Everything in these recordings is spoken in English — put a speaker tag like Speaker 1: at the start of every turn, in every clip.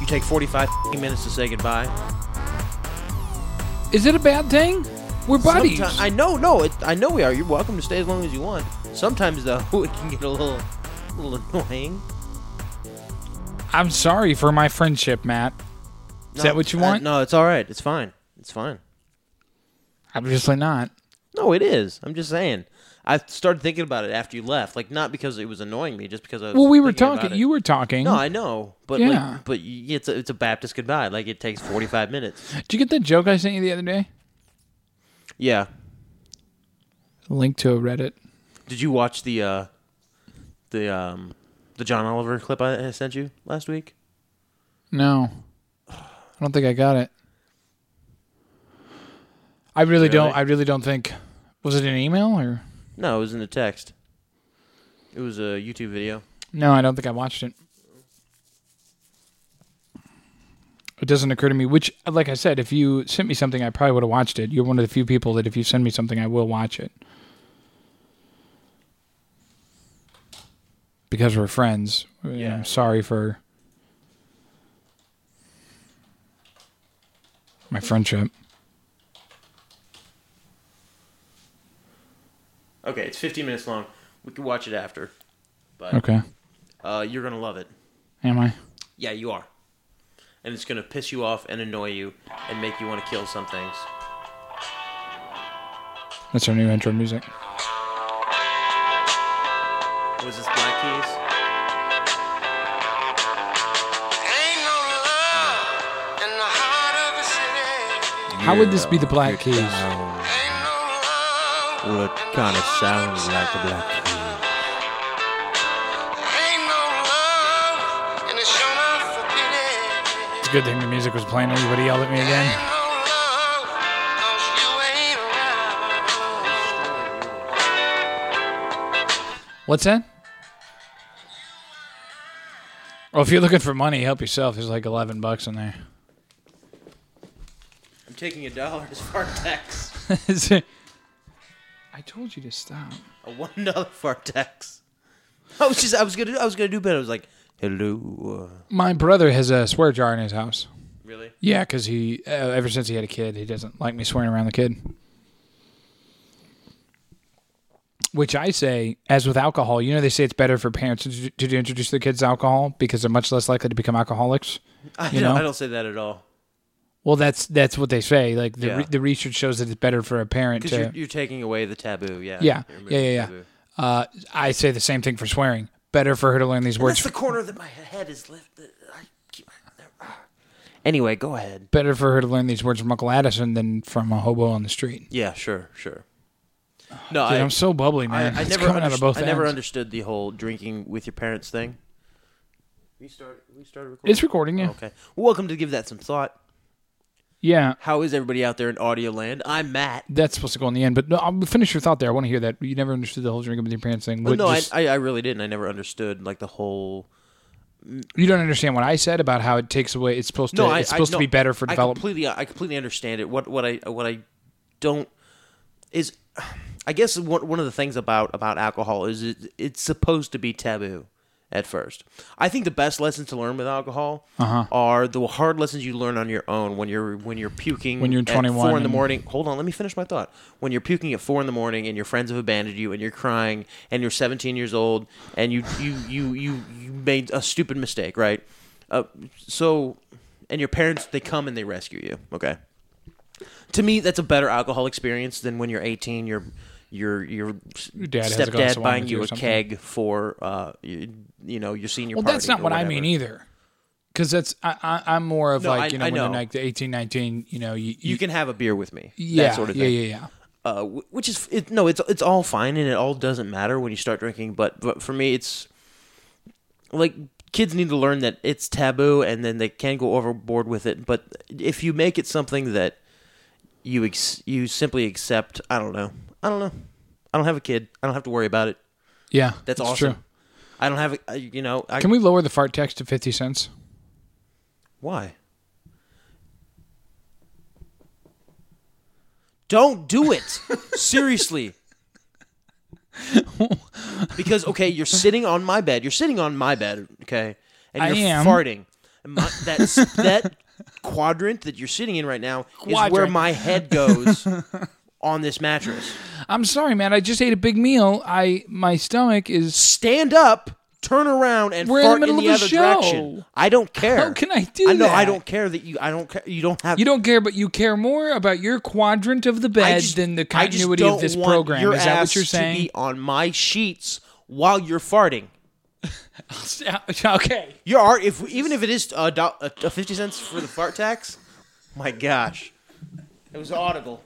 Speaker 1: you take forty five minutes to say goodbye.
Speaker 2: Is it a bad thing? We're buddies.
Speaker 1: Sometime- I know, no, it, I know we are. You're welcome to stay as long as you want. Sometimes though, it can get a little little annoying.
Speaker 2: I'm sorry for my friendship, Matt. Is that what you want?
Speaker 1: no, it's all right. It's fine. It's fine.
Speaker 2: Obviously not.
Speaker 1: No, it is. I'm just saying. I started thinking about it after you left, like not because it was annoying me, just because I. Was
Speaker 2: Well, we were
Speaker 1: thinking about
Speaker 2: talking.
Speaker 1: it.
Speaker 2: You were talking.
Speaker 1: No, I know, but
Speaker 2: Yeah.
Speaker 1: like, but y it's a, it's a Baptist goodbye. Like it takes 45 minutes.
Speaker 2: Did you get that joke I sent you the other day?
Speaker 1: Yeah.
Speaker 2: Link to a Reddit.
Speaker 1: Did you watch the uh the um the John Oliver clip I I sent you last week?
Speaker 2: No, I don't think I got it. I really, don't.
Speaker 1: Really?
Speaker 2: I really don't think. Was it an email or?
Speaker 1: No, it was in the text. It was a YouTube video.
Speaker 2: No, I don't think I watched it. It doesn't occur to me. Which, like I said, if you sent me something, I probably would have watched it. You're one of the few people that if you send me something, I will watch it because we're friends. Yeah. I'm sorry for my friendship.
Speaker 1: Okay, it's 15 minutes long. We can watch it after. But
Speaker 2: Okay,
Speaker 1: uh you're going to love it.
Speaker 2: am I?
Speaker 1: Yeah, you are. And it's going to piss you off and annoy you and make you want to kill some things.
Speaker 2: That's our new intro music.
Speaker 1: Was this Black Keys?
Speaker 3: Ain't no love in the heart of the city.
Speaker 2: How would this be the Black Keys?
Speaker 3: Ain't no love.
Speaker 1: What kind of sounds like the Black Keys?
Speaker 3: Ain't no love in the shown for pity.
Speaker 2: It's a good thing the music was playing. Everybody yelled at me again.
Speaker 3: Ain't no love 'cause you ain't around.
Speaker 2: What's that? Well, if you're looking for money, help yourself. There's like 11 bucks in there.
Speaker 1: I'm taking a dollar as fart tax.
Speaker 2: I told you to stop.
Speaker 1: A one dollar fart tax. I was just I was gonna I was gonna do better. I was like, hello.
Speaker 2: My brother has a swear jar in his house.
Speaker 1: Really?
Speaker 2: Yeah, because he, uh, ever since he had a kid, he doesn't like me swearing around the kid. Which I say, as with alcohol, you know, they say it's better for parents to, to introduce their kids to alcohol because they're much less likely to become alcoholics.
Speaker 1: I,
Speaker 2: You
Speaker 1: don't,
Speaker 2: know?
Speaker 1: I don't say that at all.
Speaker 2: Well, that's that's what they say. Like the
Speaker 1: Yeah.
Speaker 2: re- the research shows that it's better for a parent
Speaker 1: Because
Speaker 2: to
Speaker 1: you're, you're taking away the taboo. Yeah.
Speaker 2: Yeah,
Speaker 1: You're
Speaker 2: yeah,
Speaker 1: removing
Speaker 2: yeah,
Speaker 1: taboo.
Speaker 2: yeah. Uh, I say the same thing for swearing. Better for her to learn these words.
Speaker 1: That's the corner that my head is left. that I keep my- Anyway, go ahead.
Speaker 2: better for her to learn these words from Uncle Addison than from a hobo on the street.
Speaker 1: Yeah, sure, sure. No,
Speaker 2: Dude, I,
Speaker 1: I,
Speaker 2: am so bubbly,
Speaker 1: I,
Speaker 2: man.
Speaker 1: I
Speaker 2: it's
Speaker 1: never
Speaker 2: coming out
Speaker 1: underst-
Speaker 2: of both
Speaker 1: I never
Speaker 2: ends.
Speaker 1: understood the whole drinking with your parents thing. We started. We started recording.
Speaker 2: It's recording, yeah.
Speaker 1: Okay. Welcome to give that some thought.
Speaker 2: Yeah,
Speaker 1: How is everybody out there in audio land? I'm Matt.
Speaker 2: that's supposed to go in the end. But no, I'll finish your thought there. I want to hear that. You never understood the whole drinking with your parents thing.
Speaker 1: Well,
Speaker 2: Would
Speaker 1: no,
Speaker 2: just-
Speaker 1: I, I I really didn't. I never understood like the whole.
Speaker 2: you don't understand what I said about how it takes away. It's supposed
Speaker 1: No,
Speaker 2: to.
Speaker 1: I,
Speaker 2: it's supposed
Speaker 1: I, no,
Speaker 2: to be better for
Speaker 1: I
Speaker 2: development.
Speaker 1: completely, I completely understand it. What what I what I don't is, I guess one one of the things about about alcohol is it, it's supposed to be taboo at first. I think the best lessons to learn with alcohol
Speaker 2: Uh-huh.
Speaker 1: are the hard lessons you learn on your own when you're when you're puking
Speaker 2: When you're
Speaker 1: at
Speaker 2: 21
Speaker 1: four in the
Speaker 2: and-
Speaker 1: morning. Hold on, let me finish my thought. When you're puking at four in the morning and your friends have abandoned you and you're crying and you're 17 years old and you you you you, you made a stupid mistake, right? Uh, so, and your parents they come and they rescue you. Okay to me that's a better alcohol experience than when you're 18 you're your your
Speaker 2: dad has a glass
Speaker 1: stepdad
Speaker 2: of wine
Speaker 1: buying
Speaker 2: with you
Speaker 1: you
Speaker 2: or
Speaker 1: a
Speaker 2: something.
Speaker 1: keg for uh you, you know your senior
Speaker 2: Well,
Speaker 1: party
Speaker 2: that's not
Speaker 1: or
Speaker 2: what I
Speaker 1: whatever.
Speaker 2: mean either. Because that's I, I, I'm more of
Speaker 1: No, I-
Speaker 2: like you know
Speaker 1: I
Speaker 2: when you're
Speaker 1: know.
Speaker 2: like 18, 19, you know you,
Speaker 1: you can have a beer with me
Speaker 2: yeah
Speaker 1: that sort of
Speaker 2: yeah
Speaker 1: thing
Speaker 2: yeah yeah.
Speaker 1: uh, wh- which is it, no, it's it's all fine and it all doesn't matter when you start drinking. But but for me, it's like kids need to learn that it's taboo and then they can go overboard with it. But if you make it something that you ex- you simply accept, I don't know. I don't know. I don't have a kid. I don't have to worry about it.
Speaker 2: Yeah,
Speaker 1: That's
Speaker 2: it's
Speaker 1: awesome.
Speaker 2: True.
Speaker 1: I don't have a, I- you know, I
Speaker 2: Can we lower the fart tax to fifty cents?
Speaker 1: Why? Don't do it. Seriously. because okay, you're sitting on my bed. You're sitting on my bed, okay? And
Speaker 2: I
Speaker 1: you're
Speaker 2: am.
Speaker 1: farting. And my, that s- that quadrant that you're sitting in right now is where
Speaker 2: Quadrant.
Speaker 1: my head goes on this mattress.
Speaker 2: I'm sorry, man. I just ate a big meal. I my stomach is.
Speaker 1: Stand up, turn around and
Speaker 2: We're in the
Speaker 1: fart in the,
Speaker 2: middle of a
Speaker 1: other
Speaker 2: show.
Speaker 1: direction. I don't care.
Speaker 2: How can I do
Speaker 1: I know I
Speaker 2: that?
Speaker 1: don't care that you I don't care you don't have
Speaker 2: You don't care, but you care more about your quadrant of the bed than the
Speaker 1: I just
Speaker 2: continuity of
Speaker 1: don't
Speaker 2: this
Speaker 1: want
Speaker 2: program.
Speaker 1: your
Speaker 2: Is that
Speaker 1: ass
Speaker 2: what you're
Speaker 1: To
Speaker 2: saying?
Speaker 1: be on my sheets while you're farting.
Speaker 2: okay.
Speaker 1: Your art, if even if it is a, do- a, a fifty cents for the fart tax, my gosh, it was audible.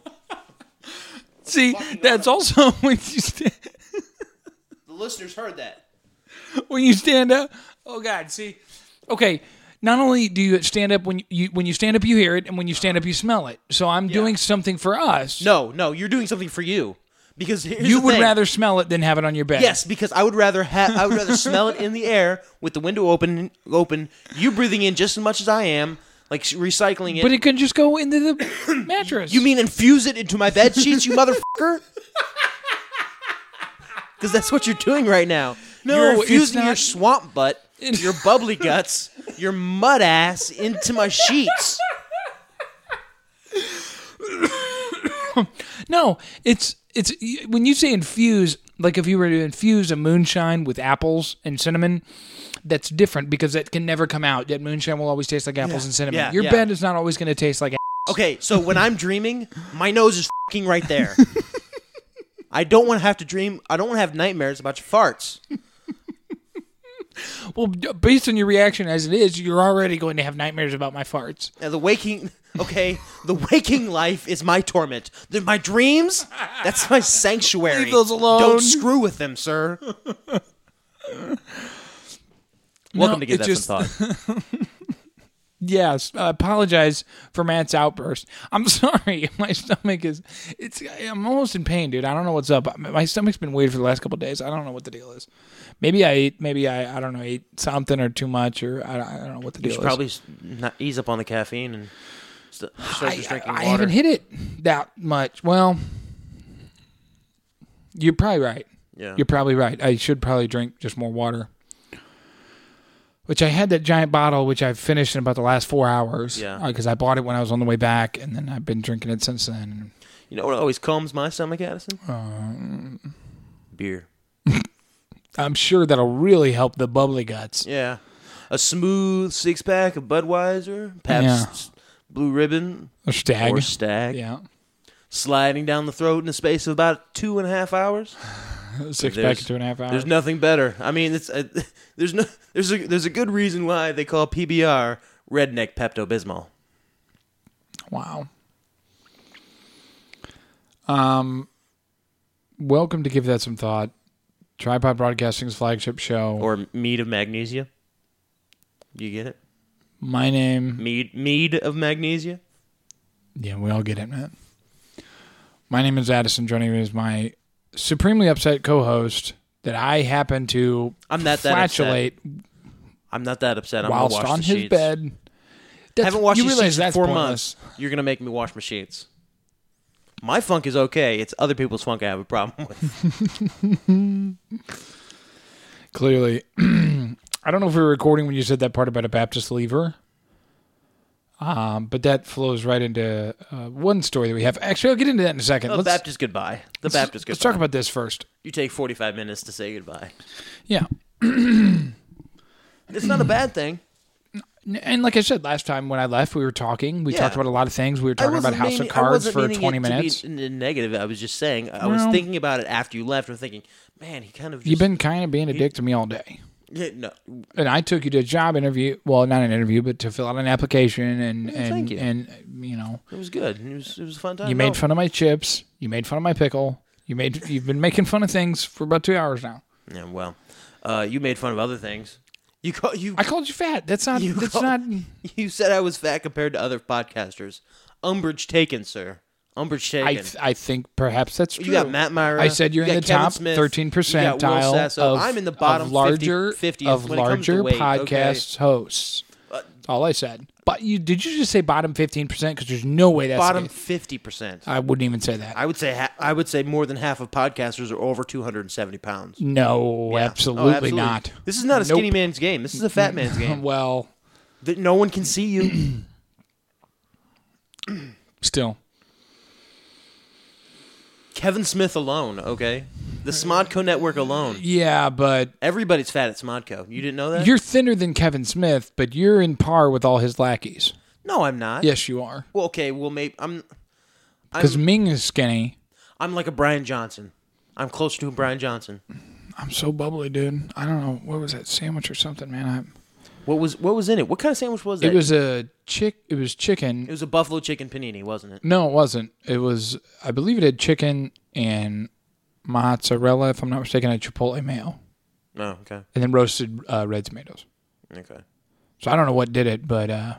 Speaker 2: See, that's also when you stand,
Speaker 1: The listeners heard that.
Speaker 2: when you stand up. Oh God, see, okay. Not only do you stand up when you, you when you stand up, you hear it, and when you stand up, you smell it. So I'm doing something for us.
Speaker 1: No, no, you're doing something for you because here's
Speaker 2: you
Speaker 1: the
Speaker 2: would
Speaker 1: thing.
Speaker 2: rather smell it than have it on your bed.
Speaker 1: Yes, because I would rather have I would rather smell it in the air with the window open open. You breathing in just as much as I am, like recycling it.
Speaker 2: but it could just go into the mattress.
Speaker 1: You mean infuse it into my bed sheets, you motherfucker? Because that's what you're doing right now.
Speaker 2: No,
Speaker 1: you're
Speaker 2: it's
Speaker 1: infusing your
Speaker 2: not-
Speaker 1: swamp butt, your bubbly guts, your mud ass into my sheets.
Speaker 2: No, it's it's y- when you say infuse, like if you were to infuse a moonshine with apples and cinnamon, that's different because that can never come out. That moonshine will always taste like apples and cinnamon.
Speaker 1: yeah,
Speaker 2: Your
Speaker 1: yeah.
Speaker 2: bed is not always going to taste like. a-
Speaker 1: Okay, so when I'm dreaming, my nose is fucking right there. I don't want to have to dream. I don't want to have nightmares about your farts.
Speaker 2: Well, d- based on your reaction as it is, you're already going to have nightmares about my farts.
Speaker 1: Now, Uh, the waking, okay, the waking life is my torment. The, my dreams, that's my sanctuary.
Speaker 2: Leave those alone.
Speaker 1: Don't screw with them, sir. Welcome
Speaker 2: No,
Speaker 1: to Give
Speaker 2: it
Speaker 1: That
Speaker 2: just-
Speaker 1: Some Thought.
Speaker 2: Yes, I apologize for Matt's outburst. I'm sorry. My stomach is it's I'm almost in pain, dude. I don't know what's up. My stomach's been weird for the last couple of days. I don't know what the deal is. Maybe I ate maybe I I don't know, ate something or too much or I, I don't know what the
Speaker 1: You
Speaker 2: deal
Speaker 1: should
Speaker 2: is.
Speaker 1: probably s- not ease up on the caffeine and st- start just
Speaker 2: I,
Speaker 1: drinking
Speaker 2: I
Speaker 1: water.
Speaker 2: haven't hit it that much. Well, you're probably right.
Speaker 1: Yeah.
Speaker 2: You're probably right. I should probably drink just more water. Which I had that giant bottle, which I've finished in about the last four hours.
Speaker 1: Yeah.
Speaker 2: Because I bought it when I was on the way back, and then I've been drinking it since then.
Speaker 1: You know what always calms my stomach, Addison?
Speaker 2: Um.
Speaker 1: Beer.
Speaker 2: I'm sure that'll really help the bubbly guts.
Speaker 1: Yeah. A smooth six pack of Budweiser, Pabst Blue Ribbon,
Speaker 2: Or stag.
Speaker 1: or Stag,
Speaker 2: Yeah.
Speaker 1: sliding down the throat in a space of about two and a half hours. There's-
Speaker 2: Six pack in two and a half hours.
Speaker 1: There's nothing better. I mean, it's uh, there's no there's a there's a good reason why they call PBR redneck Pepto Bismol.
Speaker 2: wow. Um, welcome to Give That Some Thought, Tripod Broadcasting's flagship show.
Speaker 1: or mead of magnesia. You get it?
Speaker 2: My name.
Speaker 1: Mead mead of magnesia.
Speaker 2: Yeah, we all get it, man. My name is Addison. Joining me is my supremely upset co-host that I happen to
Speaker 1: I'm not that upset.
Speaker 2: flatulate
Speaker 1: I'm not that upset. I'm
Speaker 2: whilst
Speaker 1: gonna wash
Speaker 2: on
Speaker 1: the
Speaker 2: his
Speaker 1: sheets.
Speaker 2: bed.
Speaker 1: I
Speaker 2: That's,
Speaker 1: haven't washed
Speaker 2: you
Speaker 1: these
Speaker 2: realize
Speaker 1: sheets in
Speaker 2: that's
Speaker 1: four
Speaker 2: pointless.
Speaker 1: months. You're gonna make me wash my sheets. My funk is okay. It's other people's funk I have a problem with.
Speaker 2: Clearly, I don't know if we were recording when you said that part about a Baptist lever. Um, but that flows right into uh, one story that we have. Actually, I'll get into that in a second.
Speaker 1: The
Speaker 2: let's
Speaker 1: Oh, Baptist goodbye. The Baptist
Speaker 2: let's
Speaker 1: goodbye.
Speaker 2: talk about this first.
Speaker 1: you take 45 minutes to say goodbye.
Speaker 2: Yeah,
Speaker 1: It's not a bad thing.
Speaker 2: N- And like I said last time when I left, we were talking. We
Speaker 1: Yeah.
Speaker 2: talked about a lot of things. We were
Speaker 1: I
Speaker 2: talking about
Speaker 1: wasn't
Speaker 2: House of
Speaker 1: meaning- I
Speaker 2: Cards
Speaker 1: wasn't
Speaker 2: for
Speaker 1: meaning
Speaker 2: 20
Speaker 1: it to be
Speaker 2: minutes.
Speaker 1: n- n- negative. I was just saying. I was
Speaker 2: Well-
Speaker 1: thinking about it after you left. I'm thinking, man, he kind of. Just,
Speaker 2: You've been kind of being a dick to me all day.
Speaker 1: Yeah, no,
Speaker 2: And I took you to a job interview. Well, not an interview, but to fill out an application. And, and,
Speaker 1: thank you.
Speaker 2: and, uh, you know,
Speaker 1: it was good. It was it was a fun time.
Speaker 2: you
Speaker 1: No.
Speaker 2: made fun of my chips. You made fun of my pickle. You made, you've been making fun of things for about two hours now.
Speaker 1: Yeah, well, uh, you made fun of other things. You call you
Speaker 2: I called you fat. That's not.
Speaker 1: You
Speaker 2: that's
Speaker 1: call-
Speaker 2: not.
Speaker 1: you said I was fat compared to other podcasters. Umbrage taken, sir. Umbrage taken.
Speaker 2: I th- I think perhaps that's true.
Speaker 1: you got Matt Myra.
Speaker 2: I said you're
Speaker 1: you
Speaker 2: in
Speaker 1: got
Speaker 2: the
Speaker 1: Kevin
Speaker 2: top
Speaker 1: Smith,
Speaker 2: thirteen
Speaker 1: you got Will
Speaker 2: percentile
Speaker 1: Sasso.
Speaker 2: of
Speaker 1: I'm in the
Speaker 2: of
Speaker 1: bottom
Speaker 2: larger
Speaker 1: 50, 50th
Speaker 2: of
Speaker 1: when it comes to
Speaker 2: larger
Speaker 1: weight,
Speaker 2: podcast hosts. That's all I said. But you did you just say bottom fifteen percent? Because there's no way that's
Speaker 1: Bottom
Speaker 2: it.
Speaker 1: fifty percent.
Speaker 2: I wouldn't even say that.
Speaker 1: I would say ha- I would say more than half of podcasters are over 270 pounds. Oh,
Speaker 2: no, absolutely, not.
Speaker 1: This is not a skinny
Speaker 2: Nope.
Speaker 1: man's game. This is a fat man's game.
Speaker 2: Well,
Speaker 1: That no one can see you.
Speaker 2: still,
Speaker 1: Kevin Smith alone, okay? The Smodco network alone.
Speaker 2: yeah, but
Speaker 1: Everybody's fat at Smodco. You didn't know that?
Speaker 2: you're thinner than Kevin Smith, but you're in par with all his lackeys.
Speaker 1: no, I'm not.
Speaker 2: Yes, you are.
Speaker 1: Well, okay. Well, maybe I'm.
Speaker 2: Because Ming is skinny.
Speaker 1: I'm like a Brian Johnson. I'm closer to a Brian Johnson.
Speaker 2: I'm so bubbly, dude. I don't know what was that sandwich or something, man.
Speaker 1: What was what was in it? What kind of sandwich was
Speaker 2: I,
Speaker 1: that?
Speaker 2: it was a chick. It was chicken.
Speaker 1: It was a buffalo chicken panini, wasn't it?
Speaker 2: No, it wasn't. It was, I believe it had chicken and mozzarella, if I'm not mistaken, a chipotle mayo,
Speaker 1: No. Oh, okay.
Speaker 2: and then roasted uh, red tomatoes.
Speaker 1: Okay.
Speaker 2: So I don't know what did it, but uh,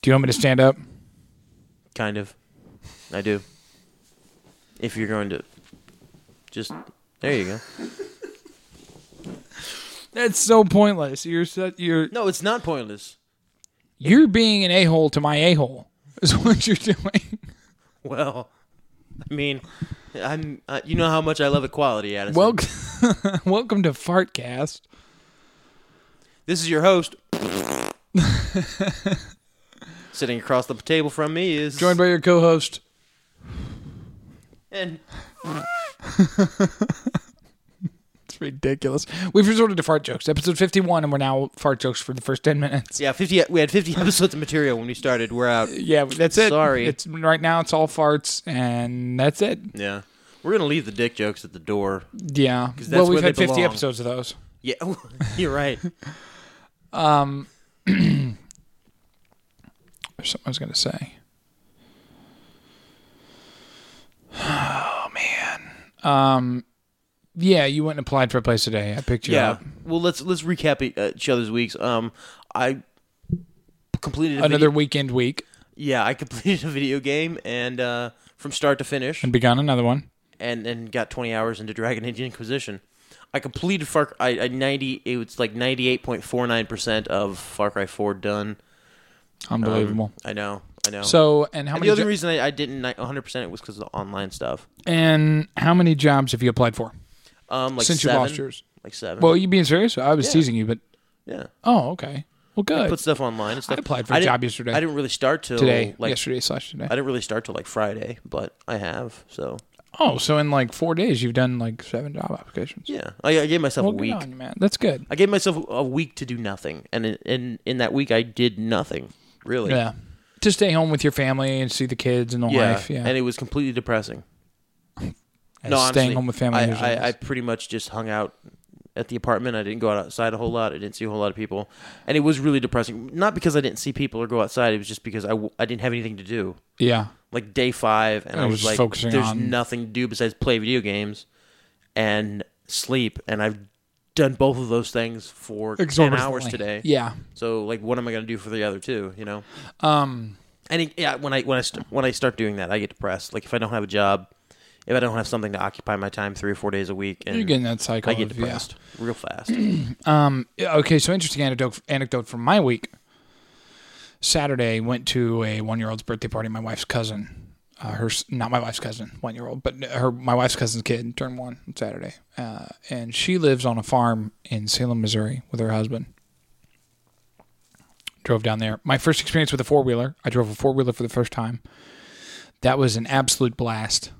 Speaker 2: do you want me to stand up?
Speaker 1: Kind of. I do. If you're going to, just there you go.
Speaker 2: That's so pointless. You're set, you're
Speaker 1: No, it's not pointless.
Speaker 2: you're being an a hole to my a hole. Is what you're doing.
Speaker 1: Well, I mean, I'm. Uh, you know how much I love equality, Addison.
Speaker 2: Well, welcome to Fartcast.
Speaker 1: this is your host. Sitting across the table from me is
Speaker 2: Joined by your co-host.
Speaker 1: and
Speaker 2: It's ridiculous. We've resorted to fart jokes. Episode 51, and we're now fart jokes for the first 10 minutes.
Speaker 1: yeah, fifty. We had fifty episodes of material when we started. We're out.
Speaker 2: Yeah, that's it.
Speaker 1: Sorry.
Speaker 2: It's right now. It's all farts, and that's it.
Speaker 1: Yeah. We're gonna leave the dick jokes at the door.
Speaker 2: Yeah.
Speaker 1: that's
Speaker 2: Well, we've
Speaker 1: where they
Speaker 2: had fifty
Speaker 1: belong.
Speaker 2: episodes of those.
Speaker 1: Yeah, you're right.
Speaker 2: There's something I was gonna say. Oh man. Um. Yeah, you went and applied for a place today. I picked you
Speaker 1: Yeah.
Speaker 2: up.
Speaker 1: Well, let's let's recap e- uh, each other's weeks. Um, I completed a
Speaker 2: Another
Speaker 1: Video,
Speaker 2: weekend week,
Speaker 1: yeah, I completed a video game and uh, from start to finish,
Speaker 2: and begun another one.
Speaker 1: and and got 20 hours into Dragon Age Inquisition. I completed Far I, I 90. It was like 98.49 percent of Far Cry 4 done.
Speaker 2: Unbelievable.
Speaker 1: I know. I know.
Speaker 2: so, and how
Speaker 1: Um, And the
Speaker 2: many?
Speaker 1: other
Speaker 2: jo-
Speaker 1: reason I, I didn't 100 percent was because of the online stuff.
Speaker 2: and how many jobs have you applied for?
Speaker 1: Um, like
Speaker 2: Since you
Speaker 1: seven,
Speaker 2: lost yours.
Speaker 1: like seven.
Speaker 2: Well, you being serious? I was teasing you, but
Speaker 1: yeah.
Speaker 2: oh, okay. Well, good.
Speaker 1: put stuff online and stuff.
Speaker 2: applied for a
Speaker 1: a
Speaker 2: job yesterday.
Speaker 1: I didn't really start till
Speaker 2: today,
Speaker 1: like
Speaker 2: yesterday slash today.
Speaker 1: I didn't really start till like Friday, but I have. So
Speaker 2: Oh, so in like four days, you've done like seven job applications.
Speaker 1: yeah, I, I gave myself
Speaker 2: well,
Speaker 1: a
Speaker 2: good
Speaker 1: week.
Speaker 2: on you, man. That's good.
Speaker 1: I gave myself a week to do nothing, and in, in in that week I did nothing really.
Speaker 2: Yeah, to stay home with your family and see the kids and the
Speaker 1: yeah,
Speaker 2: wife. Yeah,
Speaker 1: and it was completely depressing.
Speaker 2: As
Speaker 1: no,
Speaker 2: staying
Speaker 1: honestly,
Speaker 2: home with family.
Speaker 1: I,
Speaker 2: usually
Speaker 1: I, I
Speaker 2: is.
Speaker 1: pretty much just hung out at the apartment. I didn't go out outside a whole lot. I didn't see a whole lot of people, and it was really depressing. Not because I didn't see people or go outside. It was just because I, w- I didn't have anything to do.
Speaker 2: yeah,
Speaker 1: like day five, and
Speaker 2: I
Speaker 1: I
Speaker 2: was
Speaker 1: was
Speaker 2: just
Speaker 1: like,
Speaker 2: focusing
Speaker 1: "There's
Speaker 2: on-
Speaker 1: nothing to do besides play video games and sleep." And I've done both of those things for ten hours
Speaker 2: Exorbitantly.
Speaker 1: today.
Speaker 2: Yeah,
Speaker 1: So, like, what am I going to do for the other two? You know.
Speaker 2: um,
Speaker 1: And it, yeah, when I when I st- when I start doing that, I get depressed. Like, if I don't have a job, if I don't have something to occupy my time three or four days a week, and
Speaker 2: you're getting that cycle.
Speaker 1: I get
Speaker 2: of, yeah.
Speaker 1: depressed real fast.
Speaker 2: Um, Yeah, okay, so interesting anecdote anecdote from my week. Saturday went to a one year old's birthday party. My wife's cousin, uh, her s- not my wife's cousin, one year old, but her my wife's cousin's kid turned one on Saturday, uh, and she lives on a farm in Salem, Missouri, with her husband. Drove down there. My first experience with a four wheeler. I drove a four wheeler for the first time. That was an absolute blast.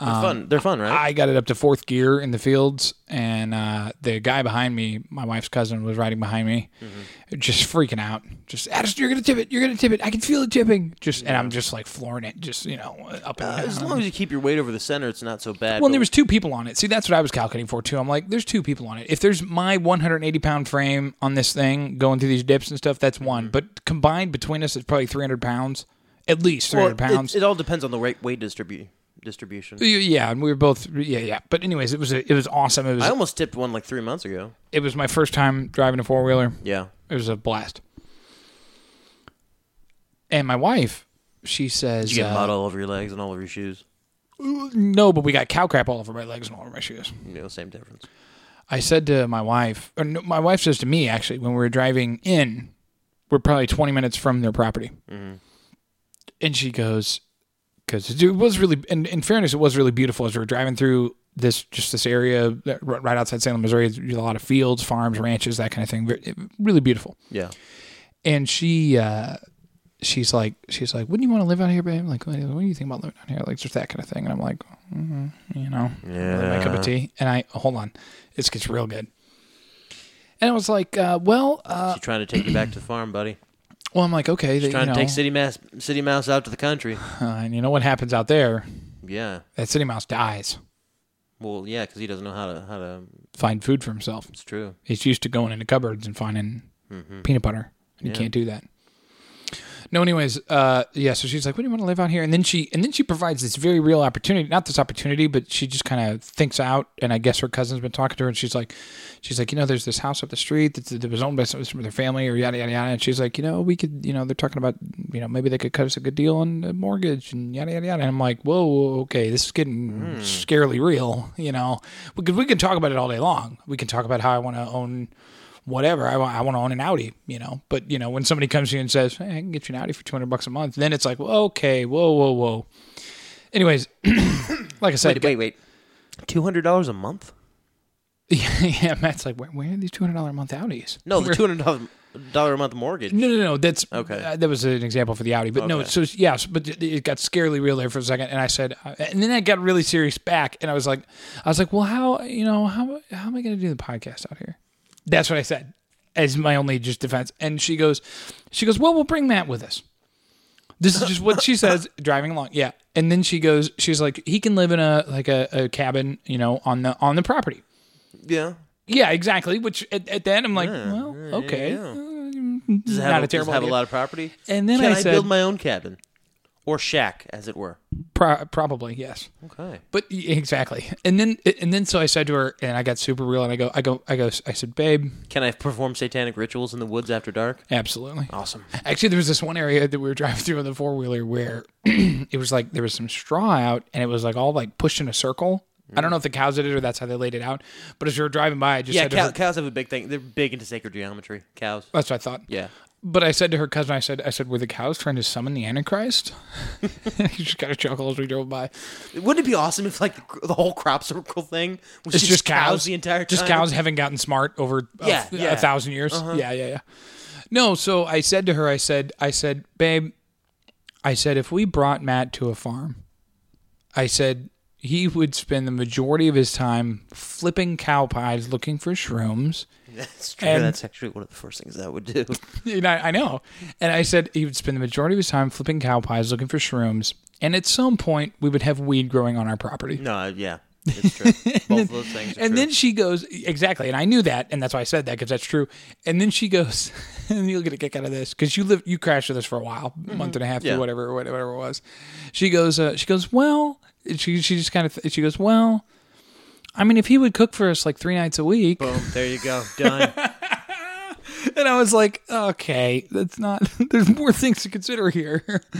Speaker 1: They're
Speaker 2: Um,
Speaker 1: fun. They're fun, right?
Speaker 2: I got it up to fourth gear in the fields, and uh, the guy behind me, my wife's cousin, was riding behind me,
Speaker 1: Mm-hmm.
Speaker 2: just freaking out. Just Addison, you're gonna tip it. You're gonna tip it. I can feel it tipping. Just and I'm just like flooring it. Just you know, up and down.
Speaker 1: Uh, as long as you keep your weight over the center, it's not so bad.
Speaker 2: um, well,
Speaker 1: but
Speaker 2: and there was two people on it. See, that's what I was calculating for too. I'm like, there's two people on it. If there's my 180 pound frame on this thing going through these dips and stuff, that's
Speaker 1: Mm-hmm.
Speaker 2: one. But combined between us, it's probably 300 pounds, at least
Speaker 1: well,
Speaker 2: 300 pounds.
Speaker 1: It, it all depends on the weight weight distribu- distribution.
Speaker 2: Y- Yeah, and we were both yeah, yeah. But anyways, it was a, it was awesome. It was
Speaker 1: I almost tipped one like three months ago.
Speaker 2: it was my first time driving a four wheeler.
Speaker 1: Yeah.
Speaker 2: It was a blast. And my wife, she says,
Speaker 1: Did you get
Speaker 2: uh,
Speaker 1: mud all over your legs and all over your shoes?
Speaker 2: "No, but we got cow crap all over my legs and all over my shoes."
Speaker 1: You know, same difference.
Speaker 2: I said to my wife, or no, my wife says to me actually, when we were driving in, we're probably 20 minutes from their property.
Speaker 1: Mm-hmm.
Speaker 2: And she goes, because it was really, and in fairness, it was really beautiful as we were driving through this, just this area that- r- right outside Salem, Missouri. There's A lot of fields, farms, ranches, that kind of thing. Ver- it- Really beautiful.
Speaker 1: Yeah.
Speaker 2: And she, uh, she's like, she's like, wouldn't you want to live out here, babe? Like, what what do you think about living out here? Like, just that kind of thing. And I'm like, mm, you know, really my cup of tea. And I, hold on, this gets real good. And I was like, uh, well, uh,
Speaker 1: She's trying to take you back to the farm, buddy.
Speaker 2: well, I'm like, okay, they,
Speaker 1: She's trying
Speaker 2: you know,
Speaker 1: to take City Mouse, City Mouse out to the country.
Speaker 2: uh, and you know what happens out there?
Speaker 1: Yeah.
Speaker 2: That city mouse dies.
Speaker 1: Well, yeah, because he doesn't know how to how to.
Speaker 2: Find food for himself.
Speaker 1: It's true.
Speaker 2: He's used to going into cupboards and finding peanut butter. And He can't do that. No, anyways, uh, yeah. So she's like, "What do you want to live out here?" And then she, and then she provides this very real opportunity—not this opportunity, but she just kind of thinks out. And I guess her cousin's been talking to her, and she's like, "She's like, you know, there's this house up the street that, that was owned by some from their family, or yada yada yada." And she's like, "You know, we could, you know, they're talking about, you know, maybe they could cut us a good deal on a mortgage and yada yada yada." And I'm like, "Whoa, okay, this is getting scarily real." You know, we could we can talk about it all day long. We can talk about how I want to own whatever. I want, I want to own an Audi, you know. But you know, when somebody comes to you and says, "Hey, I can get you an Audi for two hundred bucks a month," then it's like, well, okay, whoa, whoa, whoa. Anyways, like I
Speaker 1: Wait,
Speaker 2: said,
Speaker 1: wait, wait. Two hundred dollars a month?
Speaker 2: yeah, Matt's like, where, where are these two hundred dollar a month Audis?
Speaker 1: No, the
Speaker 2: Where-
Speaker 1: two hundred dollar a month mortgage.
Speaker 2: No, no, no. That's
Speaker 1: Okay.
Speaker 2: Uh, that was an example for the Audi, but no.
Speaker 1: Okay.
Speaker 2: So yes, but it- it got scarily real there for a second, and I said, uh, and then I got really serious back, and I was like, I was like, well, how you know how how am I going to do the podcast out here? That's what I said as my only just defense, and she goes, she goes, well, we'll bring Matt with us. This is just what she says driving along. Yeah, and then she goes, she's like, he can live in a like a, a cabin, you know, on the on the property.
Speaker 1: Yeah.
Speaker 2: Yeah, exactly. Which at, at the end, I'm like, well, okay. Uh,
Speaker 1: Does it have,
Speaker 2: not
Speaker 1: a,
Speaker 2: a terrible
Speaker 1: does it have a
Speaker 2: idea.
Speaker 1: lot of property?
Speaker 2: And then
Speaker 1: Can
Speaker 2: I
Speaker 1: I,
Speaker 2: said-
Speaker 1: build my own cabin or shack, as it were?
Speaker 2: Pro- probably yes,
Speaker 1: Okay.
Speaker 2: but y- exactly. And then and then so I said to her, and I got super real, and I go, I go, I go. I said, babe,
Speaker 1: Can I perform satanic rituals in the woods after dark?
Speaker 2: absolutely.
Speaker 1: Awesome.
Speaker 2: Actually, there was this one area that we were driving through on the four wheeler where it was like there was some straw out, and it was like all like pushed in a circle. I don't know if the cows did it or that's how they laid it out, but as we were driving by, I just
Speaker 1: Yeah,
Speaker 2: said to
Speaker 1: cow,
Speaker 2: her,
Speaker 1: cows have a big thing. They're big into sacred geometry. Cows.
Speaker 2: that's what I thought.
Speaker 1: Yeah.
Speaker 2: But I said to her cousin, I said, I said, were the cows trying to summon the Antichrist? she just got a chuckle as we drove by.
Speaker 1: Wouldn't it be awesome if like the, gr- the whole crop circle thing was
Speaker 2: it's
Speaker 1: just,
Speaker 2: just
Speaker 1: cows,
Speaker 2: cows,
Speaker 1: the entire time?
Speaker 2: Just cows haven't gotten smart over a,
Speaker 1: Yeah,
Speaker 2: f-
Speaker 1: yeah. Uh-huh.
Speaker 2: a thousand years. Yeah, yeah, yeah. No, so I said to her, I said, I said, babe, I said, if we brought Matt to a farm, I said he would spend the majority of his time flipping cow pies looking for shrooms.
Speaker 1: That's true.
Speaker 2: and-
Speaker 1: That's actually one of the first things I would do.
Speaker 2: And I, I know. And I said he would spend the majority of his time flipping cow pies looking for shrooms. And at some point, we would have weed growing on our property.
Speaker 1: No, yeah, it's true. Both of those things. Are
Speaker 2: and
Speaker 1: true.
Speaker 2: then she goes exactly and i knew that and that's why i said that because that's true and then she goes and you'll get a kick out of this because you lived you crashed with us for a while a month and a half
Speaker 1: Mm-hmm. Yeah.
Speaker 2: or whatever whatever it was she goes uh, she goes well she, she just kind of she goes well i mean if he would cook for us like three nights a week
Speaker 1: boom, there you go, done.
Speaker 2: and i was like okay that's not there's more things to consider here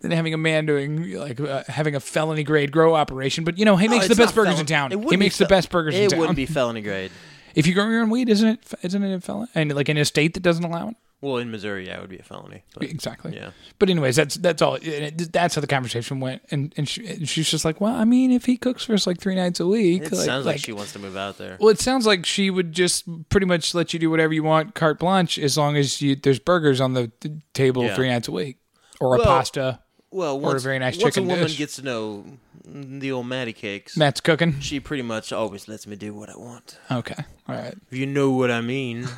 Speaker 2: than having a man doing like uh, having a felony grade grow operation but you know he makes the
Speaker 1: Oh, it's
Speaker 2: best
Speaker 1: not
Speaker 2: burgers
Speaker 1: felon-
Speaker 2: in town
Speaker 1: it wouldn't
Speaker 2: he
Speaker 1: be
Speaker 2: makes the
Speaker 1: fel-
Speaker 2: best burgers in
Speaker 1: It
Speaker 2: town
Speaker 1: wouldn't be felony grade.
Speaker 2: If you grow your own weed, isn't it isn't it a felon? And like in a state that doesn't allow it.
Speaker 1: Well, in Missouri, yeah, it would be a felony. But
Speaker 2: Exactly.
Speaker 1: Yeah.
Speaker 2: But anyways, that's that's all. and it- that's how the conversation went. And and, she, and she's just like, well, I mean, if he cooks for us like three nights a week,
Speaker 1: it sounds like, she wants to move out there.
Speaker 2: Well, it sounds like she would just pretty much let you do whatever you want, carte blanche, as long as you there's burgers on the t- table
Speaker 1: Yeah.
Speaker 2: three nights a week, or a
Speaker 1: Well-
Speaker 2: pasta.
Speaker 1: Well,
Speaker 2: a
Speaker 1: once,
Speaker 2: very nice
Speaker 1: once
Speaker 2: chicken
Speaker 1: a woman
Speaker 2: dish.
Speaker 1: gets to know the old Matty Cakes,
Speaker 2: Matt's cooking.
Speaker 1: she pretty much always lets me do what I want.
Speaker 2: Okay, all right.
Speaker 1: If you know what I mean.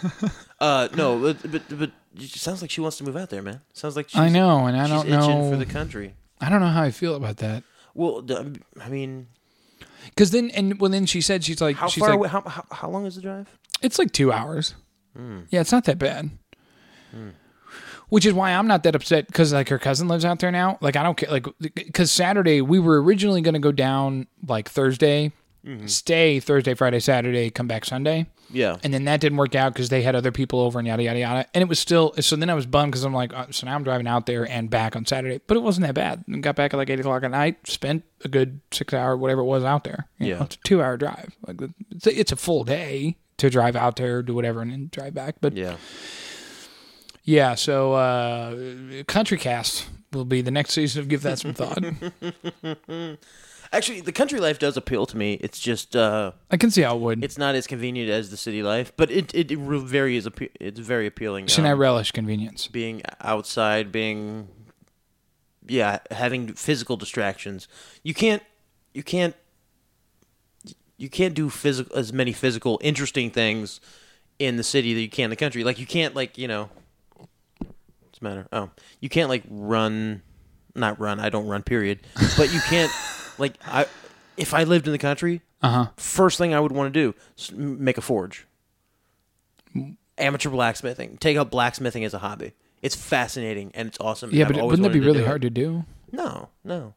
Speaker 1: uh, no, but, but but it sounds like she wants to move out there, man. Sounds like she's,
Speaker 2: I know, and I
Speaker 1: she's
Speaker 2: don't
Speaker 1: itching
Speaker 2: know.
Speaker 1: for the country.
Speaker 2: I don't know how I feel about that.
Speaker 1: Well, d- I mean,
Speaker 2: Because then, and well, then she said she's like,
Speaker 1: how
Speaker 2: she's
Speaker 1: far?
Speaker 2: like,
Speaker 1: away, how, how how long is the drive?
Speaker 2: It's like two hours. Yeah, it's not that bad. which is why I'm not that upset because like her cousin lives out there now. Like I don't care. Like because Saturday we were originally going to go down like Thursday, stay Thursday, Friday, Saturday, come back Sunday.
Speaker 1: Yeah.
Speaker 2: And then that didn't work out because they had other people over and yada yada yada. And it was still so. Then I was bummed because I'm like, uh, so now I'm driving out there and back on Saturday, but it wasn't that bad. And got back at like eight o'clock at night. Spent a good six hour whatever it was out there. You
Speaker 1: Yeah.
Speaker 2: know, it's a two hour drive. Like it's a, it's a full day to drive out there, do whatever, and then drive back. But
Speaker 1: Yeah.
Speaker 2: yeah, so uh, Country Cast will be the next season of Give That Some Thought.
Speaker 1: Actually, the country life does appeal to me. It's just uh,
Speaker 2: I can see how it would.
Speaker 1: it's not as convenient as the city life, but it it, it re- very is appe- it's very appealing.
Speaker 2: and I
Speaker 1: um,
Speaker 2: relish convenience.
Speaker 1: being outside, being yeah, having physical distractions. You can't you can't you can't do physical as many physical interesting things in the city that you can in the country. Like you can't like, you know, what's the matter? Oh. You can't like run not run, I don't run period. But you can't like I if I lived in the country, uh-huh. first thing I would want to do is m- make a forge amateur blacksmithing. Take up blacksmithing as a hobby. It's fascinating and it's awesome.
Speaker 2: Yeah,
Speaker 1: and
Speaker 2: but
Speaker 1: I've
Speaker 2: it-
Speaker 1: always
Speaker 2: wouldn't it be
Speaker 1: wanted
Speaker 2: really
Speaker 1: do
Speaker 2: hard to do?
Speaker 1: No, no,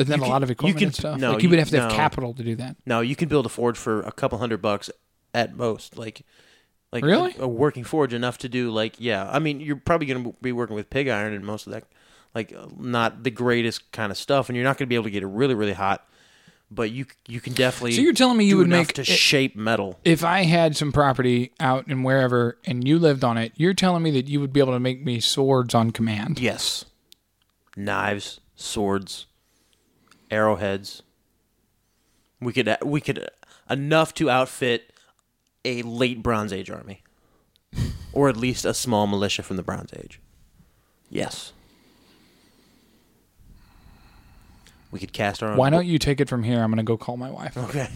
Speaker 2: And then
Speaker 1: You
Speaker 2: a
Speaker 1: can-
Speaker 2: lot of
Speaker 1: you
Speaker 2: equipment
Speaker 1: can-
Speaker 2: and stuff.
Speaker 1: no,
Speaker 2: like you
Speaker 1: you-
Speaker 2: would have to have
Speaker 1: no.
Speaker 2: capital to do that.
Speaker 1: no. You can build a forge for a couple hundred bucks at most. Like, like
Speaker 2: Really?
Speaker 1: a, a working forge enough to do like yeah. I mean, you're probably going to be working with pig iron and most of that, like uh, not the greatest kind of stuff, and you're not going to be able to get it really really hot. But you you can definitely.
Speaker 2: So you're telling me you
Speaker 1: do
Speaker 2: would
Speaker 1: enough
Speaker 2: make
Speaker 1: to
Speaker 2: it-
Speaker 1: shape metal.
Speaker 2: If I had some property out and wherever, and you lived on it, you're telling me that you would be able to make me swords on command.
Speaker 1: Yes. Knives, swords, arrowheads. We could uh, we could enough to outfit a late Bronze Age army, or at least a small militia from the Bronze Age. Yes. We could cast our own.
Speaker 2: Why don't you take it from here? I'm going to go call my wife.
Speaker 1: Okay.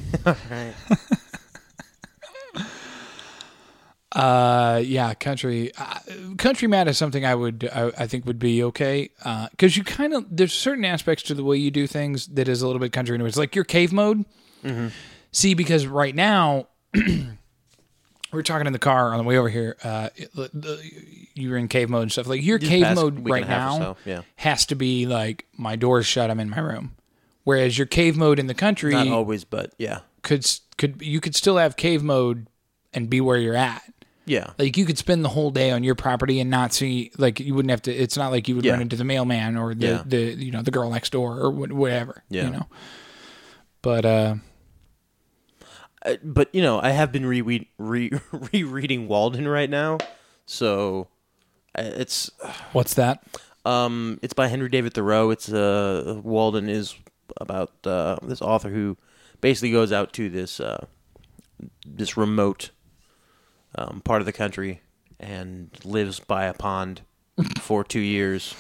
Speaker 2: Uh, yeah, country, uh, country mad is something I would, I, I think would be okay. Uh, cause you kind of, there's certain aspects to the way you do things that is a little bit country anyways. Like your cave mode.
Speaker 1: Mm-hmm.
Speaker 2: See, because right now we we're talking in the car on the way over here. Uh, it- the- the- you were in cave mode and stuff like your cave
Speaker 1: past
Speaker 2: mode
Speaker 1: week
Speaker 2: right
Speaker 1: and a half or
Speaker 2: now
Speaker 1: so, yeah.
Speaker 2: has to be like my door's shut. I'm in my room. Whereas your cave mode in the country
Speaker 1: Not always, but yeah,
Speaker 2: could, s- could, you could still have cave mode and be where you're at.
Speaker 1: yeah,
Speaker 2: Like you could spend the whole day on your property and not see like you wouldn't have to. It's not like you would
Speaker 1: Yeah.
Speaker 2: run into the mailman or the,
Speaker 1: Yeah.
Speaker 2: the you know the girl next door or wh- whatever.
Speaker 1: Yeah.
Speaker 2: You know. But uh,
Speaker 1: Uh, but you know, I have been re- re- rereading Walden right now, so uh, it's
Speaker 2: what's that?
Speaker 1: Um, it's by Henry David Thoreau. It's uh, Walden is about uh, this author who basically goes out to this uh, this remote um, part of the country and lives by a pond for two years.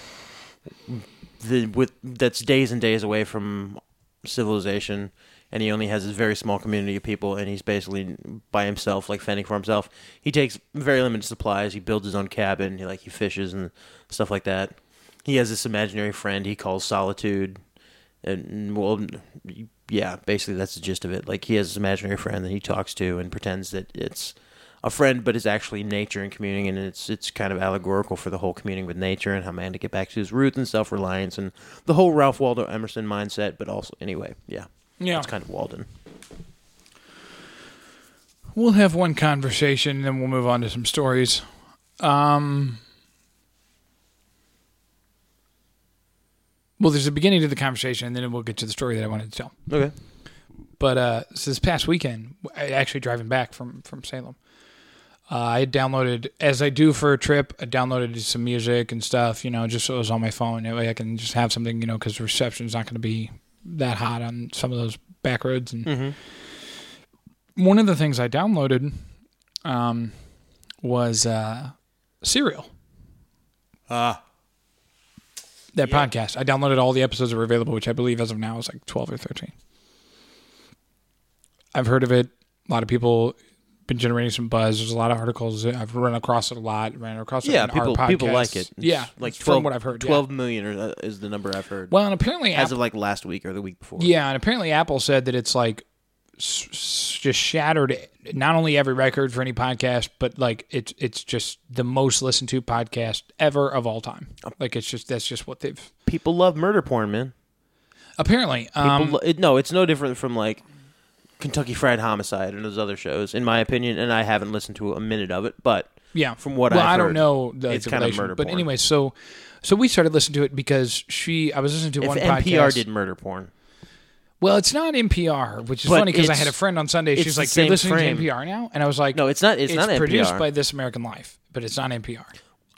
Speaker 1: The, with that's days and days away from civilization, and he only has this very small community of people, and he's basically by himself, like fending for himself. He takes very limited supplies. He builds his own cabin. He like he fishes and stuff like that. He has this imaginary friend he calls solitude, and well, yeah, basically that's the gist of it. Like he has this imaginary friend that he talks to and pretends that it's a friend, but is actually nature and communing, and it's it's kind of allegorical for the whole communing with nature and how man to get back to his roots and self reliance and the whole Ralph Waldo Emerson mindset. But also, anyway, yeah,
Speaker 2: Yeah.
Speaker 1: it's kind of Walden.
Speaker 2: We'll have one conversation, then we'll move on to some stories. Um, well, there's a beginning to the conversation, and then we'll get to the story that I wanted to tell.
Speaker 1: Okay,
Speaker 2: But uh, so this past weekend, I- actually driving back from from Salem, uh, I had downloaded, as I do for a trip, I downloaded some music and stuff, you know, just so it was on my phone. That way I can just have something, you know, because reception's not going to be that hot on some of those back roads. And
Speaker 1: Mm-hmm.
Speaker 2: one of the things I downloaded um, was uh, Serial. Ah. That podcast. I downloaded all the episodes that were available, which I believe as of now is like 12 or 13. I've heard of it. A lot of people been generating some buzz. There's a lot of articles. I've run across it a lot. Ran across it.
Speaker 1: yeah,
Speaker 2: in
Speaker 1: people
Speaker 2: our
Speaker 1: people
Speaker 2: podcasts.
Speaker 1: like it. It's
Speaker 2: yeah,
Speaker 1: like
Speaker 2: from
Speaker 1: 12,
Speaker 2: what I've heard. yeah.
Speaker 1: twelve million or, uh, is the number I've heard
Speaker 2: Well, and apparently
Speaker 1: as
Speaker 2: Apple,
Speaker 1: of like last week or the week before.
Speaker 2: yeah, and apparently Apple said that it's like s- s- just shattered not only every record for any podcast, but like it's it's just the most listened to podcast ever of all time.
Speaker 1: Oh.
Speaker 2: Like it's just that's just what they've
Speaker 1: People love murder porn, man.
Speaker 2: apparently.
Speaker 1: People
Speaker 2: Um,
Speaker 1: lo- it, no, it's no different from like Kentucky Fried Homicide and those other shows, in my opinion. And I haven't listened to a minute of it, but
Speaker 2: yeah,
Speaker 1: from what
Speaker 2: well,
Speaker 1: I've
Speaker 2: I don't
Speaker 1: heard,
Speaker 2: know, the,
Speaker 1: it's
Speaker 2: the
Speaker 1: kind of
Speaker 2: relation-
Speaker 1: murder
Speaker 2: But
Speaker 1: porn.
Speaker 2: anyway, so so we started listening to it because she I was listening to
Speaker 1: if
Speaker 2: one
Speaker 1: NPR
Speaker 2: podcast.
Speaker 1: did murder porn,
Speaker 2: Well, it's not NPR, which is
Speaker 1: But
Speaker 2: funny because I
Speaker 1: it's-
Speaker 2: had a friend on Sunday.
Speaker 1: it's
Speaker 2: She's
Speaker 1: the
Speaker 2: like, "You're
Speaker 1: same
Speaker 2: listening
Speaker 1: frame."
Speaker 2: to NPR now," and I was like,
Speaker 1: No, it's not- it's not NPR.
Speaker 2: produced by This American Life, but it's not NPR."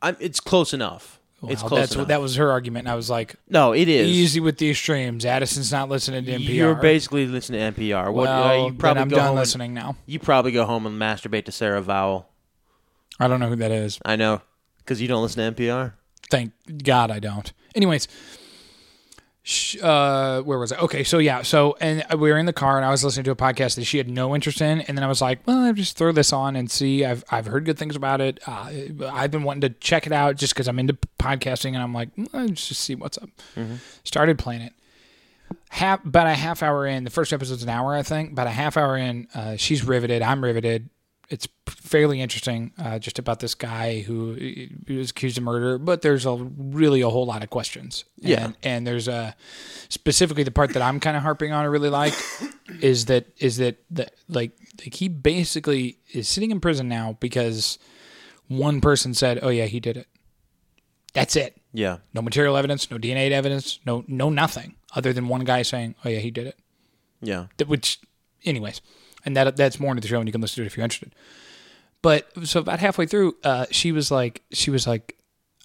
Speaker 1: I'm, it's close enough. it's
Speaker 2: Well,
Speaker 1: close
Speaker 2: that's
Speaker 1: enough.
Speaker 2: what that was her argument. And I was like,
Speaker 1: no, it is.
Speaker 2: "Easy with the extremes." Addison's not listening to NPR.
Speaker 1: You're basically listening to NPR. What, uh,
Speaker 2: well,
Speaker 1: you
Speaker 2: then
Speaker 1: probably
Speaker 2: I'm
Speaker 1: go
Speaker 2: done
Speaker 1: home and-
Speaker 2: listening now.
Speaker 1: you probably go home and masturbate to Sarah Vowell.
Speaker 2: I don't know who that is.
Speaker 1: I know, because you don't listen to NPR.
Speaker 2: Thank God I don't. Anyways, sh- uh, where was I? Okay, so yeah, so and we were in the car, and I was listening to a podcast that she had no interest in, and then I was like, well, I'll just throw this on and see. I've I've heard good things about it. Uh, I've been wanting to check it out just because I'm into podcasting, and I'm like, "Mm, let's just see what's up. Started playing it. Half, about a half hour in, the first episode's an hour, I think. About a half hour in, uh, she's riveted. I'm riveted. It's fairly interesting, uh, just about this guy who who is accused of murder. But there's a really a whole lot of questions.
Speaker 1: Yeah.
Speaker 2: and, and there's a specifically the part that I'm kind of harping on. I really like is that is that that like like he basically is sitting in prison now because one person said, "Oh yeah, he did it." That's it.
Speaker 1: Yeah,
Speaker 2: No material evidence, no DNA evidence, no no nothing other than one guy saying, "Oh yeah, he did it."
Speaker 1: yeah.
Speaker 2: That- Which, anyways, and that that's more into the show, and you can listen to it if you're interested. But so about halfway through, uh, she was like, she was like,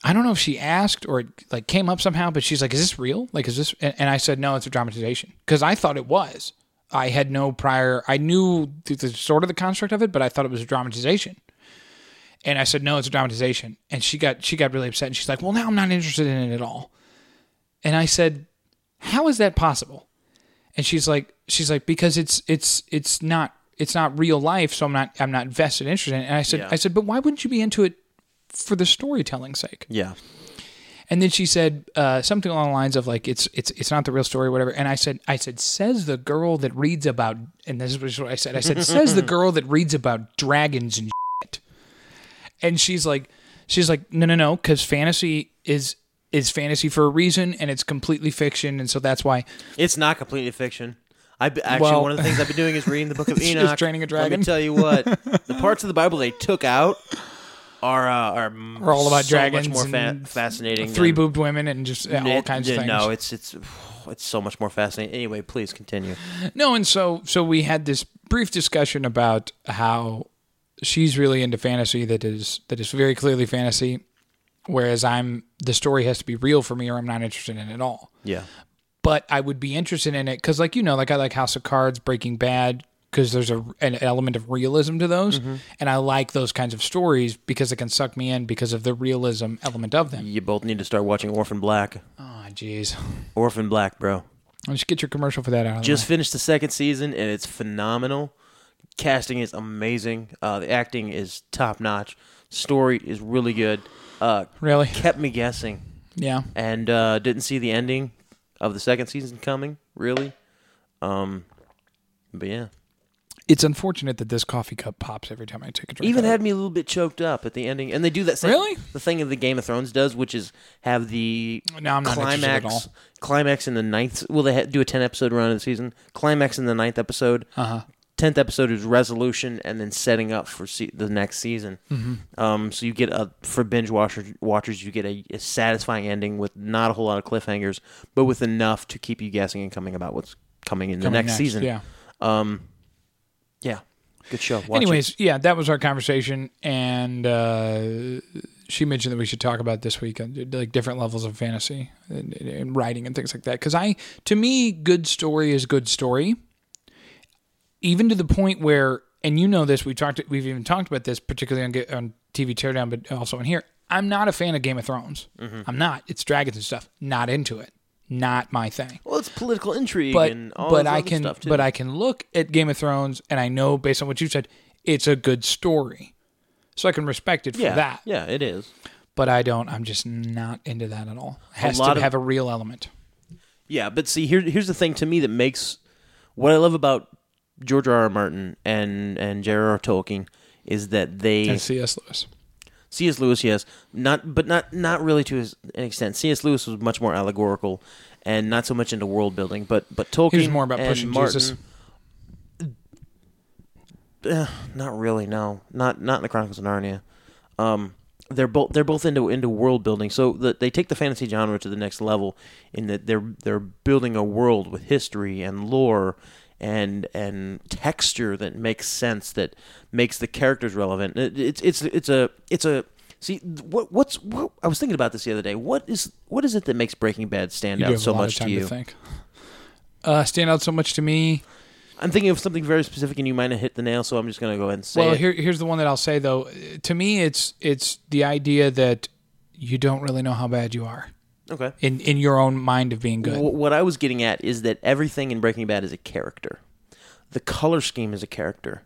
Speaker 2: I don't know if she asked or it like came up somehow, but she's like, "Is this real? Like, is this?" And, and I said, "No, it's a dramatization," because I thought it was. I had no prior. I knew the, the sort of the construct of it, but I thought it was a dramatization. And I said, "No, it's a dramatization." And she got she got really upset, and she's like, "Well, now I'm not interested in it at all." And I said, "How is that possible?" And she's like, "She's like because it's it's it's not it's not real life, so I'm not I'm not vested interest in it." And I said, "I said, but why wouldn't you be into it for the storytelling sake?"
Speaker 1: Yeah.
Speaker 2: And then she said uh, something along the lines of like it's it's it's not the real story, whatever. And I said I said says the girl that reads about and this is what I said. I said says the girl that reads about dragons and shit. And she's like she's like no no no because fantasy is is fantasy for a reason and it's completely fiction and so that's why
Speaker 1: It's not completely fiction. I b- actually
Speaker 2: Well-
Speaker 1: one of the things I've been doing is reading the Book of
Speaker 2: It's just
Speaker 1: Enoch.
Speaker 2: training a
Speaker 1: Let
Speaker 2: dragon.
Speaker 1: me tell you what, the parts of the Bible they took out are uh, are, m-
Speaker 2: Are all about
Speaker 1: so
Speaker 2: dragons
Speaker 1: Much more fa-
Speaker 2: and
Speaker 1: fascinating.
Speaker 2: three
Speaker 1: than-
Speaker 2: boobed women and just yeah, all
Speaker 1: it-
Speaker 2: kinds of
Speaker 1: yeah,
Speaker 2: things.
Speaker 1: No, it's it's it's so much more fascinating. Anyway, please continue.
Speaker 2: No, and so so we had this brief discussion about how she's really into fantasy that is that is very clearly fantasy, whereas I'm the story has to be real for me or I'm not interested in it at all.
Speaker 1: Yeah,
Speaker 2: But I would be interested in it because, like you know, like I like House of Cards, Breaking Bad, because there's a an element of realism to those,
Speaker 1: Mm-hmm.
Speaker 2: and I like those kinds of stories because it can suck me in because of the realism element of them.
Speaker 1: you both need to start watching Orphan Black.
Speaker 2: Oh, jeez,
Speaker 1: Orphan Black, bro.
Speaker 2: just get your commercial for that out. Of
Speaker 1: Just
Speaker 2: the
Speaker 1: finished the second season and it's phenomenal. Casting is amazing. Uh, the acting is top notch. Story is really good. Uh,
Speaker 2: way. really,
Speaker 1: kept me guessing.
Speaker 2: yeah.
Speaker 1: and uh, didn't see the ending of the second season coming really um but yeah
Speaker 2: It's unfortunate that this coffee cup pops every time I take a drink.
Speaker 1: even
Speaker 2: out of it.
Speaker 1: had me a little bit choked up at the ending and they do that same,
Speaker 2: Really?
Speaker 1: the thing that the game of thrones does which is have the
Speaker 2: No, I'm not interested at
Speaker 1: climax
Speaker 2: all.
Speaker 1: climax in the ninth well they ha- do a 10 episode run of the season climax in the ninth episode uh-huh 10th episode is resolution and then setting up for se- the next season
Speaker 2: Mm-hmm.
Speaker 1: um, so you get a for binge watcher, watchers you get a, a satisfying ending with not a whole lot of cliffhangers but with enough to keep you guessing and coming about what's coming in
Speaker 2: Coming
Speaker 1: the next, season
Speaker 2: Yeah.
Speaker 1: yeah good show Watch it.
Speaker 2: Anyways, yeah, that was our conversation, and uh, she mentioned that we should talk about this week, uh, like different levels of fantasy and, and writing and things like that. Because I, to me, good story is good story, even to the point where, and you know this, we talked, we've even talked about this, particularly on Ga- on TV Teardown, but also in here. I'm not a fan of Game of Thrones.
Speaker 1: Mm-hmm.
Speaker 2: I'm not. It's dragons and stuff. Not into it. Not my thing
Speaker 1: well it's political intrigue
Speaker 2: but
Speaker 1: and all
Speaker 2: but
Speaker 1: this
Speaker 2: I
Speaker 1: other
Speaker 2: can
Speaker 1: stuff too.
Speaker 2: but I can look at Game of Thrones and I know based on what you said, it's a good story, so I can respect it for
Speaker 1: yeah
Speaker 2: that.
Speaker 1: yeah it is
Speaker 2: But I don't. I'm just not into that at all. It has
Speaker 1: lot
Speaker 2: to
Speaker 1: of-
Speaker 2: have a real element.
Speaker 1: Yeah, but see, here, here's the thing to me that makes what I love about George R. R. Martin and and J.R.R. Tolkien is that they
Speaker 2: and C.S. Lewis.
Speaker 1: C.S. Lewis, yes, not but not not really to his- an extent. C.S. Lewis was much more allegorical and not so much into world building, but but Tolkien
Speaker 2: He was more about
Speaker 1: and
Speaker 2: pushing
Speaker 1: Martin,
Speaker 2: Jesus.
Speaker 1: Eh, not really, no, not not in the Chronicles of Narnia. Um, they're both they're both into into world building, so the, they take the fantasy genre to the next level in that they're they're building a world with history and lore. And, and texture that makes sense that makes the characters relevant. It- it's it's it's a it's a See th- what what's what, I was thinking about this the other day. What is what is it that makes Breaking Bad stand
Speaker 2: You do
Speaker 1: out
Speaker 2: have
Speaker 1: so
Speaker 2: a lot
Speaker 1: much
Speaker 2: of time
Speaker 1: to you?
Speaker 2: to think. Uh, stand out so much to me.
Speaker 1: I'm thinking of something very specific, and you might have hit the nail. So I'm just gonna go ahead and say
Speaker 2: Well,
Speaker 1: it.
Speaker 2: here, here's the one that I'll say though. Uh, To me, it's it's the idea that you don't really know how bad you are
Speaker 1: okay.
Speaker 2: in in your own mind of being good.
Speaker 1: Wh- what I was getting at is that everything in Breaking Bad is a character. The color scheme is a character.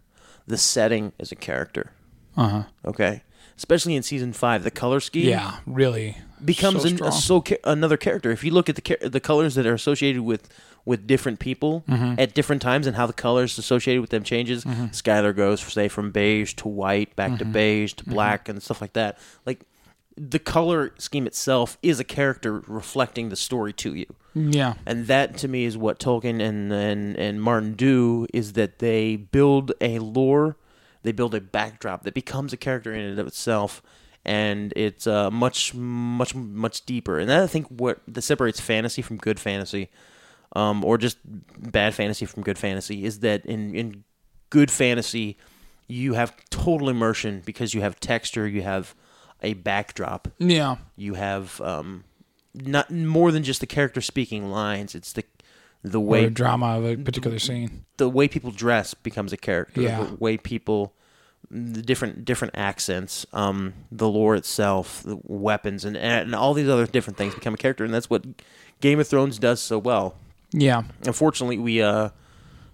Speaker 1: The setting is a character.
Speaker 2: Uh huh.
Speaker 1: Okay. Especially in season five, the color scheme
Speaker 2: Yeah, really
Speaker 1: becomes
Speaker 2: so
Speaker 1: an,
Speaker 2: strong.
Speaker 1: a, so cha- another character. If you look at the cha- the colors that are associated with with different people
Speaker 2: Mm-hmm.
Speaker 1: at different times and how the colors associated with them changes, Skylar goes say from beige to white, back
Speaker 2: Mm-hmm.
Speaker 1: to beige to black, and stuff like that. Like the color scheme itself is a character reflecting the story to you.
Speaker 2: yeah.
Speaker 1: And that to me is what Tolkien and, and, and Martin do is that they build a lore, they build a backdrop that becomes a character in and of itself, and it's uh, much much much deeper. And that I think what that separates fantasy from good fantasy, um, or just bad fantasy from good fantasy, is that in in good fantasy, you have total immersion because you have texture, you have a backdrop
Speaker 2: Yeah.
Speaker 1: you have um, not more than just the character speaking lines. It's the the
Speaker 2: Or
Speaker 1: way
Speaker 2: the drama of a particular scene.
Speaker 1: the way people dress becomes a character.
Speaker 2: Yeah.
Speaker 1: The way people, the different different accents, um, the lore itself, the weapons, and and all these other different things become a character, and that's what Game of Thrones does so well.
Speaker 2: Yeah.
Speaker 1: Unfortunately, we uh,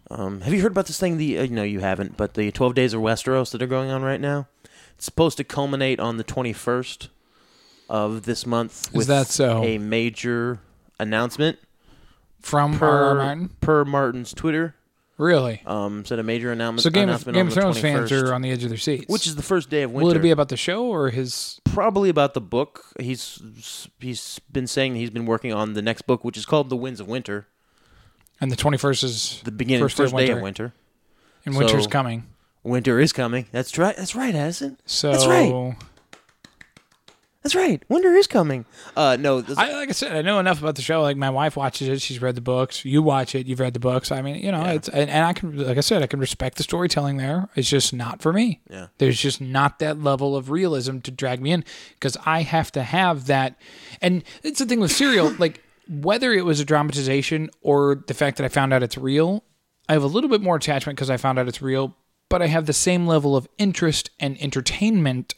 Speaker 1: um, have you heard about this thing? The uh, no, you haven't. But the Twelve Days of Westeros that are going on right now, it's supposed to culminate on the twenty first of this month. with
Speaker 2: that so?
Speaker 1: A major announcement
Speaker 2: From
Speaker 1: per
Speaker 2: R.R. Martin.
Speaker 1: per Martin's Twitter.
Speaker 2: Really.
Speaker 1: Um, said a major announcement.
Speaker 2: so Game of,
Speaker 1: announcement
Speaker 2: Game
Speaker 1: on
Speaker 2: of
Speaker 1: the
Speaker 2: Thrones fans
Speaker 1: 21st,
Speaker 2: are on the edge of their seats.
Speaker 1: which is the first day of winter.
Speaker 2: will it be about the show or his?
Speaker 1: probably about the book? He's he's been saying he's been working on the next book, which is called The Winds of Winter.
Speaker 2: And the twenty first is
Speaker 1: The beginning, first, day of winter.
Speaker 2: and winter's
Speaker 1: so-
Speaker 2: coming.
Speaker 1: Winter is coming. That's right. That's right, Addison.
Speaker 2: So
Speaker 1: that's right. That's right. Winter is coming. Uh, no, this-
Speaker 2: I like I said, I know enough about the show. Like my wife watches it; she's read the books. You watch it; you've read the books. I mean, you know, it's and, and I can, like I said, I can respect the storytelling there. It's just not for me.
Speaker 1: Yeah.
Speaker 2: there's just not that level of realism to drag me in because I have to have that. And it's the thing with Serial, like whether it was a dramatization or the fact that I found out it's real, I have a little bit more attachment because I found out it's real. But I have the same level of interest and entertainment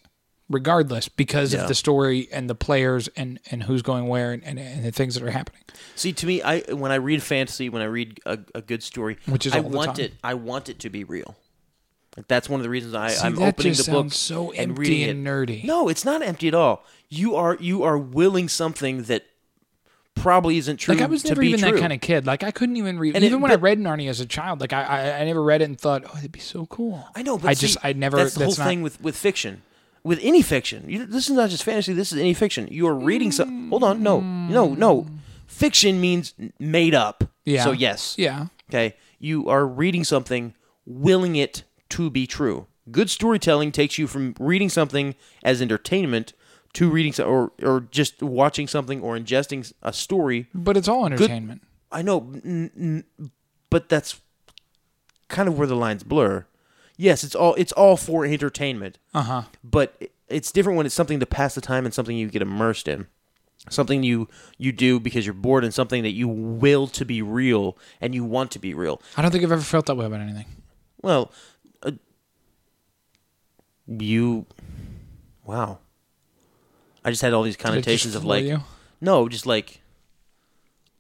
Speaker 2: regardless because
Speaker 1: Yeah.
Speaker 2: of the story and the players and, and who's going where and, and, and the things that are happening.
Speaker 1: see to me, I when I read fantasy, when I read a, a good story,
Speaker 2: Which is
Speaker 1: I
Speaker 2: all the
Speaker 1: want
Speaker 2: time.
Speaker 1: it. I want it to be real. Like, that's one of the reasons I,
Speaker 2: See,
Speaker 1: I'm
Speaker 2: that
Speaker 1: opening
Speaker 2: just
Speaker 1: the book
Speaker 2: sounds so
Speaker 1: and
Speaker 2: empty
Speaker 1: reading
Speaker 2: and
Speaker 1: it.
Speaker 2: nerdy.
Speaker 1: No, it's not empty at all. You are you are willing something that probably isn't true.
Speaker 2: Like I was
Speaker 1: to
Speaker 2: never
Speaker 1: be
Speaker 2: even
Speaker 1: true.
Speaker 2: that kind of kid. Like I couldn't even read.
Speaker 1: And it-
Speaker 2: even when I
Speaker 1: but-
Speaker 2: read Narnia as a child, like I, I I never read it and thought, oh, it'd be so cool.
Speaker 1: I know, but
Speaker 2: I
Speaker 1: see,
Speaker 2: just I never.
Speaker 1: That's the whole
Speaker 2: not,
Speaker 1: thing with with fiction, with any fiction. You, this is not just fantasy. This is any fiction. You are reading some. Hold on, no, no, no. Fiction means n- made up.
Speaker 2: Yeah.
Speaker 1: So yes.
Speaker 2: Yeah.
Speaker 1: Okay. You are reading something, willing it to be true. Good storytelling takes you from reading something as entertainment to reading so, or or just watching something or ingesting s- a story.
Speaker 2: But it's all entertainment.
Speaker 1: I know, n- n- but that's kind of where the lines blur. Yes, it's all it's all for entertainment. Uh huh. But i- it's different when it's something to pass the time and something you get immersed in, something you you do because you're bored, and something that you will to be real and you want to be real.
Speaker 2: I don't think I've ever felt that way about anything.
Speaker 1: Well, uh, you, wow. I just had all these
Speaker 2: it just
Speaker 1: connotations of
Speaker 2: floor
Speaker 1: like,
Speaker 2: you?
Speaker 1: no, just like.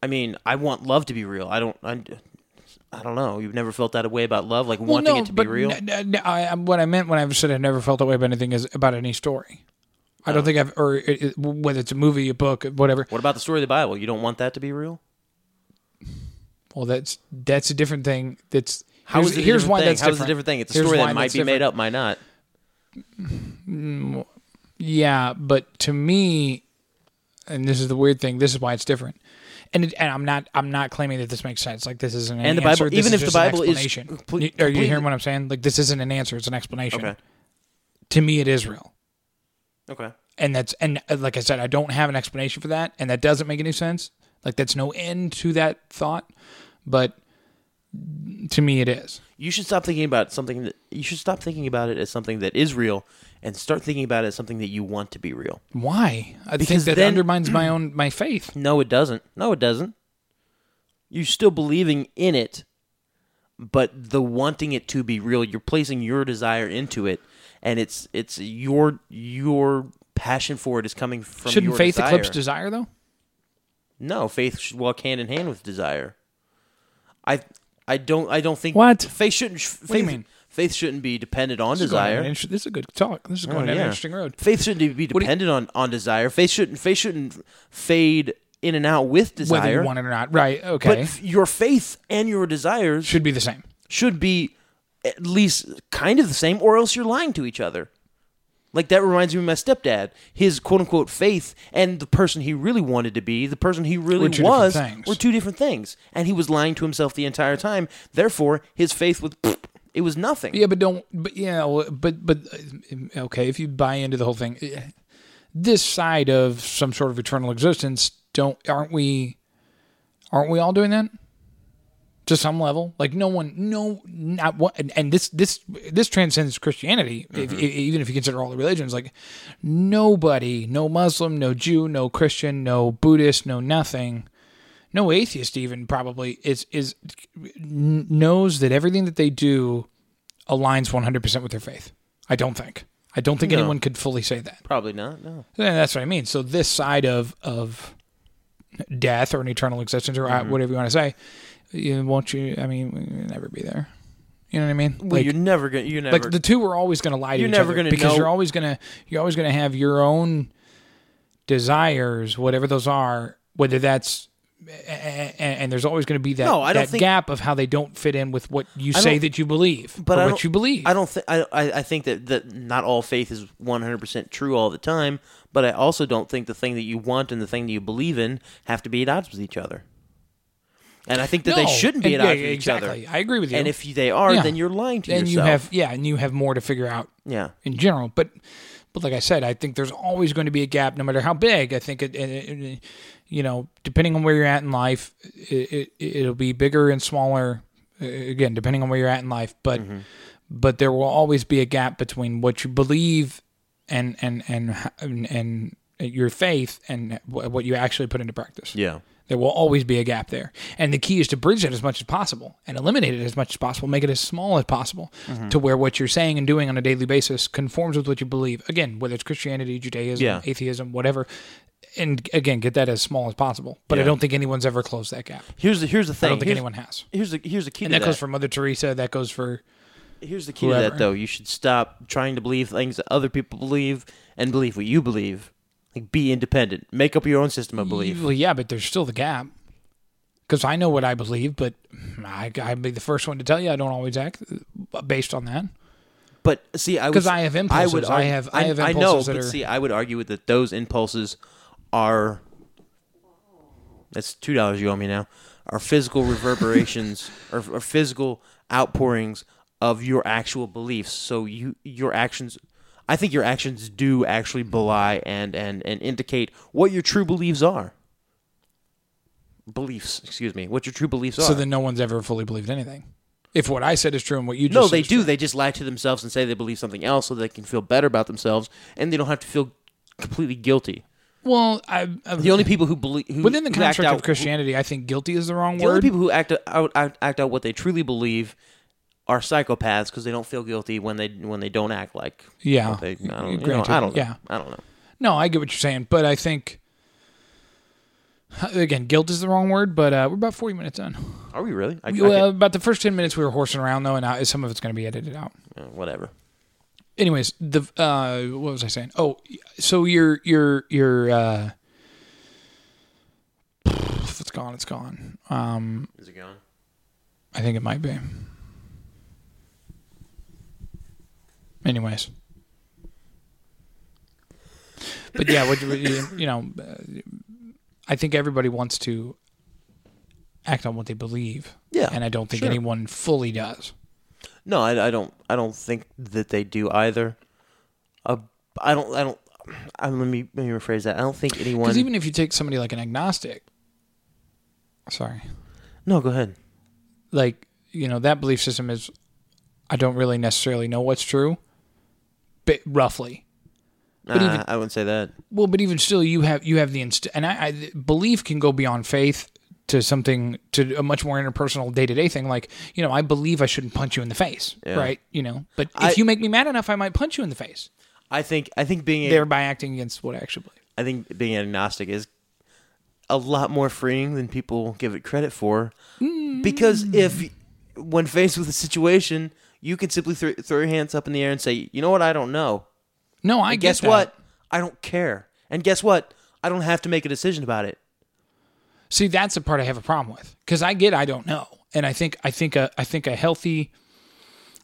Speaker 1: I mean, I want love to be real. I don't. I, I don't know. You've never felt that way about love, like wanting it to be real.
Speaker 2: n- n- n- I- I'm- what I meant when I said I never felt that way about anything is about any story. I
Speaker 1: Oh.
Speaker 2: don't think I've, or it, it- whether it's a movie, a book, whatever.
Speaker 1: what about the story of the Bible? You don't want that to be real.
Speaker 2: Well, that's that's a different thing. That's
Speaker 1: How is
Speaker 2: Here's-
Speaker 1: it a
Speaker 2: here's
Speaker 1: different
Speaker 2: why
Speaker 1: thing?
Speaker 2: that's
Speaker 1: How is it a
Speaker 2: different.
Speaker 1: different thing? It's a
Speaker 2: Here's
Speaker 1: story
Speaker 2: why
Speaker 1: that might
Speaker 2: that's
Speaker 1: be made
Speaker 2: different.
Speaker 1: up, might not.
Speaker 2: Yeah, but to me, and this is the weird thing. This is why it's different. And, it, and I'm not I'm not claiming that this makes sense. Like this isn't an
Speaker 1: And the
Speaker 2: answer.
Speaker 1: Bible-
Speaker 2: This
Speaker 1: even if
Speaker 2: is
Speaker 1: the
Speaker 2: just an
Speaker 1: Bible is
Speaker 2: explanation.
Speaker 1: comple-
Speaker 2: You- are you
Speaker 1: completely-
Speaker 2: hearing what I'm saying? Like this isn't an answer. It's an explanation.
Speaker 1: Okay.
Speaker 2: To me, it is real.
Speaker 1: Okay.
Speaker 2: and that's and uh, like I said, I don't have an explanation for that, and that doesn't make any sense. Like that's no end to that thought, but to me it is.
Speaker 1: You should stop thinking about something that you should stop thinking about it as something that is real, and start thinking about it as something that you want to be real.
Speaker 2: Why? I
Speaker 1: Because
Speaker 2: think that
Speaker 1: then-
Speaker 2: undermines my own my faith.
Speaker 1: No, it doesn't. No, it doesn't. You're still believing in it, but the wanting it to be real, you're placing your desire into it, and it's it's your your passion for it is coming from
Speaker 2: Shouldn't
Speaker 1: your
Speaker 2: faith
Speaker 1: desire.
Speaker 2: eclipse desire though?
Speaker 1: No, faith should walk hand in hand with desire. I I don't I don't think
Speaker 2: What?
Speaker 1: faith shouldn't. Faith,
Speaker 2: do you mean?
Speaker 1: Faith shouldn't be dependent on
Speaker 2: This is going down an
Speaker 1: desire.
Speaker 2: inter- This is a good talk. This is
Speaker 1: Oh,
Speaker 2: going down
Speaker 1: yeah.
Speaker 2: an interesting road.
Speaker 1: Faith shouldn't be
Speaker 2: What do you-
Speaker 1: dependent on, on desire. Faith shouldn't faith shouldn't fade in and out with desire.
Speaker 2: Whether you want it or not, right?
Speaker 1: but
Speaker 2: Okay,
Speaker 1: f- your faith and your desires should,
Speaker 2: should be the same.
Speaker 1: should be at least kind of the same, or else you're lying to each other. Like that reminds me of my stepdad. His quote unquote faith and the person he really wanted to be, the person he really
Speaker 2: Were two different
Speaker 1: was,
Speaker 2: things.
Speaker 1: were two different things, and he was lying to himself the entire time. Therefore, his faith was it was nothing.
Speaker 2: Yeah, but don't. But yeah, well, but but uh, okay. If you buy into the whole thing, eh, this side of some sort of eternal existence, don't aren't we? Aren't we all doing that? To some level, like no one, no, not one, and, and this this this transcends Christianity. If, e- even if you consider all the religions, like nobody, no Muslim, no Jew, no Christian, no Buddhist, no nothing, no atheist, even probably is is n- knows that everything that they do aligns 100% with their faith. I don't think. I don't think anyone could fully say that.
Speaker 1: Probably not. No.
Speaker 2: And that's what I mean. So this side of of death or an eternal existence or
Speaker 1: Mm-hmm.
Speaker 2: uh whatever you want to say, you, won't you? I mean, you'll never be there. You know what I mean?
Speaker 1: Well, you're never gonna. You're never.
Speaker 2: like the two are always going to lie to
Speaker 1: You're
Speaker 2: each
Speaker 1: never
Speaker 2: other
Speaker 1: gonna
Speaker 2: because
Speaker 1: know-
Speaker 2: you're always going to you're always going to have your own desires, whatever those are, whether that's and, and there's always going to be that,
Speaker 1: No, I don't
Speaker 2: that
Speaker 1: think-
Speaker 2: gap of how they don't fit in with what you say
Speaker 1: don't-
Speaker 2: that you believe,
Speaker 1: but
Speaker 2: or
Speaker 1: I
Speaker 2: what
Speaker 1: don't-
Speaker 2: you believe.
Speaker 1: I don't think I, I I think that that not all faith is one hundred percent true all the time. But I also don't think the thing that you want and the thing that you believe in have to be at odds with each other. And I think that they
Speaker 2: No.
Speaker 1: shouldn't be
Speaker 2: And-
Speaker 1: at
Speaker 2: yeah,
Speaker 1: odds with
Speaker 2: exactly.
Speaker 1: each other.
Speaker 2: I agree with you.
Speaker 1: And if they are,
Speaker 2: Yeah.
Speaker 1: then you're lying to
Speaker 2: and
Speaker 1: yourself.
Speaker 2: you have yeah, and you have more to figure out
Speaker 1: yeah.
Speaker 2: in general. But but like I said, I think there's always going to be a gap, no matter how big. I think it, it- it- you know, depending on where you're at in life, it, it it'll be bigger and smaller. uh, Again, depending on where you're at in life, but
Speaker 1: Mm-hmm.
Speaker 2: but there will always be a gap between what you believe and and and h- and, and your faith and wh- what you actually put into practice.
Speaker 1: Yeah.
Speaker 2: There will always be a gap there. And the key is to bridge it as much as possible and eliminate it as much as possible, make it as small as possible
Speaker 1: Mm-hmm.
Speaker 2: to where what you're saying and doing on a daily basis conforms with what you believe. Again, whether it's Christianity, Judaism,
Speaker 1: Yeah.
Speaker 2: atheism, whatever. And again, get that as small as possible. But I don't think anyone's ever closed that gap.
Speaker 1: Here's the here's the thing.
Speaker 2: I don't think
Speaker 1: here's,
Speaker 2: anyone has.
Speaker 1: Here's the here's the key.
Speaker 2: And
Speaker 1: to
Speaker 2: that goes for Mother Teresa. That goes for
Speaker 1: Here's the key to that,
Speaker 2: whoever.
Speaker 1: though. You should stop trying to believe things that other people believe and believe what you believe. Like, be independent. Make up your own system of belief.
Speaker 2: Well, yeah, but there's still the gap. Because I know what I believe, but I, I'd be the first one to tell you I don't always act uh, based on that.
Speaker 1: But see, I would
Speaker 2: 'Cause I have impulses.
Speaker 1: would
Speaker 2: I have- I have
Speaker 1: know,
Speaker 2: impulses that
Speaker 1: but
Speaker 2: are-
Speaker 1: see, I would argue with that those impulses are. That's two dollars you owe me now. Are physical reverberations or, or physical outpourings of your actual beliefs. So you your actions. I think your actions do actually belie and and and indicate what your true beliefs are. Beliefs, excuse me, what your true beliefs are.
Speaker 2: So then no one's ever fully believed anything. If what I said is true and what you just
Speaker 1: No,
Speaker 2: said
Speaker 1: they
Speaker 2: is
Speaker 1: do.
Speaker 2: true.
Speaker 1: They just lie to themselves and say they believe something else so they can feel better about themselves and they don't have to feel completely guilty.
Speaker 2: Well, I, I,
Speaker 1: The only people who believe who,
Speaker 2: within the
Speaker 1: who act
Speaker 2: construct
Speaker 1: out,
Speaker 2: of Christianity, I think guilty is the wrong
Speaker 1: the
Speaker 2: word.
Speaker 1: only people who act out act, act out what they truly believe are psychopaths because they don't feel guilty when they when they don't act like
Speaker 2: Yeah.
Speaker 1: what they- I, don't, you know,
Speaker 2: Granted,
Speaker 1: I don't know.
Speaker 2: yeah.
Speaker 1: I don't know.
Speaker 2: no, I get what you're saying, but I think again, guilt is the wrong word. But uh, we're about 40 minutes in.
Speaker 1: Are we really? I, I
Speaker 2: Well, about the first 10 minutes we were horsing around though, and I, some of it's going to be edited out.
Speaker 1: can't- uh, whatever.
Speaker 2: anyways the uh what was i saying oh so your your your uh it's gone Um, it's gone um
Speaker 1: Is it gone?
Speaker 2: i think it might be Anyways. But yeah, what, what you you know, uh, I think everybody wants to act on what they believe.
Speaker 1: Yeah,
Speaker 2: and I don't think
Speaker 1: sure.
Speaker 2: anyone fully does.
Speaker 1: No, I, I don't. I don't think that they do either. Uh, I don't. I don't. I, let me let me rephrase that. I don't think anyone.
Speaker 2: Because even if you take somebody like an agnostic, sorry,
Speaker 1: no, go ahead.
Speaker 2: like you know that belief system is, I don't really necessarily know what's true, but roughly.
Speaker 1: Nah,
Speaker 2: even-
Speaker 1: I wouldn't say that.
Speaker 2: Well, but even still, you have you have the inst- and I, I belief can go beyond faith to something to a much more interpersonal day to day thing. Like you know, I believe I shouldn't punch you in the face, right? You know, but if
Speaker 1: I-
Speaker 2: you make me mad enough, I might punch you in the face,
Speaker 1: I think. I think being. A,
Speaker 2: thereby acting against what I actually believe.
Speaker 1: I think being agnostic is a lot more freeing than people give it credit for. Because
Speaker 2: Mm.
Speaker 1: if when faced with a situation, you can simply thro- throw your hands up in the air and say, "You know what? I don't know."
Speaker 2: No, I
Speaker 1: And
Speaker 2: get
Speaker 1: guess
Speaker 2: that.
Speaker 1: what? I don't care. And guess what? I don't have to make a decision about it.
Speaker 2: See, that's the part I have a problem with because I get I don't know, and I think I think a I think a healthy,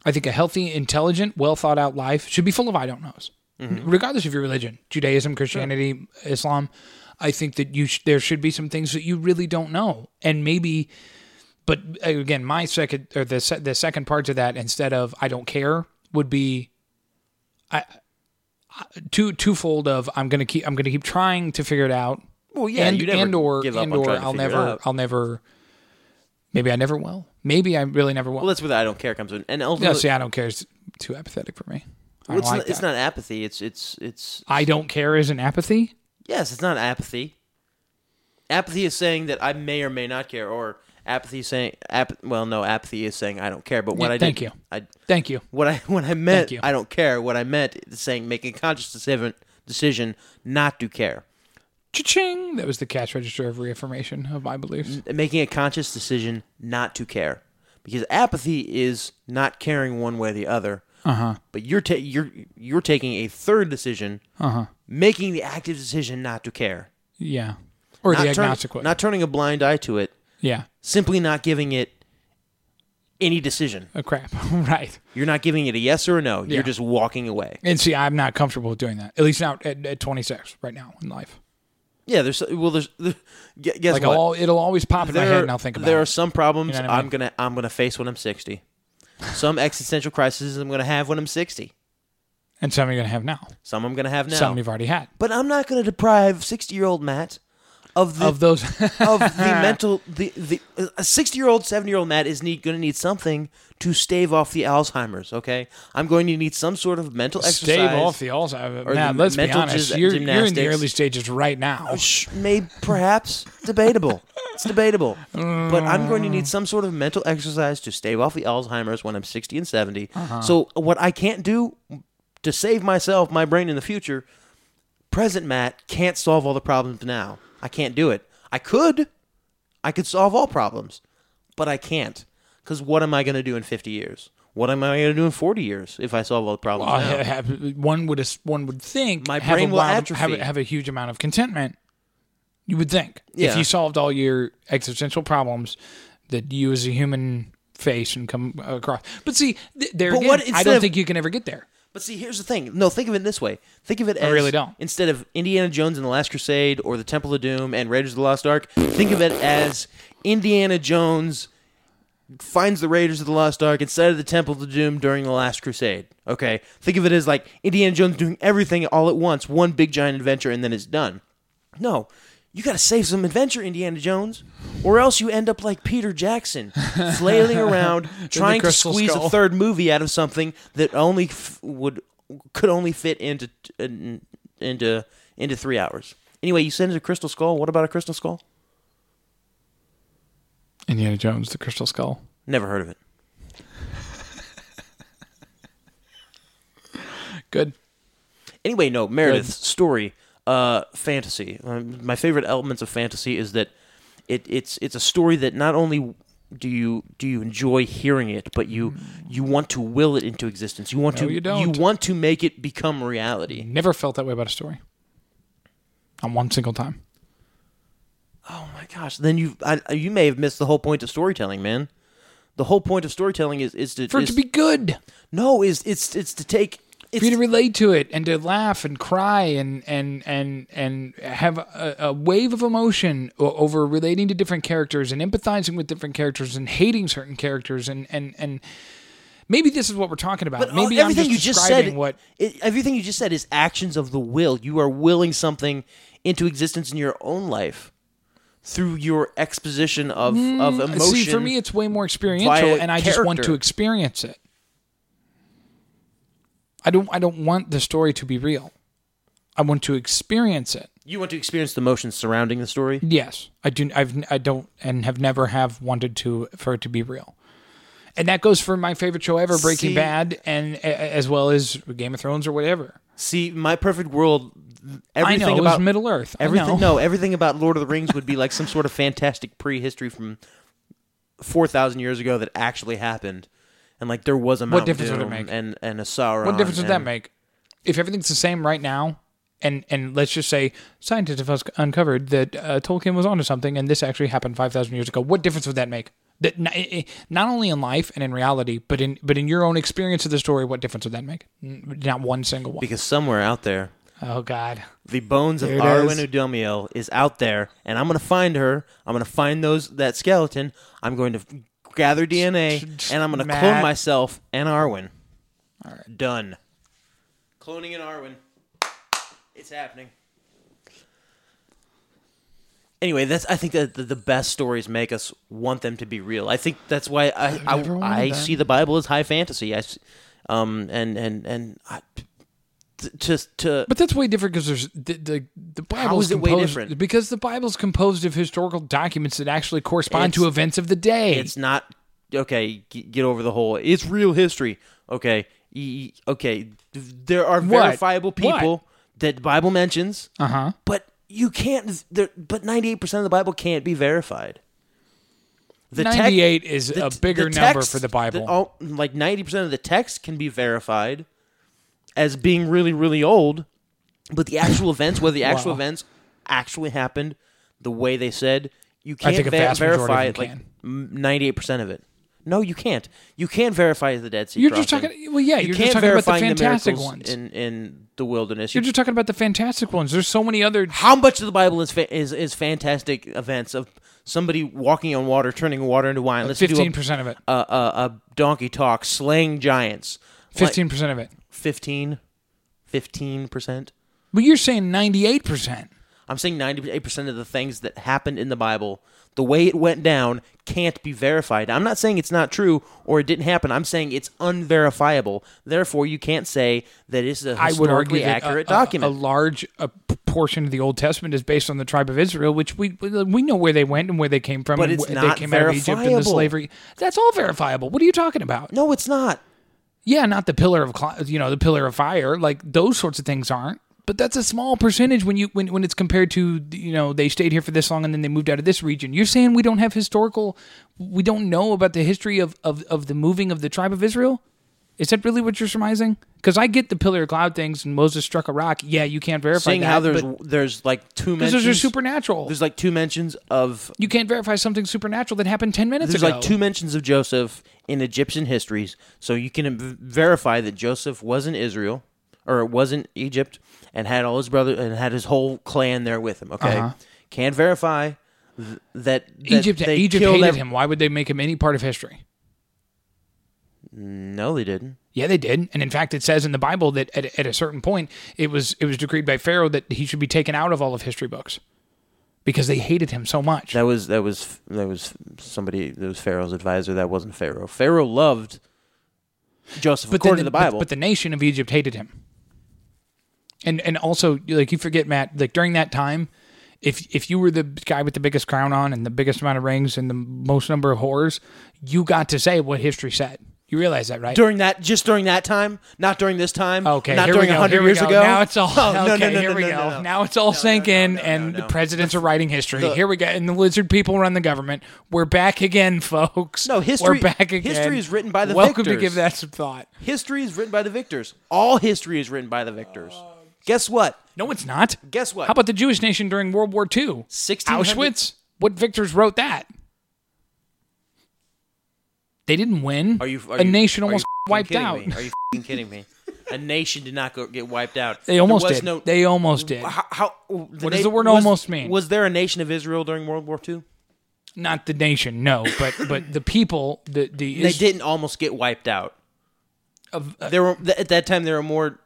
Speaker 2: I think a healthy, intelligent, well thought out life should be full of I don't knows,
Speaker 1: Mm-hmm.
Speaker 2: regardless of your religion, Judaism, Christianity, Islam. I think that you sh- there should be some things that you really don't know, and maybe. But uh, again, my second or the se- the second part to that instead of I don't care would be I, I two twofold of I'm gonna keep I'm gonna keep trying to figure it out
Speaker 1: Well,
Speaker 2: and,
Speaker 1: you never
Speaker 2: and or
Speaker 1: give up
Speaker 2: and
Speaker 1: on
Speaker 2: or
Speaker 1: trying to
Speaker 2: I'll
Speaker 1: figure it
Speaker 2: never
Speaker 1: out.
Speaker 2: I'll never maybe I never will. Maybe I really never will.
Speaker 1: Well, that's where the I don't care comes in. And
Speaker 2: no,
Speaker 1: ultimately,
Speaker 2: see, I don't care. It's too apathetic for me. I
Speaker 1: well,
Speaker 2: don't
Speaker 1: it's,
Speaker 2: like
Speaker 1: not, it's
Speaker 2: that.
Speaker 1: not apathy. It's it's it's
Speaker 2: I don't care is an apathy.
Speaker 1: yes, it's not apathy. Apathy is saying that I may or may not care, or apathy is saying ap- well, no, apathy is saying I don't care. But what
Speaker 2: Yeah,
Speaker 1: I
Speaker 2: thank
Speaker 1: did,
Speaker 2: you.
Speaker 1: I
Speaker 2: Thank you.
Speaker 1: what I what I meant,
Speaker 2: you.
Speaker 1: I don't care. What I meant is saying making a conscious decision decision not to care,
Speaker 2: Cha-ching! That was the cash register of reaffirmation of my beliefs.
Speaker 1: making a conscious decision not to care, because apathy is not caring one way or the other. Uh
Speaker 2: Uh-huh.
Speaker 1: huh. But you're ta- you're you're taking a third decision, uh-huh. making the active decision not to care.
Speaker 2: Yeah. Or the
Speaker 1: turn-
Speaker 2: agnostic way.
Speaker 1: not turning a blind eye to it,
Speaker 2: yeah.
Speaker 1: simply not giving it any decision.
Speaker 2: A crap. right.
Speaker 1: You're not giving it a yes or a no.
Speaker 2: Yeah.
Speaker 1: You're just walking away.
Speaker 2: And see, I'm not comfortable with doing that. At least not at, at 26 right now in life.
Speaker 1: Yeah, there's well, there's gu- guess
Speaker 2: Like
Speaker 1: what?
Speaker 2: all, it'll always pop in my head,
Speaker 1: there,
Speaker 2: and I'll think about
Speaker 1: there
Speaker 2: it.
Speaker 1: are some problems
Speaker 2: You know what I
Speaker 1: I
Speaker 2: mean?
Speaker 1: am gonna I'm gonna face when I'm 60. Some existential crises I'm gonna have when I'm 60.
Speaker 2: and some you're gonna have now.
Speaker 1: Some I'm gonna have now.
Speaker 2: Some you've already had.
Speaker 1: but I'm not gonna deprive 60 year old Matt of the
Speaker 2: Of those,
Speaker 1: of the mental the the a sixty year old seven year old Matt is need going to need something to stave off the Alzheimer's. Okay, I'm going to need some sort of mental exercise.
Speaker 2: stave off the Alzheimer's.
Speaker 1: or
Speaker 2: Man,
Speaker 1: the
Speaker 2: let's be
Speaker 1: mental
Speaker 2: honest.
Speaker 1: gys-
Speaker 2: You're, you're in the
Speaker 1: gymnastics. Oh,
Speaker 2: early stages right now.
Speaker 1: Sh- May perhaps debatable. It's debatable, but I'm going to need some sort of mental exercise to stave off the Alzheimer's when I'm 60 and 70. So what I can't do to save myself, my brain in the future, present Matt can't solve all the problems now. I can't do it. I could, I could solve all problems, but I can't. Because what am I going to do in 50 years? What am I going to do in 40 years if I solve all the problems
Speaker 2: Uh,
Speaker 1: now?
Speaker 2: ha- have- one would as- one would think
Speaker 1: My
Speaker 2: have
Speaker 1: brain
Speaker 2: a
Speaker 1: will
Speaker 2: wild-
Speaker 1: atrophy.
Speaker 2: Have, a- have a huge amount of contentment. You would think if
Speaker 1: Yeah.
Speaker 2: you solved all your existential problems that you as a human face and come across. But see, th- there
Speaker 1: But
Speaker 2: again,
Speaker 1: what
Speaker 2: I
Speaker 1: instead
Speaker 2: don't
Speaker 1: of-
Speaker 2: think you can ever get there.
Speaker 1: But see, here's the thing. No, think of it this way. Think of it as
Speaker 2: really don't.
Speaker 1: instead of Indiana Jones and the Last Crusade or the Temple of Doom and Raiders of the Lost Ark, think of it as Indiana Jones finds the Raiders of the Lost Ark inside of the Temple of Doom during the Last Crusade. Okay? Think of it as like Indiana Jones doing everything all at once, one big giant adventure and then it's done. No. You got to save some adventure, Indiana Jones, or else you end up like Peter Jackson, flailing around trying to
Speaker 2: Crystal
Speaker 1: squeeze
Speaker 2: Skull.
Speaker 1: a third movie out of something that only f- would could only fit into into into three hours. Anyway, you said it's a crystal skull. What about a crystal skull?
Speaker 2: Indiana Jones, the Crystal Skull.
Speaker 1: Never heard of it.
Speaker 2: Good.
Speaker 1: Anyway, no Meredith's story, uh, fantasy. Um, my favorite elements of fantasy is that it, it's it's a story that not only do you do you enjoy hearing it, but you you want to will it into existence. You want
Speaker 2: Mm. No,
Speaker 1: to
Speaker 2: you don't. Mm.
Speaker 1: want to make it become reality.
Speaker 2: Never felt that way about a story. On one single time.
Speaker 1: Oh my gosh! Then you I, you may have missed the whole point of storytelling, man. The whole point of storytelling is is to
Speaker 2: For it
Speaker 1: is-
Speaker 2: to be good.
Speaker 1: No, is it's it's to take
Speaker 2: for you to relate to it and to laugh and cry and and and and have a, a wave of emotion o- over relating to different characters and empathizing with different characters and hating certain characters and and and maybe this is what we're talking about.
Speaker 1: But all-
Speaker 2: maybe
Speaker 1: everything
Speaker 2: I'm
Speaker 1: you
Speaker 2: uh, just
Speaker 1: just
Speaker 2: describing
Speaker 1: said,
Speaker 2: what
Speaker 1: it- everything you just said is actions of the will. You are willing something into existence in your own life through your exposition of of emotion.
Speaker 2: Mm, See, for me, it's way more experiential,
Speaker 1: via
Speaker 2: and I just want
Speaker 1: character.
Speaker 2: to experience it. I don't. I don't want the story to be real. I want to experience it.
Speaker 1: you want to experience the emotions surrounding the story.
Speaker 2: Yes, I do. I've. I don't, and have never have wanted to for it to be real. And that goes for my favorite show ever, Breaking
Speaker 1: See-
Speaker 2: Bad, and a- a- as well as Game of Thrones or whatever.
Speaker 1: See, my perfect world. Everything
Speaker 2: I know
Speaker 1: about
Speaker 2: it was Middle Earth. I
Speaker 1: Everything
Speaker 2: know.
Speaker 1: no, everything about Lord of the Rings would be like some sort of fantastic prehistory from four thousand years ago that actually happened, and like there was a Mount
Speaker 2: difference would it
Speaker 1: Doom
Speaker 2: make?
Speaker 1: and and a Sauron.
Speaker 2: What difference would that
Speaker 1: and-
Speaker 2: make? If everything's the same right now, and and let's just say scientists have us- uncovered that uh, Tolkien was onto something, and this actually happened five thousand years ago, what difference would that make? That n- i- i- not only in life and in reality, but in but in your own experience of the story, what difference would that make? N- Not one single one.
Speaker 1: Because somewhere out there,
Speaker 2: Oh God,
Speaker 1: the bones of
Speaker 2: There it
Speaker 1: Arwen
Speaker 2: is.
Speaker 1: Udomiel is out there, and I'm gonna find her. I'm gonna find those that skeleton. I'm going to gather DNA, and I'm gonna clone
Speaker 2: Matt.
Speaker 1: myself and Arwen. All right, done. Cloning and Arwen. It's happening. Anyway, that's I think that the, the best stories make us want them to be real. I think that's why I I,
Speaker 2: never wanted
Speaker 1: I,
Speaker 2: that.
Speaker 1: see the Bible as high fantasy. I, s- um, and and and I, t- to to
Speaker 2: but that's way different because there's the the, the Bible
Speaker 1: is it way
Speaker 2: composed,
Speaker 1: different?
Speaker 2: because the Bible's composed of historical documents that actually correspond to
Speaker 1: It's-
Speaker 2: events of the day.
Speaker 1: it's not okay g- get over the whole it's real history okay y- y- okay there are
Speaker 2: What?
Speaker 1: verifiable people
Speaker 2: What?
Speaker 1: that the bible mentions
Speaker 2: Uh-huh.
Speaker 1: but you can't there, but 98% of the bible can't be verified the tec-
Speaker 2: 98 is
Speaker 1: the
Speaker 2: a
Speaker 1: t-
Speaker 2: bigger
Speaker 1: the
Speaker 2: number
Speaker 1: text-
Speaker 2: for the Bible.
Speaker 1: all- like 90% of the text can be verified as being really really old but the actual events whether the actual
Speaker 2: Wow.
Speaker 1: events actually happened the way they said you
Speaker 2: I
Speaker 1: can't
Speaker 2: think a
Speaker 1: ver-
Speaker 2: vast majority of
Speaker 1: verify
Speaker 2: them
Speaker 1: it, like
Speaker 2: can.
Speaker 1: ninety-eight percent of it. No, you can't. You can't verify the Dead Sea.
Speaker 2: You're just
Speaker 1: crossing.
Speaker 2: talking- well, yeah,
Speaker 1: you
Speaker 2: you're just
Speaker 1: can't
Speaker 2: talking about the
Speaker 1: verify
Speaker 2: fantastic
Speaker 1: miracles
Speaker 2: ones.
Speaker 1: in in the wilderness.
Speaker 2: You're just talking about the fantastic ones. There's so many other
Speaker 1: How much of the Bible is fa- is is fantastic events of somebody walking on water, turning water into wine? Let's
Speaker 2: fifteen
Speaker 1: do
Speaker 2: percent of it.
Speaker 1: a, a, a a donkey talk, slaying giants.
Speaker 2: Fifteen percent of it.
Speaker 1: 15 percent.
Speaker 2: But you're saying ninety-eight percent.
Speaker 1: I'm saying 98% of the things that happened in the Bible, the way it went down, can't be verified. I'm not saying it's not true or it didn't happen. I'm saying it's unverifiable. Therefore, you can't say that it's a
Speaker 2: I would argue
Speaker 1: historically
Speaker 2: that a-
Speaker 1: accurate
Speaker 2: a,
Speaker 1: document.
Speaker 2: A, large a p- portion of the Old Testament is based on the tribe of Israel, which we we know where they went and where they came from.
Speaker 1: But
Speaker 2: and
Speaker 1: it's
Speaker 2: wh-
Speaker 1: not
Speaker 2: they came out of Egypt and the
Speaker 1: verifiable.
Speaker 2: slavery. That's all verifiable. What are you talking about?
Speaker 1: no, it's not.
Speaker 2: Yeah, not the pillar of cl- you know the pillar of fire. Like those sorts of things aren't. But that's a small percentage when you when, when it's compared to you know they stayed here for this long and then they moved out of this region. You're saying we don't have historical, we don't know about the history of of, of the moving of the tribe of Israel. Is that really what you're surmising? Because I get the pillar of cloud things and Moses struck a rock. Yeah, you can't verify
Speaker 1: Seeing
Speaker 2: that.
Speaker 1: how there's
Speaker 2: but
Speaker 1: there's like two
Speaker 2: those
Speaker 1: mentions.
Speaker 2: are supernatural.
Speaker 1: There's like two mentions of
Speaker 2: you can't verify something supernatural that happened ten minutes
Speaker 1: there's
Speaker 2: ago.
Speaker 1: like two mentions of Joseph in Egyptian histories, so you can v- verify that Joseph was in Israel or was in Egypt and had all his brother and had his whole clan there with him. Okay, can't verify th- that, that
Speaker 2: Uh-huh. Egypt
Speaker 1: they
Speaker 2: Egypt
Speaker 1: killed
Speaker 2: hated
Speaker 1: ev-
Speaker 2: him. Why would they make him any part of history?
Speaker 1: No, they didn't.
Speaker 2: Yeah, they did. And in fact, it says in the Bible that at, at a certain point, it was it was decreed by Pharaoh that he should be taken out of all of history books because they hated him so much.
Speaker 1: That was that was that was somebody that was Pharaoh's advisor. That wasn't Pharaoh. Pharaoh loved Joseph
Speaker 2: but then
Speaker 1: according to the
Speaker 2: but-
Speaker 1: Bible.
Speaker 2: but, the nation of Egypt hated him. And and also, like you forget, Matt, like during that time, if if you were the guy with the biggest crown on and the biggest amount of rings and the most number of whores, you got to say what history said. You realize that, right?
Speaker 1: during that, just during that time, not during this time.
Speaker 2: Okay,
Speaker 1: not
Speaker 2: here
Speaker 1: during
Speaker 2: we go, here
Speaker 1: hundred
Speaker 2: we
Speaker 1: years
Speaker 2: go.
Speaker 1: ago.
Speaker 2: Now it's all
Speaker 1: Oh, no, no,
Speaker 2: okay.
Speaker 1: no,
Speaker 2: here
Speaker 1: no,
Speaker 2: we
Speaker 1: no,
Speaker 2: go.
Speaker 1: no, no.
Speaker 2: Now it's all sank in, and
Speaker 1: no.
Speaker 2: the presidents are writing history.
Speaker 1: The-
Speaker 2: here we go, and the lizard people are on the government. We're back again, folks.
Speaker 1: No, history-
Speaker 2: We're back again.
Speaker 1: history is written by the
Speaker 2: Welcome
Speaker 1: victors.
Speaker 2: to give that some thought.
Speaker 1: History is written by the victors. All history is written by the victors. Guess what?
Speaker 2: No, it's not.
Speaker 1: Guess what?
Speaker 2: How about the Jewish nation during World War II?
Speaker 1: 1600
Speaker 2: Auschwitz. What victors wrote that? They didn't win.
Speaker 1: Are you are
Speaker 2: a
Speaker 1: you-
Speaker 2: nation
Speaker 1: are you
Speaker 2: almost
Speaker 1: f***ing
Speaker 2: wiped
Speaker 1: kidding
Speaker 2: out?
Speaker 1: Me? Are you f***ing kidding me? A nation did not go, get wiped out.
Speaker 2: They
Speaker 1: There
Speaker 2: almost
Speaker 1: was
Speaker 2: did.
Speaker 1: no-
Speaker 2: they almost did.
Speaker 1: how, how-
Speaker 2: What does the word
Speaker 1: was-
Speaker 2: almost mean?
Speaker 1: Was there a nation of Israel during World War II?
Speaker 2: Not the nation, no, but but the people, the the
Speaker 1: They
Speaker 2: Is-
Speaker 1: didn't almost get wiped out.
Speaker 2: Of- uh,
Speaker 1: there were th- at that time there were more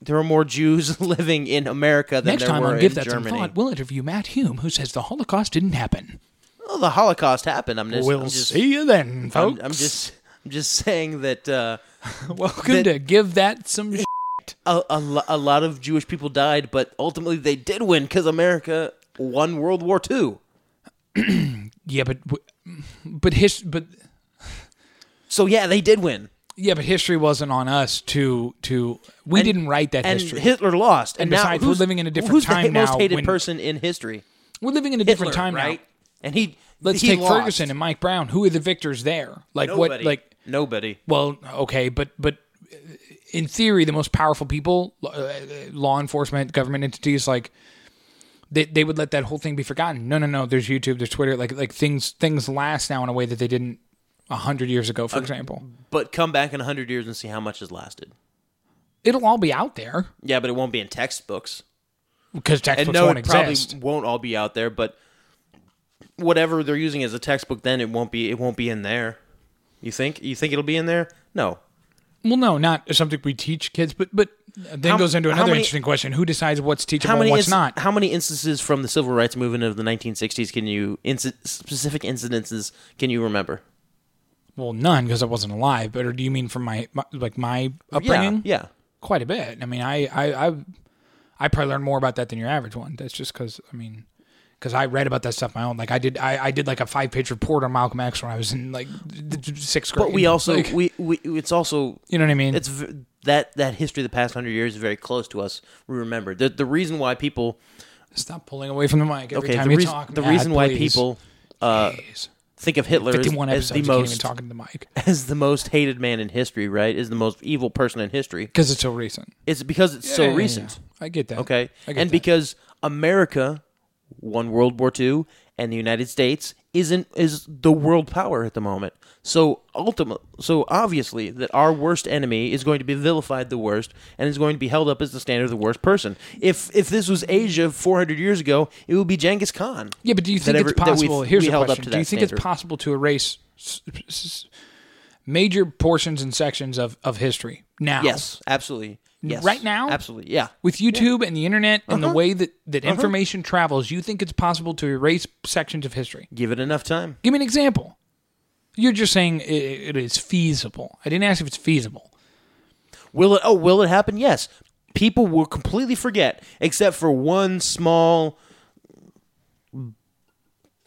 Speaker 1: there were more Jews living in America than
Speaker 2: Next
Speaker 1: there
Speaker 2: time
Speaker 1: were
Speaker 2: on Give
Speaker 1: in
Speaker 2: That
Speaker 1: Germany.
Speaker 2: Some Thought, we'll interview Matt Hume, who says the Holocaust didn't happen.
Speaker 1: well, the Holocaust happened. I'm just,
Speaker 2: we'll
Speaker 1: I'm just,
Speaker 2: see you then,
Speaker 1: I'm,
Speaker 2: folks.
Speaker 1: I'm just I'm just saying that uh,
Speaker 2: welcome
Speaker 1: that-
Speaker 2: to Give That Some. Sh-
Speaker 1: a, a, lo- a lot of Jewish people died, but ultimately they did win because America won World War II.
Speaker 2: yeah, but w- but his but
Speaker 1: So yeah, they did win.
Speaker 2: yeah, but history wasn't on us to to we
Speaker 1: And-
Speaker 2: didn't write that
Speaker 1: and
Speaker 2: history.
Speaker 1: Hitler lost. And,
Speaker 2: And
Speaker 1: now
Speaker 2: besides, we're
Speaker 1: who's-
Speaker 2: living in a different
Speaker 1: who's the
Speaker 2: time
Speaker 1: most
Speaker 2: now
Speaker 1: hated
Speaker 2: when-
Speaker 1: person in history?
Speaker 2: We're living in a different
Speaker 1: Hitler,
Speaker 2: time
Speaker 1: right?
Speaker 2: now.
Speaker 1: And he
Speaker 2: Let's
Speaker 1: he
Speaker 2: take
Speaker 1: lost.
Speaker 2: Ferguson and Mike Brown. Who are the victors there? Like what?
Speaker 1: Nobody.
Speaker 2: Like
Speaker 1: nobody.
Speaker 2: well, okay, but but in theory, the most powerful people, uh, law enforcement, government entities, like they they would let that whole thing be forgotten. No, no, no. There's YouTube. There's Twitter. Like like things things last now in a way that they didn't a hundred years ago. For example,
Speaker 1: But come back in hundred years and see how much has lasted.
Speaker 2: it'll all be out there
Speaker 1: Yeah, but it won't be in textbooks.
Speaker 2: because textbooks
Speaker 1: and no,
Speaker 2: won't
Speaker 1: it probably
Speaker 2: exist.
Speaker 1: won't all be out there. But whatever they're using as a textbook, then it won't be. It won't be in there. You think? You think it'll be in there? No.
Speaker 2: Well, no, not something we teach kids, but but then
Speaker 1: How-
Speaker 2: goes into
Speaker 1: how
Speaker 2: another
Speaker 1: many-
Speaker 2: interesting question: Who decides what's teachable
Speaker 1: How
Speaker 2: and
Speaker 1: many?
Speaker 2: what's
Speaker 1: inst-
Speaker 2: not?
Speaker 1: How many instances from the civil rights movement of the 1960s can you inci- specific incidences can you remember?
Speaker 2: Well, none because I wasn't alive. But or do you mean from my, my like my upbringing?
Speaker 1: Yeah. Yeah.
Speaker 2: quite a bit. I mean, I I I, I probably learned more about that than your average one. That's just because I mean, because I read about that stuff my own. Like I did, I, I did like a five page report on Malcolm X when I was in like th- th- sixth grade.
Speaker 1: But we also
Speaker 2: Like,
Speaker 1: we, we it's also
Speaker 2: you know what I mean?
Speaker 1: it's v- that that history of the past hundred years is very close to us. We remember the the reason why people
Speaker 2: stop pulling away from the mic every
Speaker 1: okay
Speaker 2: time
Speaker 1: the,
Speaker 2: you
Speaker 1: reas-
Speaker 2: talk.
Speaker 1: the
Speaker 2: Matt,
Speaker 1: reason why
Speaker 2: please.
Speaker 1: people uh,
Speaker 2: Jeez.
Speaker 1: think of Hitler as,
Speaker 2: fifty one
Speaker 1: as
Speaker 2: episodes
Speaker 1: the
Speaker 2: you can't even
Speaker 1: most
Speaker 2: talk into the mic
Speaker 1: as the most hated man in history, right? Is the most evil person in history.
Speaker 2: because it's so recent.
Speaker 1: It's because it's so
Speaker 2: Yeah, yeah, yeah.
Speaker 1: recent.
Speaker 2: I get that.
Speaker 1: Okay.
Speaker 2: I
Speaker 1: And
Speaker 2: get that.
Speaker 1: because America won World War II and the United States isn't is the world power at the moment. So ultimate so obviously that our worst enemy is going to be vilified the worst and is going to be held up as the standard of the worst person. If if this was Asia 400 years ago, it would be Genghis Khan.
Speaker 2: Yeah, but do you think
Speaker 1: ever-
Speaker 2: it's
Speaker 1: that we-
Speaker 2: possible? Here's
Speaker 1: we
Speaker 2: a
Speaker 1: held up
Speaker 2: question:
Speaker 1: to
Speaker 2: Do you
Speaker 1: that
Speaker 2: think
Speaker 1: standard.
Speaker 2: it's possible to erase s- s- major portions and sections of, of history now?
Speaker 1: Yes, absolutely. Yes.
Speaker 2: Right now?
Speaker 1: Absolutely. Yeah. Uh-huh.
Speaker 2: With YouTube and the internet and the way that, that information travels, you think it's possible to erase sections of history?
Speaker 1: Give it enough time.
Speaker 2: Give me an example. You're just saying i it is feasible. I didn't ask if it's feasible.
Speaker 1: Will it? Oh, will it happen? Yes. People will completely forget, except for one small,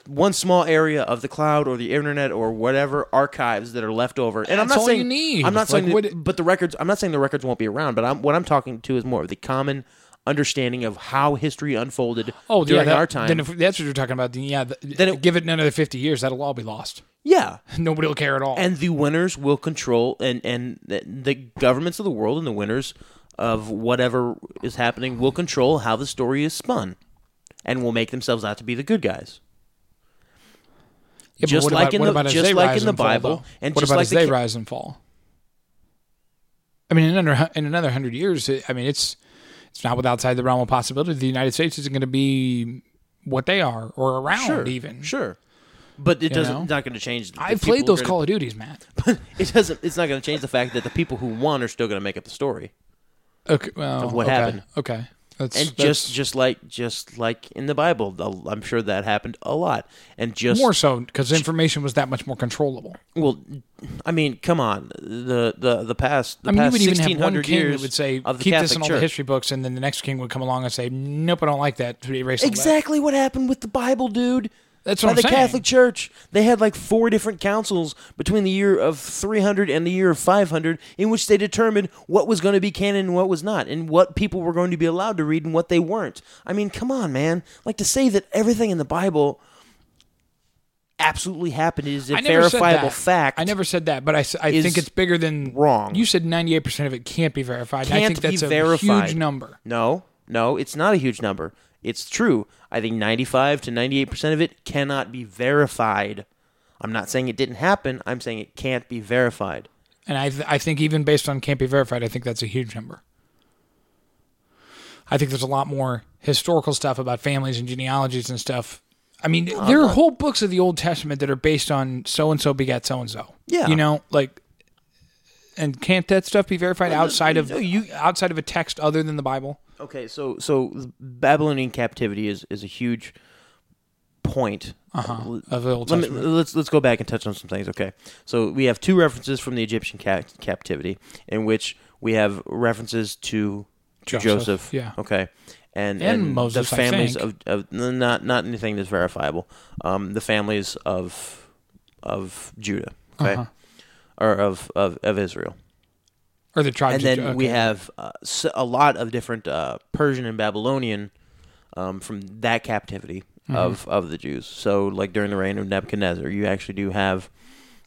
Speaker 1: one small area of the cloud or the internet or whatever archives that are left over. And I'm
Speaker 2: That's
Speaker 1: not
Speaker 2: all
Speaker 1: saying
Speaker 2: you need.
Speaker 1: I'm not
Speaker 2: Like,
Speaker 1: saying, that-
Speaker 2: what-
Speaker 1: but the records. I'm not saying the records won't be around. But I'm, what I'm talking to is more of the common understanding of how history unfolded
Speaker 2: Oh, yeah,
Speaker 1: during
Speaker 2: that-
Speaker 1: our time.
Speaker 2: Then if that's what you're talking about, then yeah, th-
Speaker 1: Then it-
Speaker 2: give it another 50 years, that'll all be lost.
Speaker 1: yeah,
Speaker 2: Nobody will care at all.
Speaker 1: and the winners will control and and the- the governments of the world and the winners of whatever is happening will control how the story is spun and will make themselves out to be the good guys
Speaker 2: Yeah, but
Speaker 1: just
Speaker 2: what
Speaker 1: like
Speaker 2: about,
Speaker 1: in
Speaker 2: what
Speaker 1: the-
Speaker 2: about as
Speaker 1: just
Speaker 2: they
Speaker 1: like
Speaker 2: rise
Speaker 1: in the
Speaker 2: and fall,
Speaker 1: Bible,
Speaker 2: though?
Speaker 1: and
Speaker 2: what
Speaker 1: just
Speaker 2: about
Speaker 1: like
Speaker 2: as
Speaker 1: the
Speaker 2: they
Speaker 1: ca-
Speaker 2: rise and fall? I mean, in under in another hundred years, it- I mean, it's it's not without outside the realm of possibility. The United States isn't going to be what they are or around even.
Speaker 1: sure but it doesn't
Speaker 2: know?
Speaker 1: it's not going to change the
Speaker 2: I've played
Speaker 1: people
Speaker 2: those
Speaker 1: are
Speaker 2: Call of Duties, Matt.
Speaker 1: gonna- it doesn't it's not going to change the fact that the people who won are still going to make up the story
Speaker 2: Okay, well,
Speaker 1: what
Speaker 2: okay,
Speaker 1: happened.
Speaker 2: Okay, that's,
Speaker 1: and
Speaker 2: that's
Speaker 1: just just like just like in the bible the- i'm sure that happened a lot and just
Speaker 2: more so because information was that much more controllable.
Speaker 1: Well, I mean, come on the the the past. The
Speaker 2: I mean, you
Speaker 1: past
Speaker 2: would even have
Speaker 1: 1600
Speaker 2: one king
Speaker 1: years
Speaker 2: that would say,
Speaker 1: of the
Speaker 2: "Keep
Speaker 1: Catholic
Speaker 2: this in all
Speaker 1: Church.
Speaker 2: the history books," and then the next king would come along and say, "Nope, I don't like that." to erase all that."
Speaker 1: Exactly what happened with the Bible, dude.
Speaker 2: That's
Speaker 1: By
Speaker 2: what I'm
Speaker 1: the
Speaker 2: saying.
Speaker 1: Catholic Church, they had like four different councils between the year of 300 and the year of 500, in which they determined what was going to be canon and what was not, and what people were going to be allowed to read and what they weren't. I mean, come on, man! Like to say that everything in the Bible absolutely happened is a
Speaker 2: I never said
Speaker 1: verifiable
Speaker 2: that.
Speaker 1: fact.
Speaker 2: I never said that, but I, s- I
Speaker 1: is
Speaker 2: think it's bigger than
Speaker 1: wrong.
Speaker 2: You said 98% of it can't be verified. and I
Speaker 1: can't
Speaker 2: think that's
Speaker 1: be
Speaker 2: a
Speaker 1: verified.
Speaker 2: huge number.
Speaker 1: No, no, it's not a huge number. It's true. I think 95 to 98 percent of it cannot be verified. I'm not saying it didn't happen. I'm saying it can't be verified.
Speaker 2: And I, th- I think even based on can't be verified, I think that's a huge number. I think there's a lot more historical stuff about families and genealogies and stuff. I mean,
Speaker 1: Oh,
Speaker 2: there are whole books of the Old Testament that are based on so and so begat so and so.
Speaker 1: Yeah.
Speaker 2: you know, like, and can't that stuff be verified outside of you outside of a text other than the Bible?
Speaker 1: Okay, so so Babylonian captivity is is a huge point. Uh-huh.
Speaker 2: Of the Old
Speaker 1: Let me,
Speaker 2: Testament.
Speaker 1: let's let's go back and touch on some things. Okay, so we have two references from the Egyptian cap- captivity, in which we have references to to
Speaker 2: Joseph,
Speaker 1: Joseph.
Speaker 2: yeah.
Speaker 1: Okay. And,
Speaker 2: And
Speaker 1: and
Speaker 2: Moses,
Speaker 1: the
Speaker 2: I
Speaker 1: families of,
Speaker 2: think.
Speaker 1: of not not anything that's verifiable. Um, the families of of Judah, okay,
Speaker 2: Uh-huh.
Speaker 1: or of, of of Israel
Speaker 2: Or the tribes?
Speaker 1: and
Speaker 2: of
Speaker 1: then
Speaker 2: Jo-
Speaker 1: we
Speaker 2: okay.
Speaker 1: have uh, s- a lot of different uh, Persian and Babylonian um, from that captivity of of the Jews. So, like during the reign of Nebuchadnezzar, you actually do have,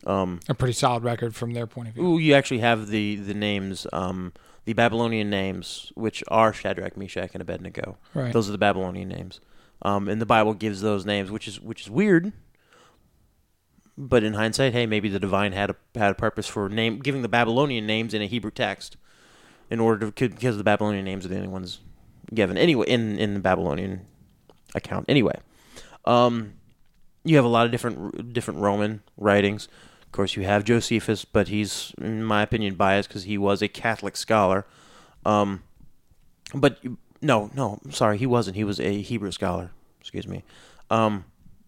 Speaker 1: um,
Speaker 2: a pretty solid record from their point of view.
Speaker 1: ooh, you actually have the the names, um, the Babylonian names, which are Shadrach, Meshach, and Abednego.
Speaker 2: Right.
Speaker 1: Those are the Babylonian names, um, and the Bible gives those names, which is which is weird. But in hindsight, hey, maybe the divine had a had a purpose for name giving the Babylonian names in a Hebrew text. in order to because the Babylonian names are the only ones given anyway in in the Babylonian account anyway. Um, you have a lot of different different Roman writings. Of course, you have Josephus, but he's in my opinion biased because he was a Catholic scholar. Um, but you- no, no, I'm sorry, he wasn't. He was a Hebrew scholar. Excuse me. Um,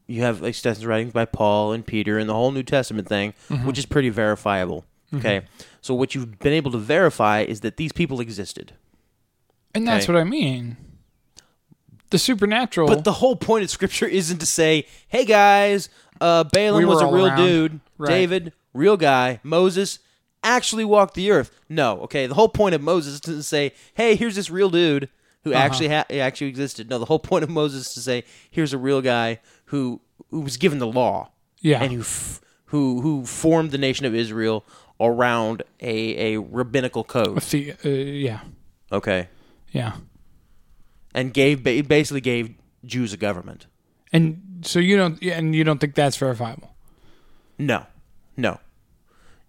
Speaker 1: you have extensive writings by Paul and Peter and the whole New Testament thing, which is pretty verifiable. Okay, so what you've been able to verify is that these people existed.
Speaker 2: And that's
Speaker 1: Okay.
Speaker 2: what I mean. The supernatural.
Speaker 1: But the whole point of Scripture isn't to say, "Hey guys, uh, Balaam
Speaker 2: We were
Speaker 1: was a
Speaker 2: all
Speaker 1: real
Speaker 2: around."
Speaker 1: dude,
Speaker 2: Right.
Speaker 1: David, real guy, Moses." Actually, walked the earth. No, okay. The whole point of Moses is to say, "Hey, here's this real dude who
Speaker 2: Uh-huh.
Speaker 1: actually ha- actually existed." No, the whole point of Moses is to say, "Here's a real guy who who was given the law,
Speaker 2: Yeah.
Speaker 1: and who f- who who formed the nation of Israel around a a rabbinical code."
Speaker 2: the, uh, yeah,
Speaker 1: Okay,
Speaker 2: yeah.
Speaker 1: and gave ba- basically gave Jews a government.
Speaker 2: And so you don't, yeah, and you don't think that's verifiable.
Speaker 1: No, no,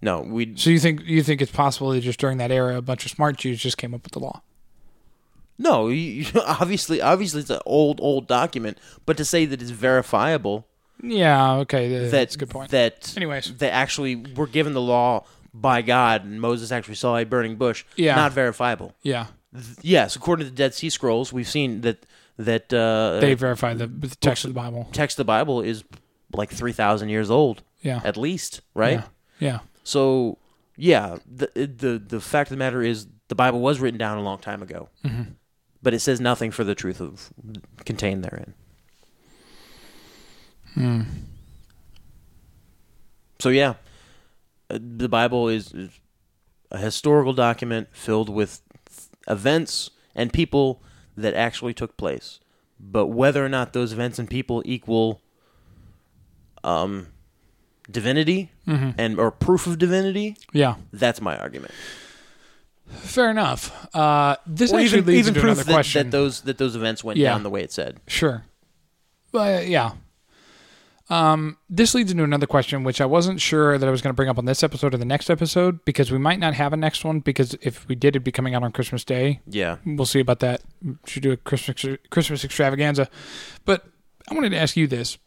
Speaker 1: no. We
Speaker 2: So you think you think it's possible that just during that era, a bunch of smart Jews just came up with the law.
Speaker 1: no. You, you- obviously, obviously, it's an old, old document. But to say that it's verifiable,
Speaker 2: Yeah, okay, th-
Speaker 1: that
Speaker 2: that's a good point.
Speaker 1: That
Speaker 2: Anyways.
Speaker 1: that actually were given the law by God, and Moses actually saw a burning bush.
Speaker 2: Yeah.
Speaker 1: not verifiable.
Speaker 2: yeah,
Speaker 1: Yes, according to the Dead Sea Scrolls, we've seen that that uh,
Speaker 2: they verify the, the text of the Bible.
Speaker 1: text of the Bible is like three thousand years old.
Speaker 2: Yeah.
Speaker 1: at least, right?
Speaker 2: Yeah, yeah,
Speaker 1: So yeah, the the the fact of the matter is the Bible was written down a long time ago, but it says nothing for the truth of contained therein. So yeah, uh, the Bible is, is a historical document filled with th- events and people that actually took place. But whether or not those events and people equal um, divinity and or proof of divinity,
Speaker 2: yeah.
Speaker 1: that's my argument.
Speaker 2: Fair enough. Uh, this actually
Speaker 1: even, even
Speaker 2: leads into
Speaker 1: proof
Speaker 2: another
Speaker 1: that,
Speaker 2: question.
Speaker 1: that those that those events went
Speaker 2: Yeah.
Speaker 1: down the way it said.
Speaker 2: Sure. Well, uh, yeah. Um, this leads into another question, which I wasn't sure that I was going to bring up on this episode or the next episode because we might not have a next one because if we did, it'd be coming out on Christmas Day.
Speaker 1: Yeah.
Speaker 2: We'll see about that. Should do a Christmas Christmas extravaganza, but I wanted to ask you this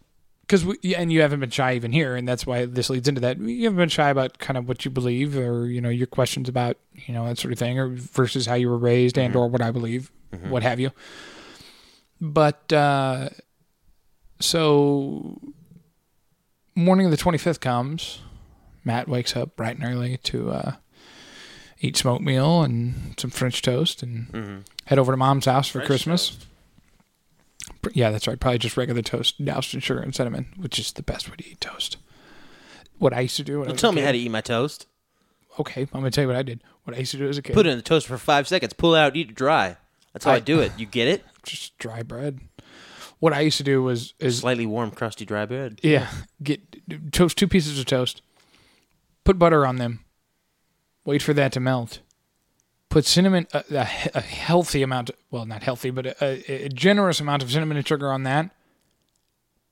Speaker 2: because we yeah, and you haven't been shy even here, and that's why this leads into that. You haven't been shy about kind of what you believe or you know your questions about you know that sort of thing, or versus how you were raised and or what I believe, what have you. But uh, so morning of the twenty fifth comes. Matt wakes up bright and early to uh, eat smoke meal and some French toast and
Speaker 1: Mm-hmm.
Speaker 2: head over to mom's house for Christmas. Pr- Yeah, that's right. Probably just regular toast, doused in sugar and cinnamon, which is the best way to eat toast. What I used to do. When I
Speaker 1: Well,
Speaker 2: was a
Speaker 1: tell me
Speaker 2: kid-
Speaker 1: how to eat my toast.
Speaker 2: Okay, I'm gonna tell you what I did. What I used to do as a kid.
Speaker 1: Put it in the toaster for five seconds. Pull out. Eat it dry. That's how I,
Speaker 2: I-
Speaker 1: do it. You get it?
Speaker 2: just dry bread. What I used to do was is
Speaker 1: Slightly warm, crusty, dry bread.
Speaker 2: Yeah. Get toast two pieces of toast. Put butter on them. Wait for that to melt. Put cinnamon a, a, a healthy amount, well not healthy, but a, a, a generous amount of cinnamon and sugar on that.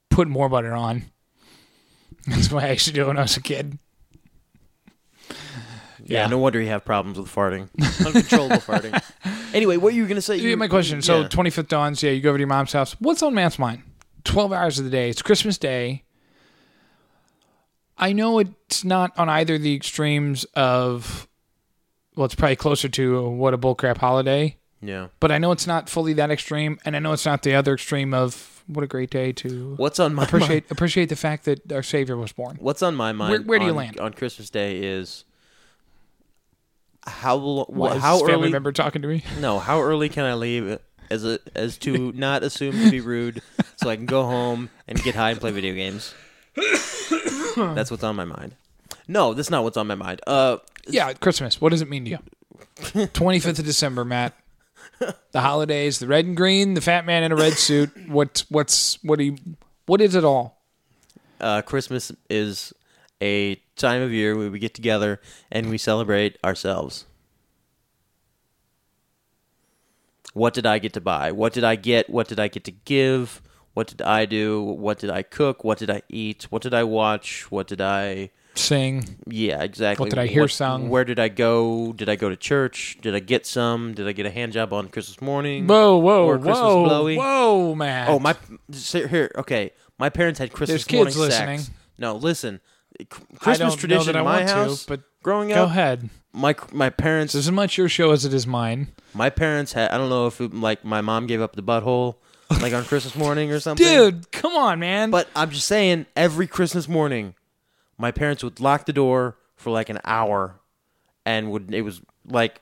Speaker 2: Put more butter on. That's what I used to do when I was a kid.
Speaker 1: Yeah,
Speaker 2: Yeah.
Speaker 1: no wonder you have problems with farting. Uncontrollable farting. Anyway, what you were going to say?
Speaker 2: Yeah,
Speaker 1: you-
Speaker 2: my question. So
Speaker 1: yeah.
Speaker 2: 25th dawns. Yeah, you go over to your mom's house. What's on Matt's mind? 12 hours of the day. It's Christmas Day. I know it's not on either the extremes of, well, it's probably closer to what a bullcrap holiday,
Speaker 1: Yeah.
Speaker 2: but I know it's not fully that extreme. And I know it's not the other extreme of what a great day to
Speaker 1: What's on my mind?
Speaker 2: appreciate appreciate the fact that our Savior was born.
Speaker 1: What's on my mind?
Speaker 2: where do you
Speaker 1: on-
Speaker 2: land?
Speaker 1: on Christmas Day? Is how lo-
Speaker 2: What,
Speaker 1: wh-
Speaker 2: is
Speaker 1: how
Speaker 2: this family
Speaker 1: early?
Speaker 2: member talking to me?
Speaker 1: No, how early can I leave as a, as to not assume to be rude, so I can go home and get high and play video games. That's what's on my mind. No, that's not what's on my mind. Uh,
Speaker 2: Yeah, Christmas. What does it mean to you? 25th of December, Matt. The holidays, the red and green, the fat man in a red suit. What what's what do you what is it all?
Speaker 1: uh, Christmas is a time of year where we get together and we celebrate ourselves. What did I get to buy? What did I get? What did I get to give? What did I do? What did I cook? What did I eat? What did I watch? What did I.
Speaker 2: Sing.
Speaker 1: Yeah, exactly.
Speaker 2: What did I hear sung?
Speaker 1: Where did I go? Did I go to church? Did I get some? Did I get a hand job on Christmas morning?
Speaker 2: Whoa, whoa,
Speaker 1: Or Christmas
Speaker 2: whoa.
Speaker 1: blowy?
Speaker 2: Whoa, Matt.
Speaker 1: Oh my! so Here, okay. My parents had Christmas
Speaker 2: There's kids
Speaker 1: morning sex.
Speaker 2: listening.
Speaker 1: No, listen. C-
Speaker 2: I
Speaker 1: Christmas
Speaker 2: don't know
Speaker 1: tradition
Speaker 2: that I
Speaker 1: in my
Speaker 2: want to,
Speaker 1: house.
Speaker 2: but
Speaker 1: growing
Speaker 2: Go
Speaker 1: up,
Speaker 2: ahead.
Speaker 1: my my parents,
Speaker 2: It's as much your show as it is mine.
Speaker 1: my parents had. I don't know if it, like my mom gave up the butthole, like on Christmas morning or something.
Speaker 2: Dude, come on, man.
Speaker 1: But I'm just saying, every Christmas morning, my parents would lock the door for like an hour, and would it was like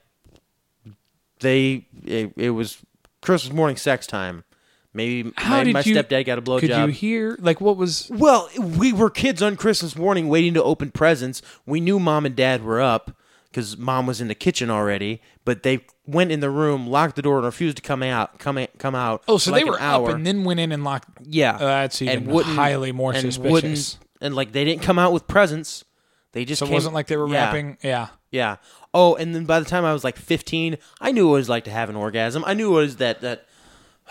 Speaker 1: they it, it was Christmas morning sex time. Maybe
Speaker 2: how
Speaker 1: my,
Speaker 2: did
Speaker 1: my
Speaker 2: you,
Speaker 1: stepdad got a blowjob.
Speaker 2: Could you hear like what was
Speaker 1: Well, we were kids on Christmas morning waiting to open presents. We knew mom and dad were up because mom was in the kitchen already, but they went in the room, locked the door, and refused to come out. Come in, come out.
Speaker 2: Oh, so
Speaker 1: for like
Speaker 2: they were
Speaker 1: an hour.
Speaker 2: up and then went in and locked Oh,
Speaker 1: yeah,
Speaker 2: That's even
Speaker 1: wouldn't-
Speaker 2: highly more
Speaker 1: and
Speaker 2: suspicious.
Speaker 1: wouldn't- And like they didn't come out with presents. They just
Speaker 2: So it
Speaker 1: came-
Speaker 2: wasn't like they were
Speaker 1: Yeah,
Speaker 2: rapping. Yeah.
Speaker 1: Yeah. Oh, and then by the time I was like 15, I knew what it was like to have an orgasm. I knew what it was that that.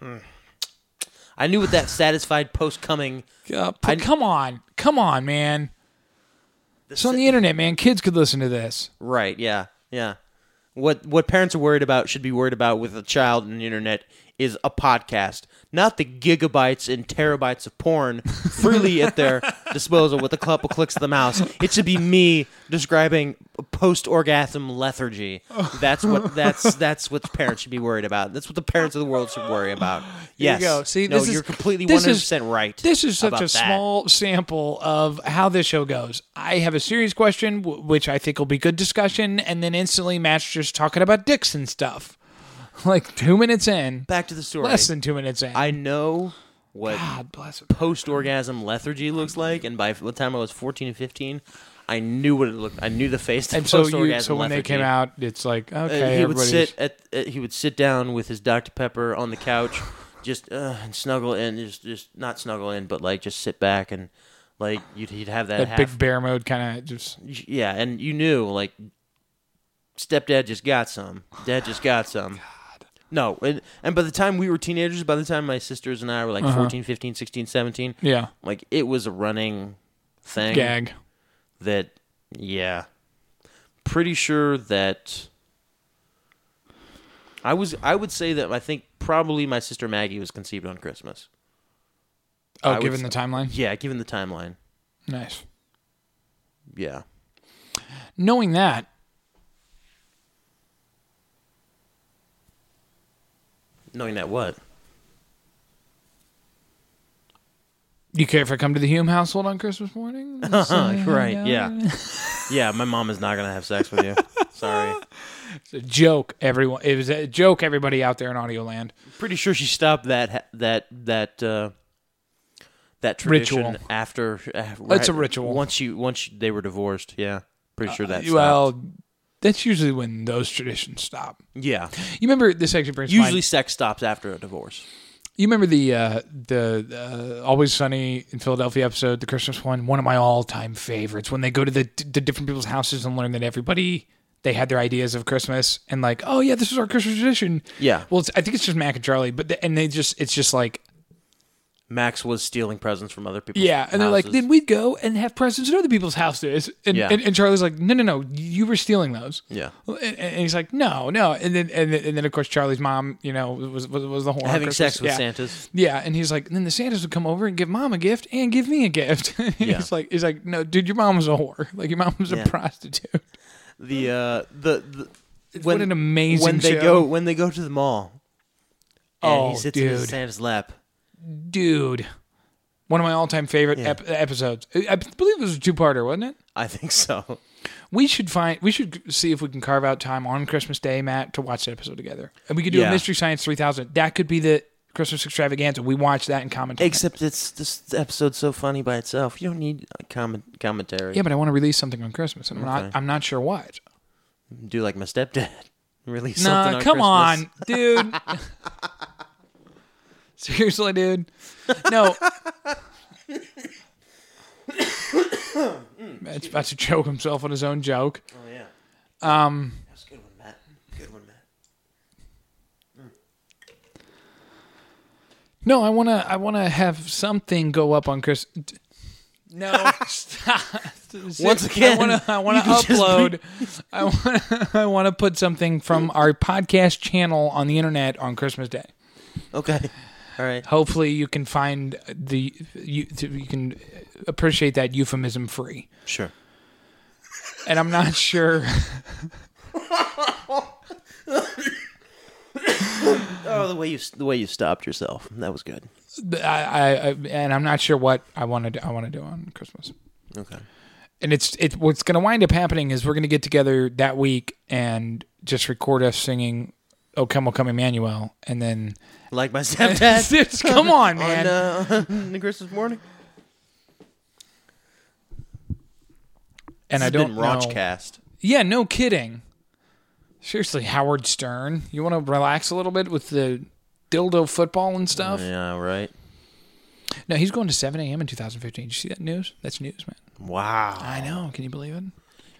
Speaker 1: hmm. I knew what that satisfied post coming.
Speaker 2: Uh, put- come on, come on, man. It's on the internet, man. Kids could listen to this.
Speaker 1: Right. Yeah. Yeah. What what parents are worried about should be worried about with a child and the internet is a podcast, not the gigabytes and terabytes of porn freely at their disposal with a couple clicks of the mouse. It should be me describing post orgasm lethargy. That's what that's that's what the parents should be worried about. That's what the parents of the world should worry about.
Speaker 2: There
Speaker 1: Yes.
Speaker 2: you go. See,
Speaker 1: no,
Speaker 2: this is
Speaker 1: you're completely one
Speaker 2: this
Speaker 1: hundred
Speaker 2: is-
Speaker 1: percent right.
Speaker 2: This is such
Speaker 1: about
Speaker 2: a
Speaker 1: that.
Speaker 2: small sample of how this show goes. I have a serious question, w- which I think will be good discussion, and then instantly Matt's just talking about dicks and stuff. Like two minutes in,
Speaker 1: back to the story.
Speaker 2: less than two minutes in.
Speaker 1: I know what
Speaker 2: God bless it.
Speaker 1: post orgasm lethargy looks like, and by the time I was 14 and 15, I knew what it looked. I knew the face.
Speaker 2: And so you, so when they came out, it's like okay,
Speaker 1: Uh, he would
Speaker 2: everybody's-
Speaker 1: sit at uh, he would sit down with his Dr Pepper on the couch, just uh, and snuggle in, just just not snuggle in, but like just sit back and like you'd he'd have that,
Speaker 2: that
Speaker 1: half,
Speaker 2: big bear mode kind of just
Speaker 1: yeah, and you knew like stepdad just got some, dad just got some. No, and, and by the time we were teenagers, by the time my sisters and I were like
Speaker 2: Uh-huh.
Speaker 1: fourteen, fifteen, sixteen, seventeen. 14, 15, 16, 17,
Speaker 2: yeah
Speaker 1: like it was a running thing
Speaker 2: gag.
Speaker 1: that yeah pretty sure that i was i would say that i think probably my sister maggie was conceived on christmas
Speaker 2: Oh,
Speaker 1: would
Speaker 2: given
Speaker 1: say-
Speaker 2: the timeline,
Speaker 1: yeah given the timeline
Speaker 2: nice.
Speaker 1: yeah
Speaker 2: knowing that
Speaker 1: knowing that what
Speaker 2: you care if I come to the Hume household on Christmas morning?
Speaker 1: right yeah yeah my mom is not gonna have sex with you sorry
Speaker 2: It's a joke, everyone. It was a joke, everybody out there in audio land.
Speaker 1: pretty sure she stopped that ha- that that uh that tradition
Speaker 2: Ritual.
Speaker 1: after uh,
Speaker 2: It's a ritual. Uh,
Speaker 1: once you once you- they were divorced yeah pretty sure that's
Speaker 2: Well, that's usually when those traditions stop.
Speaker 1: yeah
Speaker 2: You remember this actually brings to mind-
Speaker 1: Usually, sex stops after a divorce.
Speaker 2: You remember the uh, the uh, Always Sunny in Philadelphia episode, the Christmas one, one of my all time favorites. When they go to the the different people's houses and learn that everybody they had their ideas of Christmas and like, oh yeah, this is our Christmas tradition.
Speaker 1: Yeah.
Speaker 2: Well, it's, I think it's just Mac and Charlie, but the, and they just it's just like
Speaker 1: Max was stealing presents from other people.
Speaker 2: Yeah, and they're like, then we'd go and have presents at other people's houses. And,
Speaker 1: Yeah.
Speaker 2: and, and Charlie's like, no, no, no, you were stealing those.
Speaker 1: Yeah.
Speaker 2: And, and- and he's like, no, no. And then, and then, and then of course, Charlie's mom, you know, was was, was the whore. on
Speaker 1: Having
Speaker 2: Christmas.
Speaker 1: sex with
Speaker 2: yeah.
Speaker 1: Santas.
Speaker 2: Yeah, and he's like, then the Santas would come over and give mom a gift and give me a gift.
Speaker 1: Yeah.
Speaker 2: he's like, he's like, no, dude, your mom was a whore. Like your mom was
Speaker 1: Yeah.
Speaker 2: a prostitute.
Speaker 1: the uh, the, the when,
Speaker 2: what an amazing
Speaker 1: when they
Speaker 2: show.
Speaker 1: go when they go to the mall. And
Speaker 2: Oh,
Speaker 1: he sits in
Speaker 2: dude.
Speaker 1: his Santa's lap.
Speaker 2: Dude, one of my all-time favorite
Speaker 1: Yeah.
Speaker 2: ep- episodes. Uh, I I believe it was a two-parter, wasn't it?
Speaker 1: I think so.
Speaker 2: We should find. We should see if we can carve out time on Christmas Day, Matt, to watch that episode together. And we could do
Speaker 1: Yeah.
Speaker 2: a Mystery Science three thousand. That could be the Christmas extravaganza. We watch that and comment. on it.
Speaker 1: Except it's this episode's so funny by itself. You don't need comment commentary.
Speaker 2: Yeah, but I want to release something on Christmas, and I'm not.
Speaker 1: Okay.
Speaker 2: I'm not sure what.
Speaker 1: Do like my stepdad. Release something
Speaker 2: Nah,
Speaker 1: on
Speaker 2: come
Speaker 1: Christmas.
Speaker 2: on, dude. Seriously, dude. No. Matt's about to choke himself on his own joke.
Speaker 1: Oh yeah. Um. That's a good one, Matt. Good one, Matt.
Speaker 2: No, I wanna. I wanna have something go up on Chris. No, stop.
Speaker 1: Once again,
Speaker 2: I wanna. I wanna
Speaker 1: you just-
Speaker 2: upload. I wanna. I wanna put something from our podcast channel on the internet on Christmas Day.
Speaker 1: Okay. All right.
Speaker 2: Hopefully, you can find the you you can appreciate that euphemism free.
Speaker 1: Sure.
Speaker 2: And I'm not sure.
Speaker 1: Oh, the way you the way you stopped yourself. That was good.
Speaker 2: I, I, I and I'm not sure what I want to I want to do on Christmas.
Speaker 1: Okay.
Speaker 2: and it's it what's going to wind up happening is we're going to get together that week and just record us singing "O Come, O Come, Emmanuel," and then
Speaker 1: Like my stepdad.
Speaker 2: It's- come on,
Speaker 1: Oh,
Speaker 2: man. uh,
Speaker 1: on the Christmas morning.
Speaker 2: and I
Speaker 1: This has
Speaker 2: don't
Speaker 1: been
Speaker 2: know.
Speaker 1: Rauncast.
Speaker 2: Yeah, no kidding. Seriously, Howard Stern, you want to relax a little bit with the dildo football and stuff?
Speaker 1: Yeah, right.
Speaker 2: No, he's going to 7 a.m. in 2015. Did you see that news? That's news, man.
Speaker 1: Wow.
Speaker 2: I know. Can you believe it?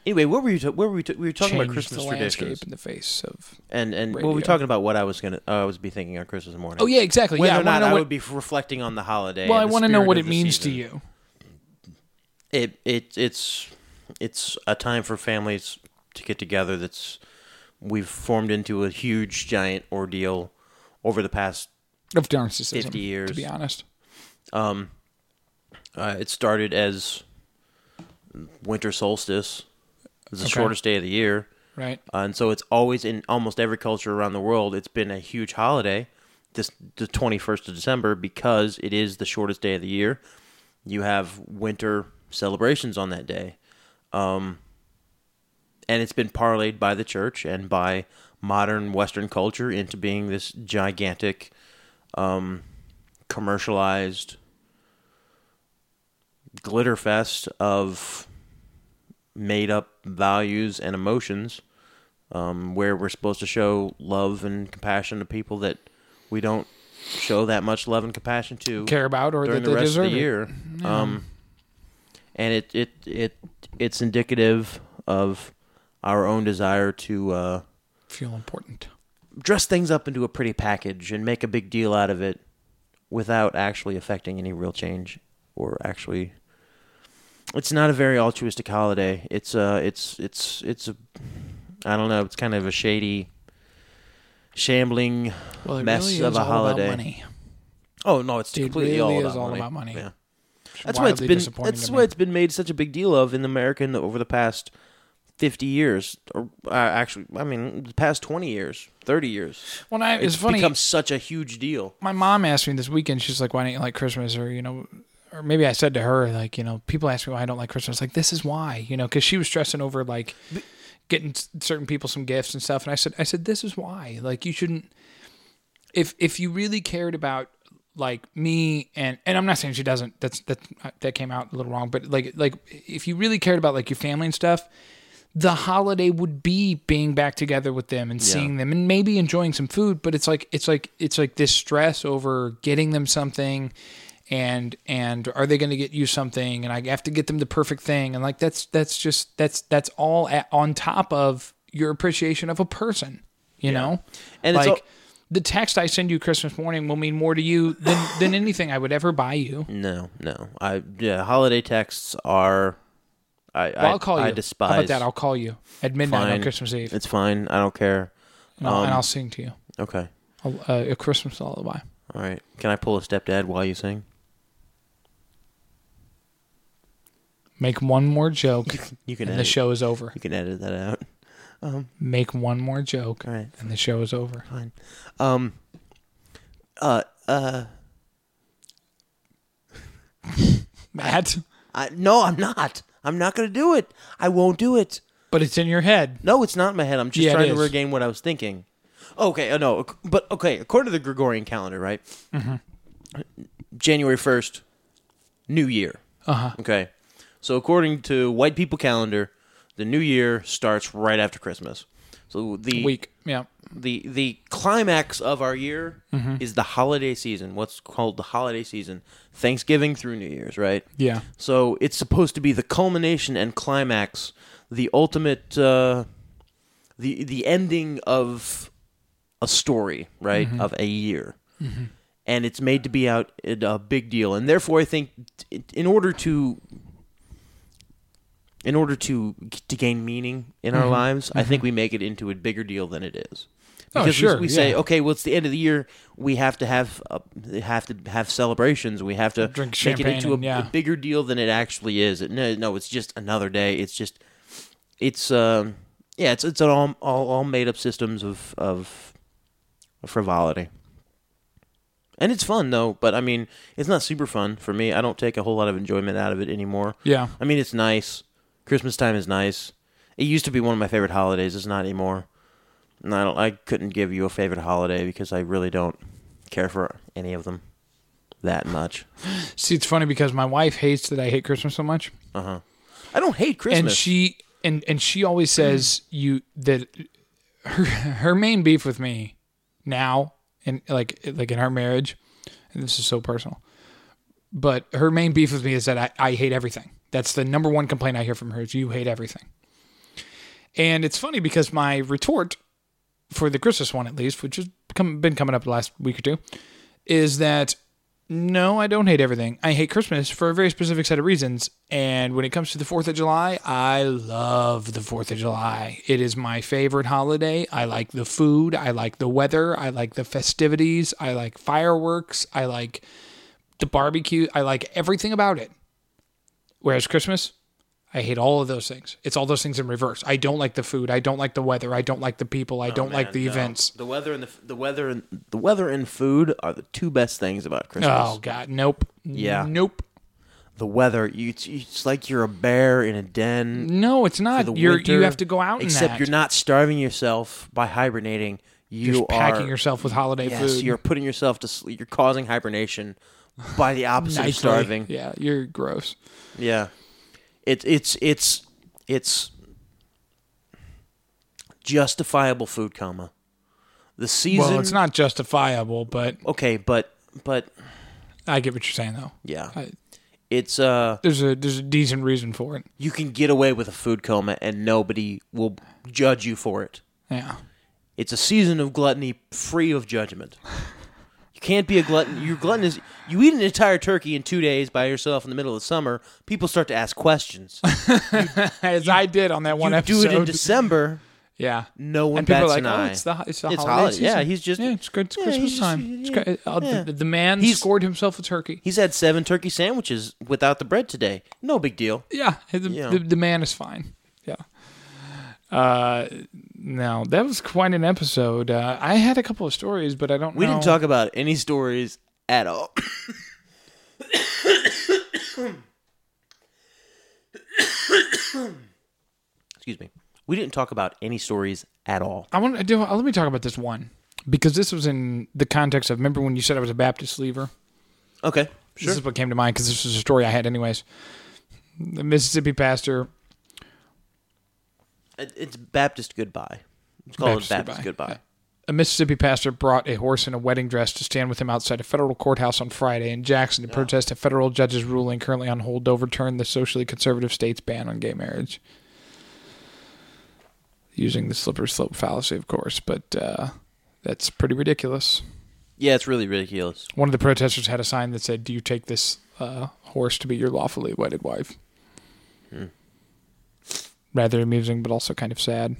Speaker 1: Anyway, what were you? Ta- what were we? Ta- we were talking
Speaker 2: Changed
Speaker 1: about Christmas
Speaker 2: the landscape
Speaker 1: traditions,
Speaker 2: in the face of.
Speaker 1: and and well, we were
Speaker 2: Radio.
Speaker 1: talking about what I was gonna. Uh, I was be thinking on Christmas morning.
Speaker 2: Oh yeah, exactly.
Speaker 1: Whether
Speaker 2: yeah, I
Speaker 1: or
Speaker 2: want
Speaker 1: not
Speaker 2: to know
Speaker 1: I
Speaker 2: what.
Speaker 1: would be reflecting on the holiday.
Speaker 2: well, I
Speaker 1: and the
Speaker 2: want to know
Speaker 1: spirit
Speaker 2: what
Speaker 1: of
Speaker 2: it
Speaker 1: the
Speaker 2: means
Speaker 1: season.
Speaker 2: to you.
Speaker 1: It it it's it's a time for families to get together. That's we've formed into a huge giant ordeal over the past
Speaker 2: Of narcissism,
Speaker 1: 50 years.
Speaker 2: to be honest.
Speaker 1: Um, uh, it started as winter solstice. It's the
Speaker 2: Okay.
Speaker 1: shortest day of the year,
Speaker 2: Right.
Speaker 1: uh, and so it's always in almost every culture around the world. It's been a huge holiday, this the twenty first of December, because it is the shortest day of the year. You have winter celebrations on that day, um, and it's been parlayed by the church and by modern Western culture into being this gigantic, um, commercialized glitter fest of made up values and emotions um, where we're supposed to show love and compassion to people that we don't show that much love and compassion to
Speaker 2: Care about or
Speaker 1: during
Speaker 2: that
Speaker 1: the
Speaker 2: they
Speaker 1: rest
Speaker 2: deserve
Speaker 1: of the
Speaker 2: it.
Speaker 1: year. Um, and it, it it it's indicative of our own desire to uh,
Speaker 2: Feel important.
Speaker 1: dress things up into a pretty package and make a big deal out of it without actually affecting any real change or actually it's not a very altruistic holiday it's uh it's it's it's a i don't know it's kind of a shady shambling
Speaker 2: Well, it
Speaker 1: mess
Speaker 2: really
Speaker 1: of
Speaker 2: is
Speaker 1: a
Speaker 2: all
Speaker 1: holiday
Speaker 2: about money.
Speaker 1: oh no it's
Speaker 2: It
Speaker 1: completely
Speaker 2: really
Speaker 1: all,
Speaker 2: is
Speaker 1: about,
Speaker 2: all
Speaker 1: money.
Speaker 2: about money.
Speaker 1: yeah that's why it's
Speaker 2: wildly
Speaker 1: been
Speaker 2: disappointing
Speaker 1: that's
Speaker 2: to
Speaker 1: why
Speaker 2: me.
Speaker 1: it's been made such a big deal of in America in the, over the past fifty years, or uh, actually, I mean, the past twenty years, thirty years.
Speaker 2: Well, I, it's, funny.
Speaker 1: become such a huge deal.
Speaker 2: my mom asked me this weekend. She's like, "Why don't you like Christmas?" Or you know, or maybe I said to her, like, you know, people ask me why I don't like Christmas. Like, this is why, you know, because she was stressing over like getting s- certain people some gifts and stuff. And I said, I said, this is why. Like, you shouldn't. If if you really cared about like me and and I'm not saying she doesn't. That's that that came out a little wrong. But like like if you really cared about like your family and stuff. The holiday would be being back together with them and seeing them and maybe enjoying some food, but it's like it's like it's like this stress over getting them something and and are they going to get you something and i have to get them the perfect thing and like that's that's just that's that's all at, on top of your appreciation of a person you know
Speaker 1: And it's
Speaker 2: like
Speaker 1: all-
Speaker 2: the text I send you Christmas morning will mean more to you than, than anything I would ever buy you.
Speaker 1: No, no. I yeah. Holiday texts are. I
Speaker 2: Well,
Speaker 1: I,
Speaker 2: I'll call you.
Speaker 1: I despise.
Speaker 2: How about that? I'll call you at midnight on
Speaker 1: fine. um,
Speaker 2: Christmas Eve,
Speaker 1: It's fine. I don't care.
Speaker 2: and, I'll, and I'll sing to you
Speaker 1: Okay.
Speaker 2: I'll, uh, a Christmas lullaby.
Speaker 1: All right. Can I pull a stepdad while you sing?
Speaker 2: Make one more joke,
Speaker 1: You can.
Speaker 2: and
Speaker 1: Edit.
Speaker 2: the show is over.
Speaker 1: You can edit that out.
Speaker 2: Make one more joke,
Speaker 1: All right.
Speaker 2: and the show is over.
Speaker 1: Fine. Um. Uh. Uh.
Speaker 2: Matt,
Speaker 1: I, no, I'm not. I'm not gonna do it. I won't do it.
Speaker 2: but it's in your head.
Speaker 1: No, it's not in my head. I'm just
Speaker 2: Yeah, it
Speaker 1: trying to
Speaker 2: is.
Speaker 1: regain what I was thinking. Okay, uh, no, ac- but okay. According to the Gregorian calendar, right?
Speaker 2: Mm-hmm.
Speaker 1: January first, New Year. Uh
Speaker 2: Uh-huh.
Speaker 1: huh. Okay, so according to white people calendar, the New Year starts right after Christmas. So the
Speaker 2: Week, yeah.
Speaker 1: the the climax of our year
Speaker 2: Mm-hmm.
Speaker 1: is the holiday season. What's called the holiday season, Thanksgiving through New Year's, right?
Speaker 2: Yeah.
Speaker 1: So it's supposed to be the culmination and climax, the ultimate, uh, the the ending of a story, right?
Speaker 2: Mm-hmm.
Speaker 1: Of a year, and it's made to be out it- a big deal, and therefore I think t- in order to in order to g- to gain meaning in
Speaker 2: Mm-hmm.
Speaker 1: our lives, I think we make it into a bigger deal than it is.
Speaker 2: Oh,
Speaker 1: Because we-
Speaker 2: sure,
Speaker 1: we, say,
Speaker 2: yeah.
Speaker 1: okay, well, it's the end of the year. We have to have uh, have to have celebrations. We have to make
Speaker 2: Drink
Speaker 1: it
Speaker 2: champagne
Speaker 1: into a,
Speaker 2: and- yeah.
Speaker 1: a bigger deal than it actually is. It- no, no, it's just another day. It's just, it's um, yeah, it's it's an all all, all made up systems of of frivolity. And it's fun though, but I mean, it's not super fun for me. I don't take a whole lot of enjoyment out of it anymore.
Speaker 2: Yeah.
Speaker 1: I mean, it's nice. Christmas time is nice. It used to be one of my favorite holidays. It's not anymore. And I don't. I couldn't give you a favorite holiday because I really don't care for any of them that much.
Speaker 2: See, it's funny because my wife hates that I hate Christmas so much,
Speaker 1: I don't hate Christmas.
Speaker 2: and she and and she always says you that her her main beef with me now and like like in our marriage, and this is so personal, but her main beef with me is that I, I hate everything. That's the number one complaint I hear from her is you hate everything. And it's funny because my retort for the Christmas one at least, which has come, been coming up the last week or two, is that no, I don't hate everything. I hate Christmas for a very specific set of reasons. And when it comes to the 4th of July, I love the 4th of July. It is my favorite holiday. I like the food. I like the weather. I like the festivities. I like fireworks. I like the barbecue. I like everything about it. Whereas Christmas, I hate all of those things. It's all those things in reverse. I don't like the food. I don't like the weather. I don't like the people. I don't like the events.
Speaker 1: the weather and the the weather and the weather and food are the two best things about Christmas.
Speaker 2: Oh, God. Nope.
Speaker 1: Yeah.
Speaker 2: Nope.
Speaker 1: The weather, you, it's, it's like you're a bear in a den.
Speaker 2: No, it's
Speaker 1: for
Speaker 2: not.
Speaker 1: the
Speaker 2: You're
Speaker 1: winter,
Speaker 2: you have to go out.
Speaker 1: Except
Speaker 2: in that.
Speaker 1: you're not starving yourself by hibernating. You
Speaker 2: You're just packing
Speaker 1: are,
Speaker 2: yourself with holiday
Speaker 1: Yes,
Speaker 2: food.
Speaker 1: you're putting yourself to sleep. You're causing hibernation by the opposite
Speaker 2: Nightly.
Speaker 1: of starving. Yeah.
Speaker 2: Yeah, you're gross.
Speaker 1: It, it's it's it's justifiable food coma. The season.
Speaker 2: Well, it's not justifiable, but
Speaker 1: okay, but but
Speaker 2: I get what you're saying though.
Speaker 1: yeah,
Speaker 2: I-
Speaker 1: it's uh
Speaker 2: There's a there's a decent reason for it.
Speaker 1: you can get away with a food coma and nobody will judge you for it.
Speaker 2: Yeah.
Speaker 1: It's a season of gluttony free of judgment. You can't be a glutton. Your glutton is you eat an entire turkey in two days by yourself in the middle of summer. People start to ask questions.
Speaker 2: As I did on that one
Speaker 1: you
Speaker 2: episode.
Speaker 1: do it in December.
Speaker 2: yeah.
Speaker 1: No one
Speaker 2: and people are
Speaker 1: bats
Speaker 2: like,
Speaker 1: an
Speaker 2: oh,
Speaker 1: eye.
Speaker 2: it's the it's the
Speaker 1: It's
Speaker 2: holiday.
Speaker 1: holiday.
Speaker 2: season."
Speaker 1: Yeah, he's just-
Speaker 2: yeah, it's, good- it's
Speaker 1: yeah, he's
Speaker 2: Christmas
Speaker 1: just-
Speaker 2: time. It's good. Uh,
Speaker 1: yeah.
Speaker 2: the, the man
Speaker 1: He's-
Speaker 2: scored himself a turkey.
Speaker 1: He's had seven turkey sandwiches without the bread today. No big deal.
Speaker 2: Yeah, the,
Speaker 1: Yeah.
Speaker 2: The, the man is fine. Yeah. Uh, no, that was quite an episode. Uh, I had a couple of stories, but I don't.
Speaker 1: We
Speaker 2: know.
Speaker 1: didn't talk about any stories at all. Excuse me. We didn't talk about any stories at all.
Speaker 2: I want to do. Let me talk about this one because this was in the context of. Remember when you said I was a Baptist leaver?
Speaker 1: Okay.
Speaker 2: This is what came to mind because this was a story I had, anyways. The Mississippi pastor.
Speaker 1: It- It's Baptist goodbye. It's called Baptist, goodbye.
Speaker 2: A Mississippi pastor brought a horse in a wedding dress to stand with him outside a federal courthouse on Friday in Jackson to protest a federal judge's ruling currently on hold to overturn the socially conservative state's ban on gay marriage. Using the slipper slope fallacy, of course, but uh, That's pretty ridiculous.
Speaker 1: Yeah, it's really ridiculous.
Speaker 2: One of the protesters had a sign that said, "Do you take this uh, horse to be your lawfully wedded wife?"
Speaker 1: Hmm.
Speaker 2: Rather amusing, but also kind of sad.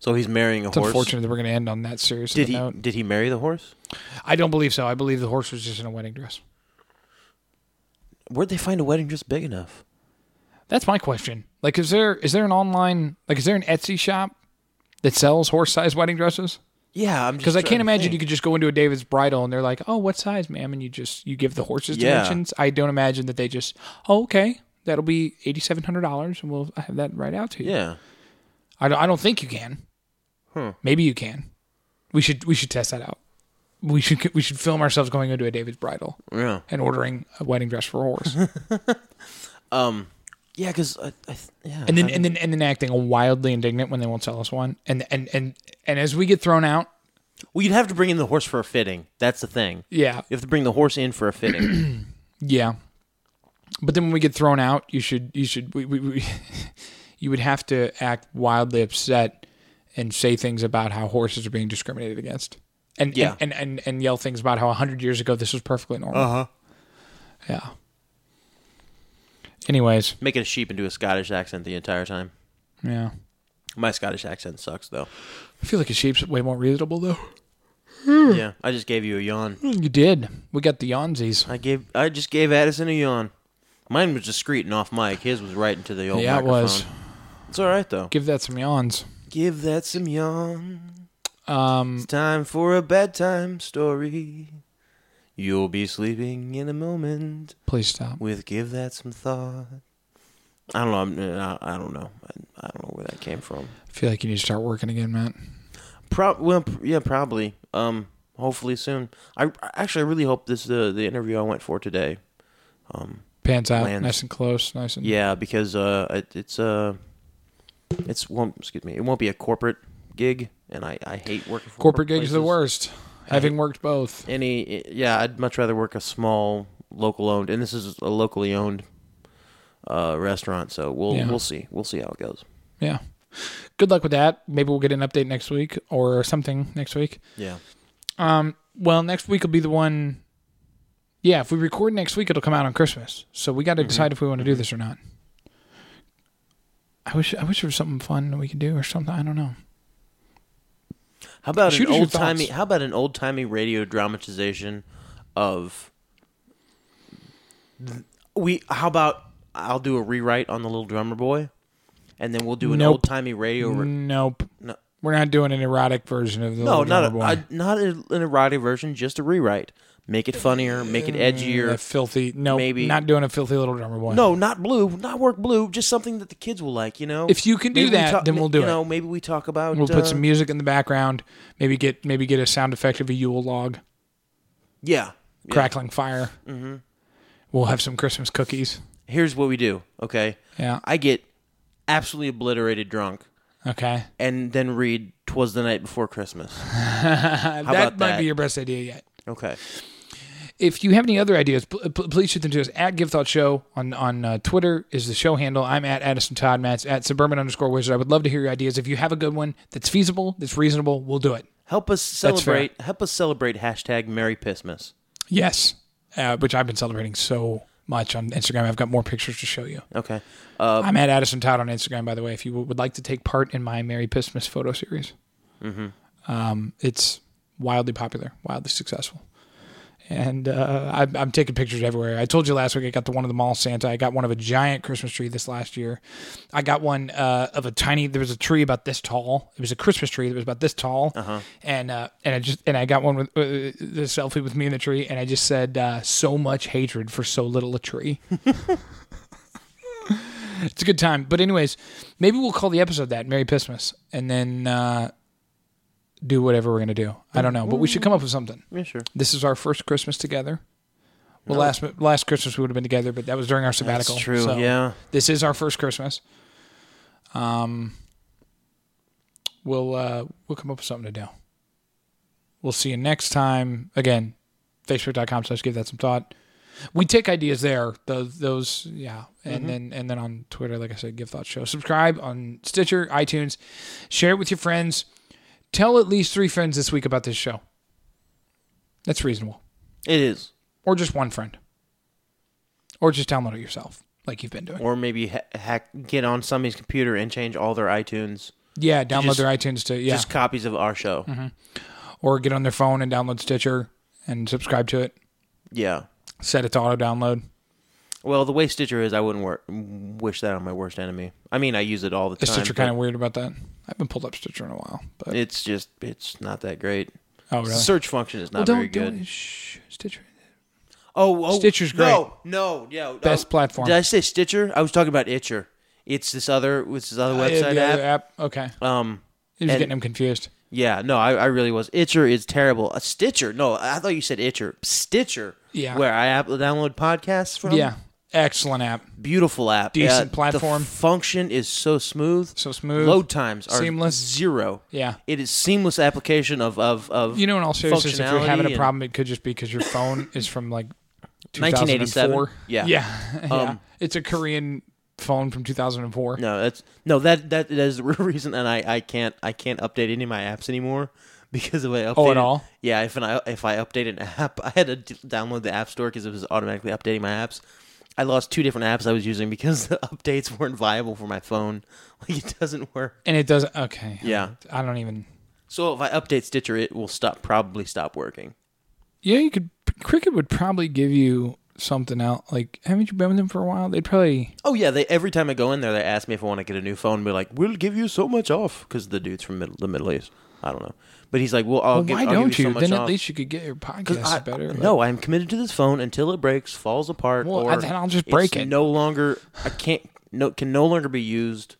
Speaker 1: So he's marrying a
Speaker 2: It's
Speaker 1: horse.
Speaker 2: unfortunate that we're going to end on that serious of
Speaker 1: Did
Speaker 2: a
Speaker 1: he
Speaker 2: note.
Speaker 1: did he marry the horse?
Speaker 2: I don't believe so. I believe the horse was just in a wedding dress.
Speaker 1: Where'd they find a wedding dress big enough?
Speaker 2: That's my question. Like, is there is there an online like is there an Etsy shop that sells horse sized wedding dresses?
Speaker 1: Yeah, I'm just
Speaker 2: Because I
Speaker 1: trying
Speaker 2: can't
Speaker 1: to
Speaker 2: imagine you
Speaker 1: think.
Speaker 2: could just go into a David's Bridal and they're like, "Oh, what size, ma'am?" and you just you give the horses
Speaker 1: Yeah.
Speaker 2: dimensions. I don't imagine that they just, "Oh, okay, that'll be eighty seven hundred dollars, and we'll have that right out to you."
Speaker 1: Yeah,
Speaker 2: I don't, I don't think you can. Maybe you can. We should we should test that out. We should we should film ourselves going into a David's Bridal
Speaker 1: yeah,
Speaker 2: and ordering a wedding dress for a horse,
Speaker 1: yeah. Because I, I, th- yeah,
Speaker 2: and then
Speaker 1: I-
Speaker 2: and then and then acting wildly indignant when they won't sell us one, and and and and as we get thrown out,
Speaker 1: well, you'd have to bring in the horse for a fitting. That's the thing.
Speaker 2: yeah,
Speaker 1: You have to bring the horse in for a fitting.
Speaker 2: Yeah. But then when we get thrown out, you should you should we, we, we you would have to act wildly upset and say things about how horses are being discriminated against. And
Speaker 1: Yeah.
Speaker 2: and, and, and, and yell things about how 100 years ago this was perfectly normal. Uh-huh. Yeah. Anyways,
Speaker 1: Make it a sheep and do a Scottish accent the entire time.
Speaker 2: yeah.
Speaker 1: My Scottish accent sucks though.
Speaker 2: I feel like a sheep's way more reasonable though. Mm.
Speaker 1: yeah, I just gave you a yawn.
Speaker 2: You did. We got the Yonzies.
Speaker 1: I gave I just gave Addison a yawn. Mine was discreet and off mic. His was right into the old
Speaker 2: Yeah, it
Speaker 1: microphone.
Speaker 2: was.
Speaker 1: It's all right though.
Speaker 2: Give that some yawns.
Speaker 1: Give that some yawn.
Speaker 2: Um
Speaker 1: It's time for a bedtime story. You'll be sleeping in a moment
Speaker 2: please stop.
Speaker 1: with give that some thought. I don't know. I'm, uh, I- I don't know. I, I don't know where that came from.
Speaker 2: I feel like you need to start working again, Matt.
Speaker 1: Pro- well, pr- yeah, probably. Um, hopefully soon. I I- actually I really hope this uh, the interview I went for today.
Speaker 2: Pants out,
Speaker 1: Lands.
Speaker 2: nice and close, nice and
Speaker 1: Yeah, because uh, it, it's uh, it's won't excuse me. It won't be a corporate gig, and I I hate working for
Speaker 2: Corporate gigs are the
Speaker 1: places.
Speaker 2: worst. Having worked both,
Speaker 1: Any yeah, I'd much rather work a small local owned, and this is a locally owned uh restaurant. So we'll
Speaker 2: Yeah.
Speaker 1: we'll see we'll see how it goes.
Speaker 2: yeah. Good luck with that. Maybe we'll get an update next week or something next week. Um,
Speaker 1: Yeah.
Speaker 2: Well, next week will be the one. Yeah, if we record next week, it'll come out on Christmas. So we got
Speaker 1: Mm-hmm.
Speaker 2: to decide if we want to do this or not. I wish I wish there was something fun that we could do or something. I don't know.
Speaker 1: How about
Speaker 2: Shoot
Speaker 1: an
Speaker 2: us your
Speaker 1: old timey?
Speaker 2: thoughts.
Speaker 1: How about an old timey radio dramatization of we? How about I'll do a rewrite on the Little Drummer Boy, and then we'll do an
Speaker 2: Nope.
Speaker 1: old timey radio. Re-
Speaker 2: Nope.
Speaker 1: No.
Speaker 2: We're not doing an erotic version of the
Speaker 1: no,
Speaker 2: Little
Speaker 1: not
Speaker 2: Drummer
Speaker 1: a,
Speaker 2: Boy.
Speaker 1: I- not a, an erotic version, just a rewrite. Make it funnier, make it
Speaker 2: a
Speaker 1: edgier.
Speaker 2: filthy. No,
Speaker 1: maybe-
Speaker 2: not doing a filthy Little Drummer Boy.
Speaker 1: No, not blue, not work blue. Just something that the kids will like. You know,
Speaker 2: If you can do
Speaker 1: we
Speaker 2: that, then we'll do
Speaker 1: you
Speaker 2: it.
Speaker 1: Know, maybe we talk about.
Speaker 2: We'll put
Speaker 1: uh,
Speaker 2: some music in the background. Maybe get maybe get a sound effect of a Yule log.
Speaker 1: yeah. yeah.
Speaker 2: crackling fire. Mm-hmm. We'll have some Christmas cookies.
Speaker 1: Here's what we do. Okay,
Speaker 2: Yeah.
Speaker 1: I get absolutely obliterated drunk.
Speaker 2: Okay.
Speaker 1: and then read "Twas the Night Before Christmas."
Speaker 2: Uh, that might
Speaker 1: about that?
Speaker 2: be your best idea yet.
Speaker 1: Okay.
Speaker 2: If you have any other ideas, pl- pl- please shoot them to us at Give Thought Show on on uh, Twitter is the show handle. I'm at Addison Todd. Matt's at Suburban underscore Wizard. I would love to hear your ideas. If you have a good one that's feasible, that's reasonable, we'll do it.
Speaker 1: Help us
Speaker 2: fair.
Speaker 1: celebrate. Help us celebrate hashtag Merry Pissmas.
Speaker 2: Yes, uh, which I've been celebrating so much on Instagram. I've got more pictures to show you.
Speaker 1: Okay.
Speaker 2: I'm at Addison Todd on Instagram, by the way. If you would like to take part in my Merry Christmas photo series, um, it's wildly popular, wildly successful, and uh, I, I'm taking pictures everywhere. I told you last week I got the one of the mall Santa. I got one of a giant Christmas tree this last year. I got one uh, of a tiny. There was a tree about this tall. It was a Christmas tree that was about this tall, and uh, and I just and I got one with uh, the selfie with me in the tree, and I just said uh, so much hatred for so little a tree. It's a good time. But anyways, maybe we'll call the episode that Merry Christmas, and then uh, do whatever we're gonna do. I don't know, but we should come up with something.
Speaker 1: Yeah, sure.
Speaker 2: This is our first Christmas together. Well, last last Christmas we would have been together, but that was during our sabbatical.
Speaker 1: true,
Speaker 2: so
Speaker 1: yeah.
Speaker 2: This is our first Christmas. Um, we'll uh, we'll come up with something to do. We'll see you next time. Again, facebook.com slash give that some thought. We take ideas there. Those, those yeah. And
Speaker 1: Mm-hmm.
Speaker 2: then and then on Twitter, like I said, give thought show. Subscribe on Stitcher, iTunes, share it with your friends. Tell at least three friends this week about this show. That's reasonable.
Speaker 1: It is.
Speaker 2: Or just one friend. Or just download it yourself, like you've been doing.
Speaker 1: Or maybe ha- hack get on somebody's computer and change all their iTunes.
Speaker 2: yeah, download
Speaker 1: just-
Speaker 2: their iTunes to yeah, Mm-hmm.
Speaker 1: Just copies of our show.
Speaker 2: or get on their phone and download Stitcher and subscribe to it.
Speaker 1: Yeah.
Speaker 2: Set it to auto download.
Speaker 1: Well, the way Stitcher is, I wouldn't wor- wish that on my worst enemy. I mean, I use it all the
Speaker 2: Is
Speaker 1: time.
Speaker 2: Stitcher kind of
Speaker 1: but
Speaker 2: weird about that? I haven't pulled up Stitcher in a while, but
Speaker 1: It's just it's not that great.
Speaker 2: oh really?
Speaker 1: Search function is
Speaker 2: Well,
Speaker 1: not very
Speaker 2: don't
Speaker 1: good.
Speaker 2: do it. Shh, Stitcher.
Speaker 1: Oh, oh,
Speaker 2: Stitcher's
Speaker 1: No, no, yeah, oh,
Speaker 2: Best platform.
Speaker 1: Did I say Stitcher? I was talking about Itcher. It's this other, it's this other
Speaker 2: Uh,
Speaker 1: website
Speaker 2: the
Speaker 1: app.
Speaker 2: other app. Okay,
Speaker 1: Um,
Speaker 2: he was
Speaker 1: and-
Speaker 2: getting him confused.
Speaker 1: yeah, no, I, I really was. Itcher is terrible. Uh, Stitcher, no, I thought you said Itcher. Stitcher,
Speaker 2: Yeah.
Speaker 1: where I app- download podcasts from.
Speaker 2: Yeah, excellent app.
Speaker 1: beautiful app,
Speaker 2: Decent
Speaker 1: Yeah,
Speaker 2: platform.
Speaker 1: The function is so smooth,
Speaker 2: So smooth.
Speaker 1: Load times are
Speaker 2: Seamless.
Speaker 1: zero.
Speaker 2: Yeah.
Speaker 1: it is seamless application of of of
Speaker 2: You know, in all seriousness, if you're
Speaker 1: functionality
Speaker 2: having a
Speaker 1: and-
Speaker 2: problem, it could just be because your phone is from like
Speaker 1: 1987.
Speaker 2: 2004.
Speaker 1: Yeah.
Speaker 2: yeah, yeah.
Speaker 1: Um,
Speaker 2: it's a Korean phone from 2004.
Speaker 1: No, that's no that that that is the real reason, and I I can't I can't update any of my apps anymore because if I update
Speaker 2: Oh, at all?
Speaker 1: Yeah, if an I if I update an app, I had to d- download the app store because it was automatically updating my apps. I lost two different apps I was using because the updates weren't viable for my phone. Like it doesn't work.
Speaker 2: And it doesn't. Okay.
Speaker 1: Yeah.
Speaker 2: I don't even.
Speaker 1: So if I update Stitcher, it will stop probably stop working.
Speaker 2: Yeah, you could. Cricket would probably give you something out. Like, haven't you been with them for a while? They'd probably.
Speaker 1: Oh yeah, they every time I go in there, they ask me if I want to get a new phone. Be like, we'll give you so much off because the dude's from middle, the Middle East. I don't know, but he's like, well, I'll
Speaker 2: Well,
Speaker 1: give,
Speaker 2: why
Speaker 1: I'll give
Speaker 2: don't
Speaker 1: you?
Speaker 2: you?
Speaker 1: So much
Speaker 2: then
Speaker 1: off."
Speaker 2: at least you could get your podcast
Speaker 1: I-
Speaker 2: better. like-
Speaker 1: no, I am committed to this phone until it breaks, falls apart,
Speaker 2: Well,
Speaker 1: or
Speaker 2: then I'll just break
Speaker 1: it's
Speaker 2: it.
Speaker 1: No longer, I can't. No, can no longer be used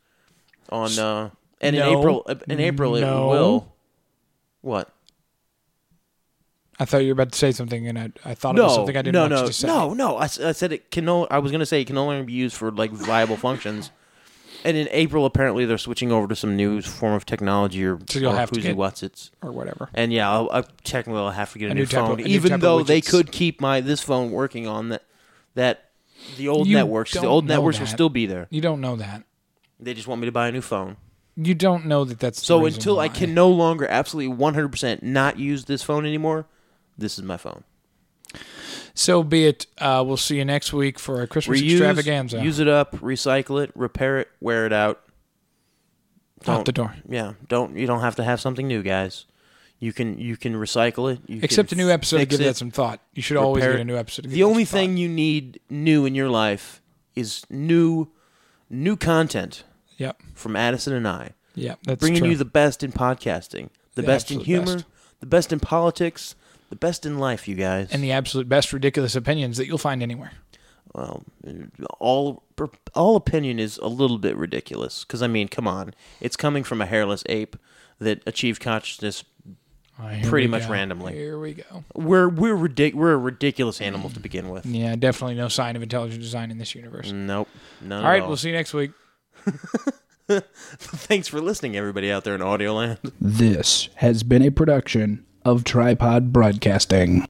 Speaker 1: on. Uh, and in
Speaker 2: No.
Speaker 1: April, in April
Speaker 2: No.
Speaker 1: it will. What?
Speaker 2: I thought you were about to say something, and I, I thought it was
Speaker 1: No,
Speaker 2: something I didn't
Speaker 1: no,
Speaker 2: want
Speaker 1: no,
Speaker 2: you to say.
Speaker 1: no, no. I, s- I said it can no. I was gonna say it can no longer be used for like viable functions. And in April, apparently they're switching over to some new form of technology or
Speaker 2: So you'll
Speaker 1: or
Speaker 2: have to
Speaker 1: whoosie
Speaker 2: get-
Speaker 1: what's it's.
Speaker 2: or whatever.
Speaker 1: And yeah, I'll, I'll technically I'll have to get a,
Speaker 2: A
Speaker 1: new,
Speaker 2: new type of-
Speaker 1: phone,
Speaker 2: a new
Speaker 1: even
Speaker 2: type of
Speaker 1: though they
Speaker 2: widgets.
Speaker 1: could keep my this phone working on that that the old
Speaker 2: You
Speaker 1: networks. The
Speaker 2: don't
Speaker 1: old
Speaker 2: know
Speaker 1: networks will
Speaker 2: that.
Speaker 1: still be there.
Speaker 2: You don't know that.
Speaker 1: They just want me to buy a new phone.
Speaker 2: You don't know that that's. the
Speaker 1: So
Speaker 2: reason
Speaker 1: until I
Speaker 2: why.
Speaker 1: can no longer absolutely one hundred percent not use this phone anymore, this is my phone.
Speaker 2: So be it. Uh, we'll see you next week for a Christmas
Speaker 1: Reuse,
Speaker 2: extravaganza.
Speaker 1: use it up, recycle it, repair it, wear it out.
Speaker 2: out the door.
Speaker 1: Yeah, don't you don't have to have something new, guys. You can you can recycle it. You
Speaker 2: Except a
Speaker 1: can
Speaker 2: new episode to
Speaker 1: fix
Speaker 2: give
Speaker 1: it.
Speaker 2: that some thought. You should always
Speaker 1: repair
Speaker 2: get a
Speaker 1: it.
Speaker 2: new episode. to give
Speaker 1: The
Speaker 2: that
Speaker 1: only
Speaker 2: some
Speaker 1: thing you need new in your life is new, new content
Speaker 2: thought. Yep.
Speaker 1: from Addison and I,
Speaker 2: Yep. That's
Speaker 1: bringing
Speaker 2: true.
Speaker 1: you the best in podcasting, the,
Speaker 2: The
Speaker 1: best in
Speaker 2: absolute
Speaker 1: humor,
Speaker 2: best.
Speaker 1: the best in politics, the best in life, you guys.
Speaker 2: and the absolute best ridiculous opinions that you'll find anywhere.
Speaker 1: well, all all opinion is a little bit ridiculous because I mean, come on, it's coming from a hairless ape that achieved consciousness. Pretty much randomly.
Speaker 2: Here we go.
Speaker 1: We're we're ridic- we're a ridiculous animal to begin with.
Speaker 2: Yeah, definitely no sign of intelligent design in this universe.
Speaker 1: Nope. None
Speaker 2: All
Speaker 1: at
Speaker 2: right,
Speaker 1: all.
Speaker 2: we'll see you next week.
Speaker 1: Thanks for listening, everybody out there in Audioland.
Speaker 4: This has been a production of Tripod Broadcasting.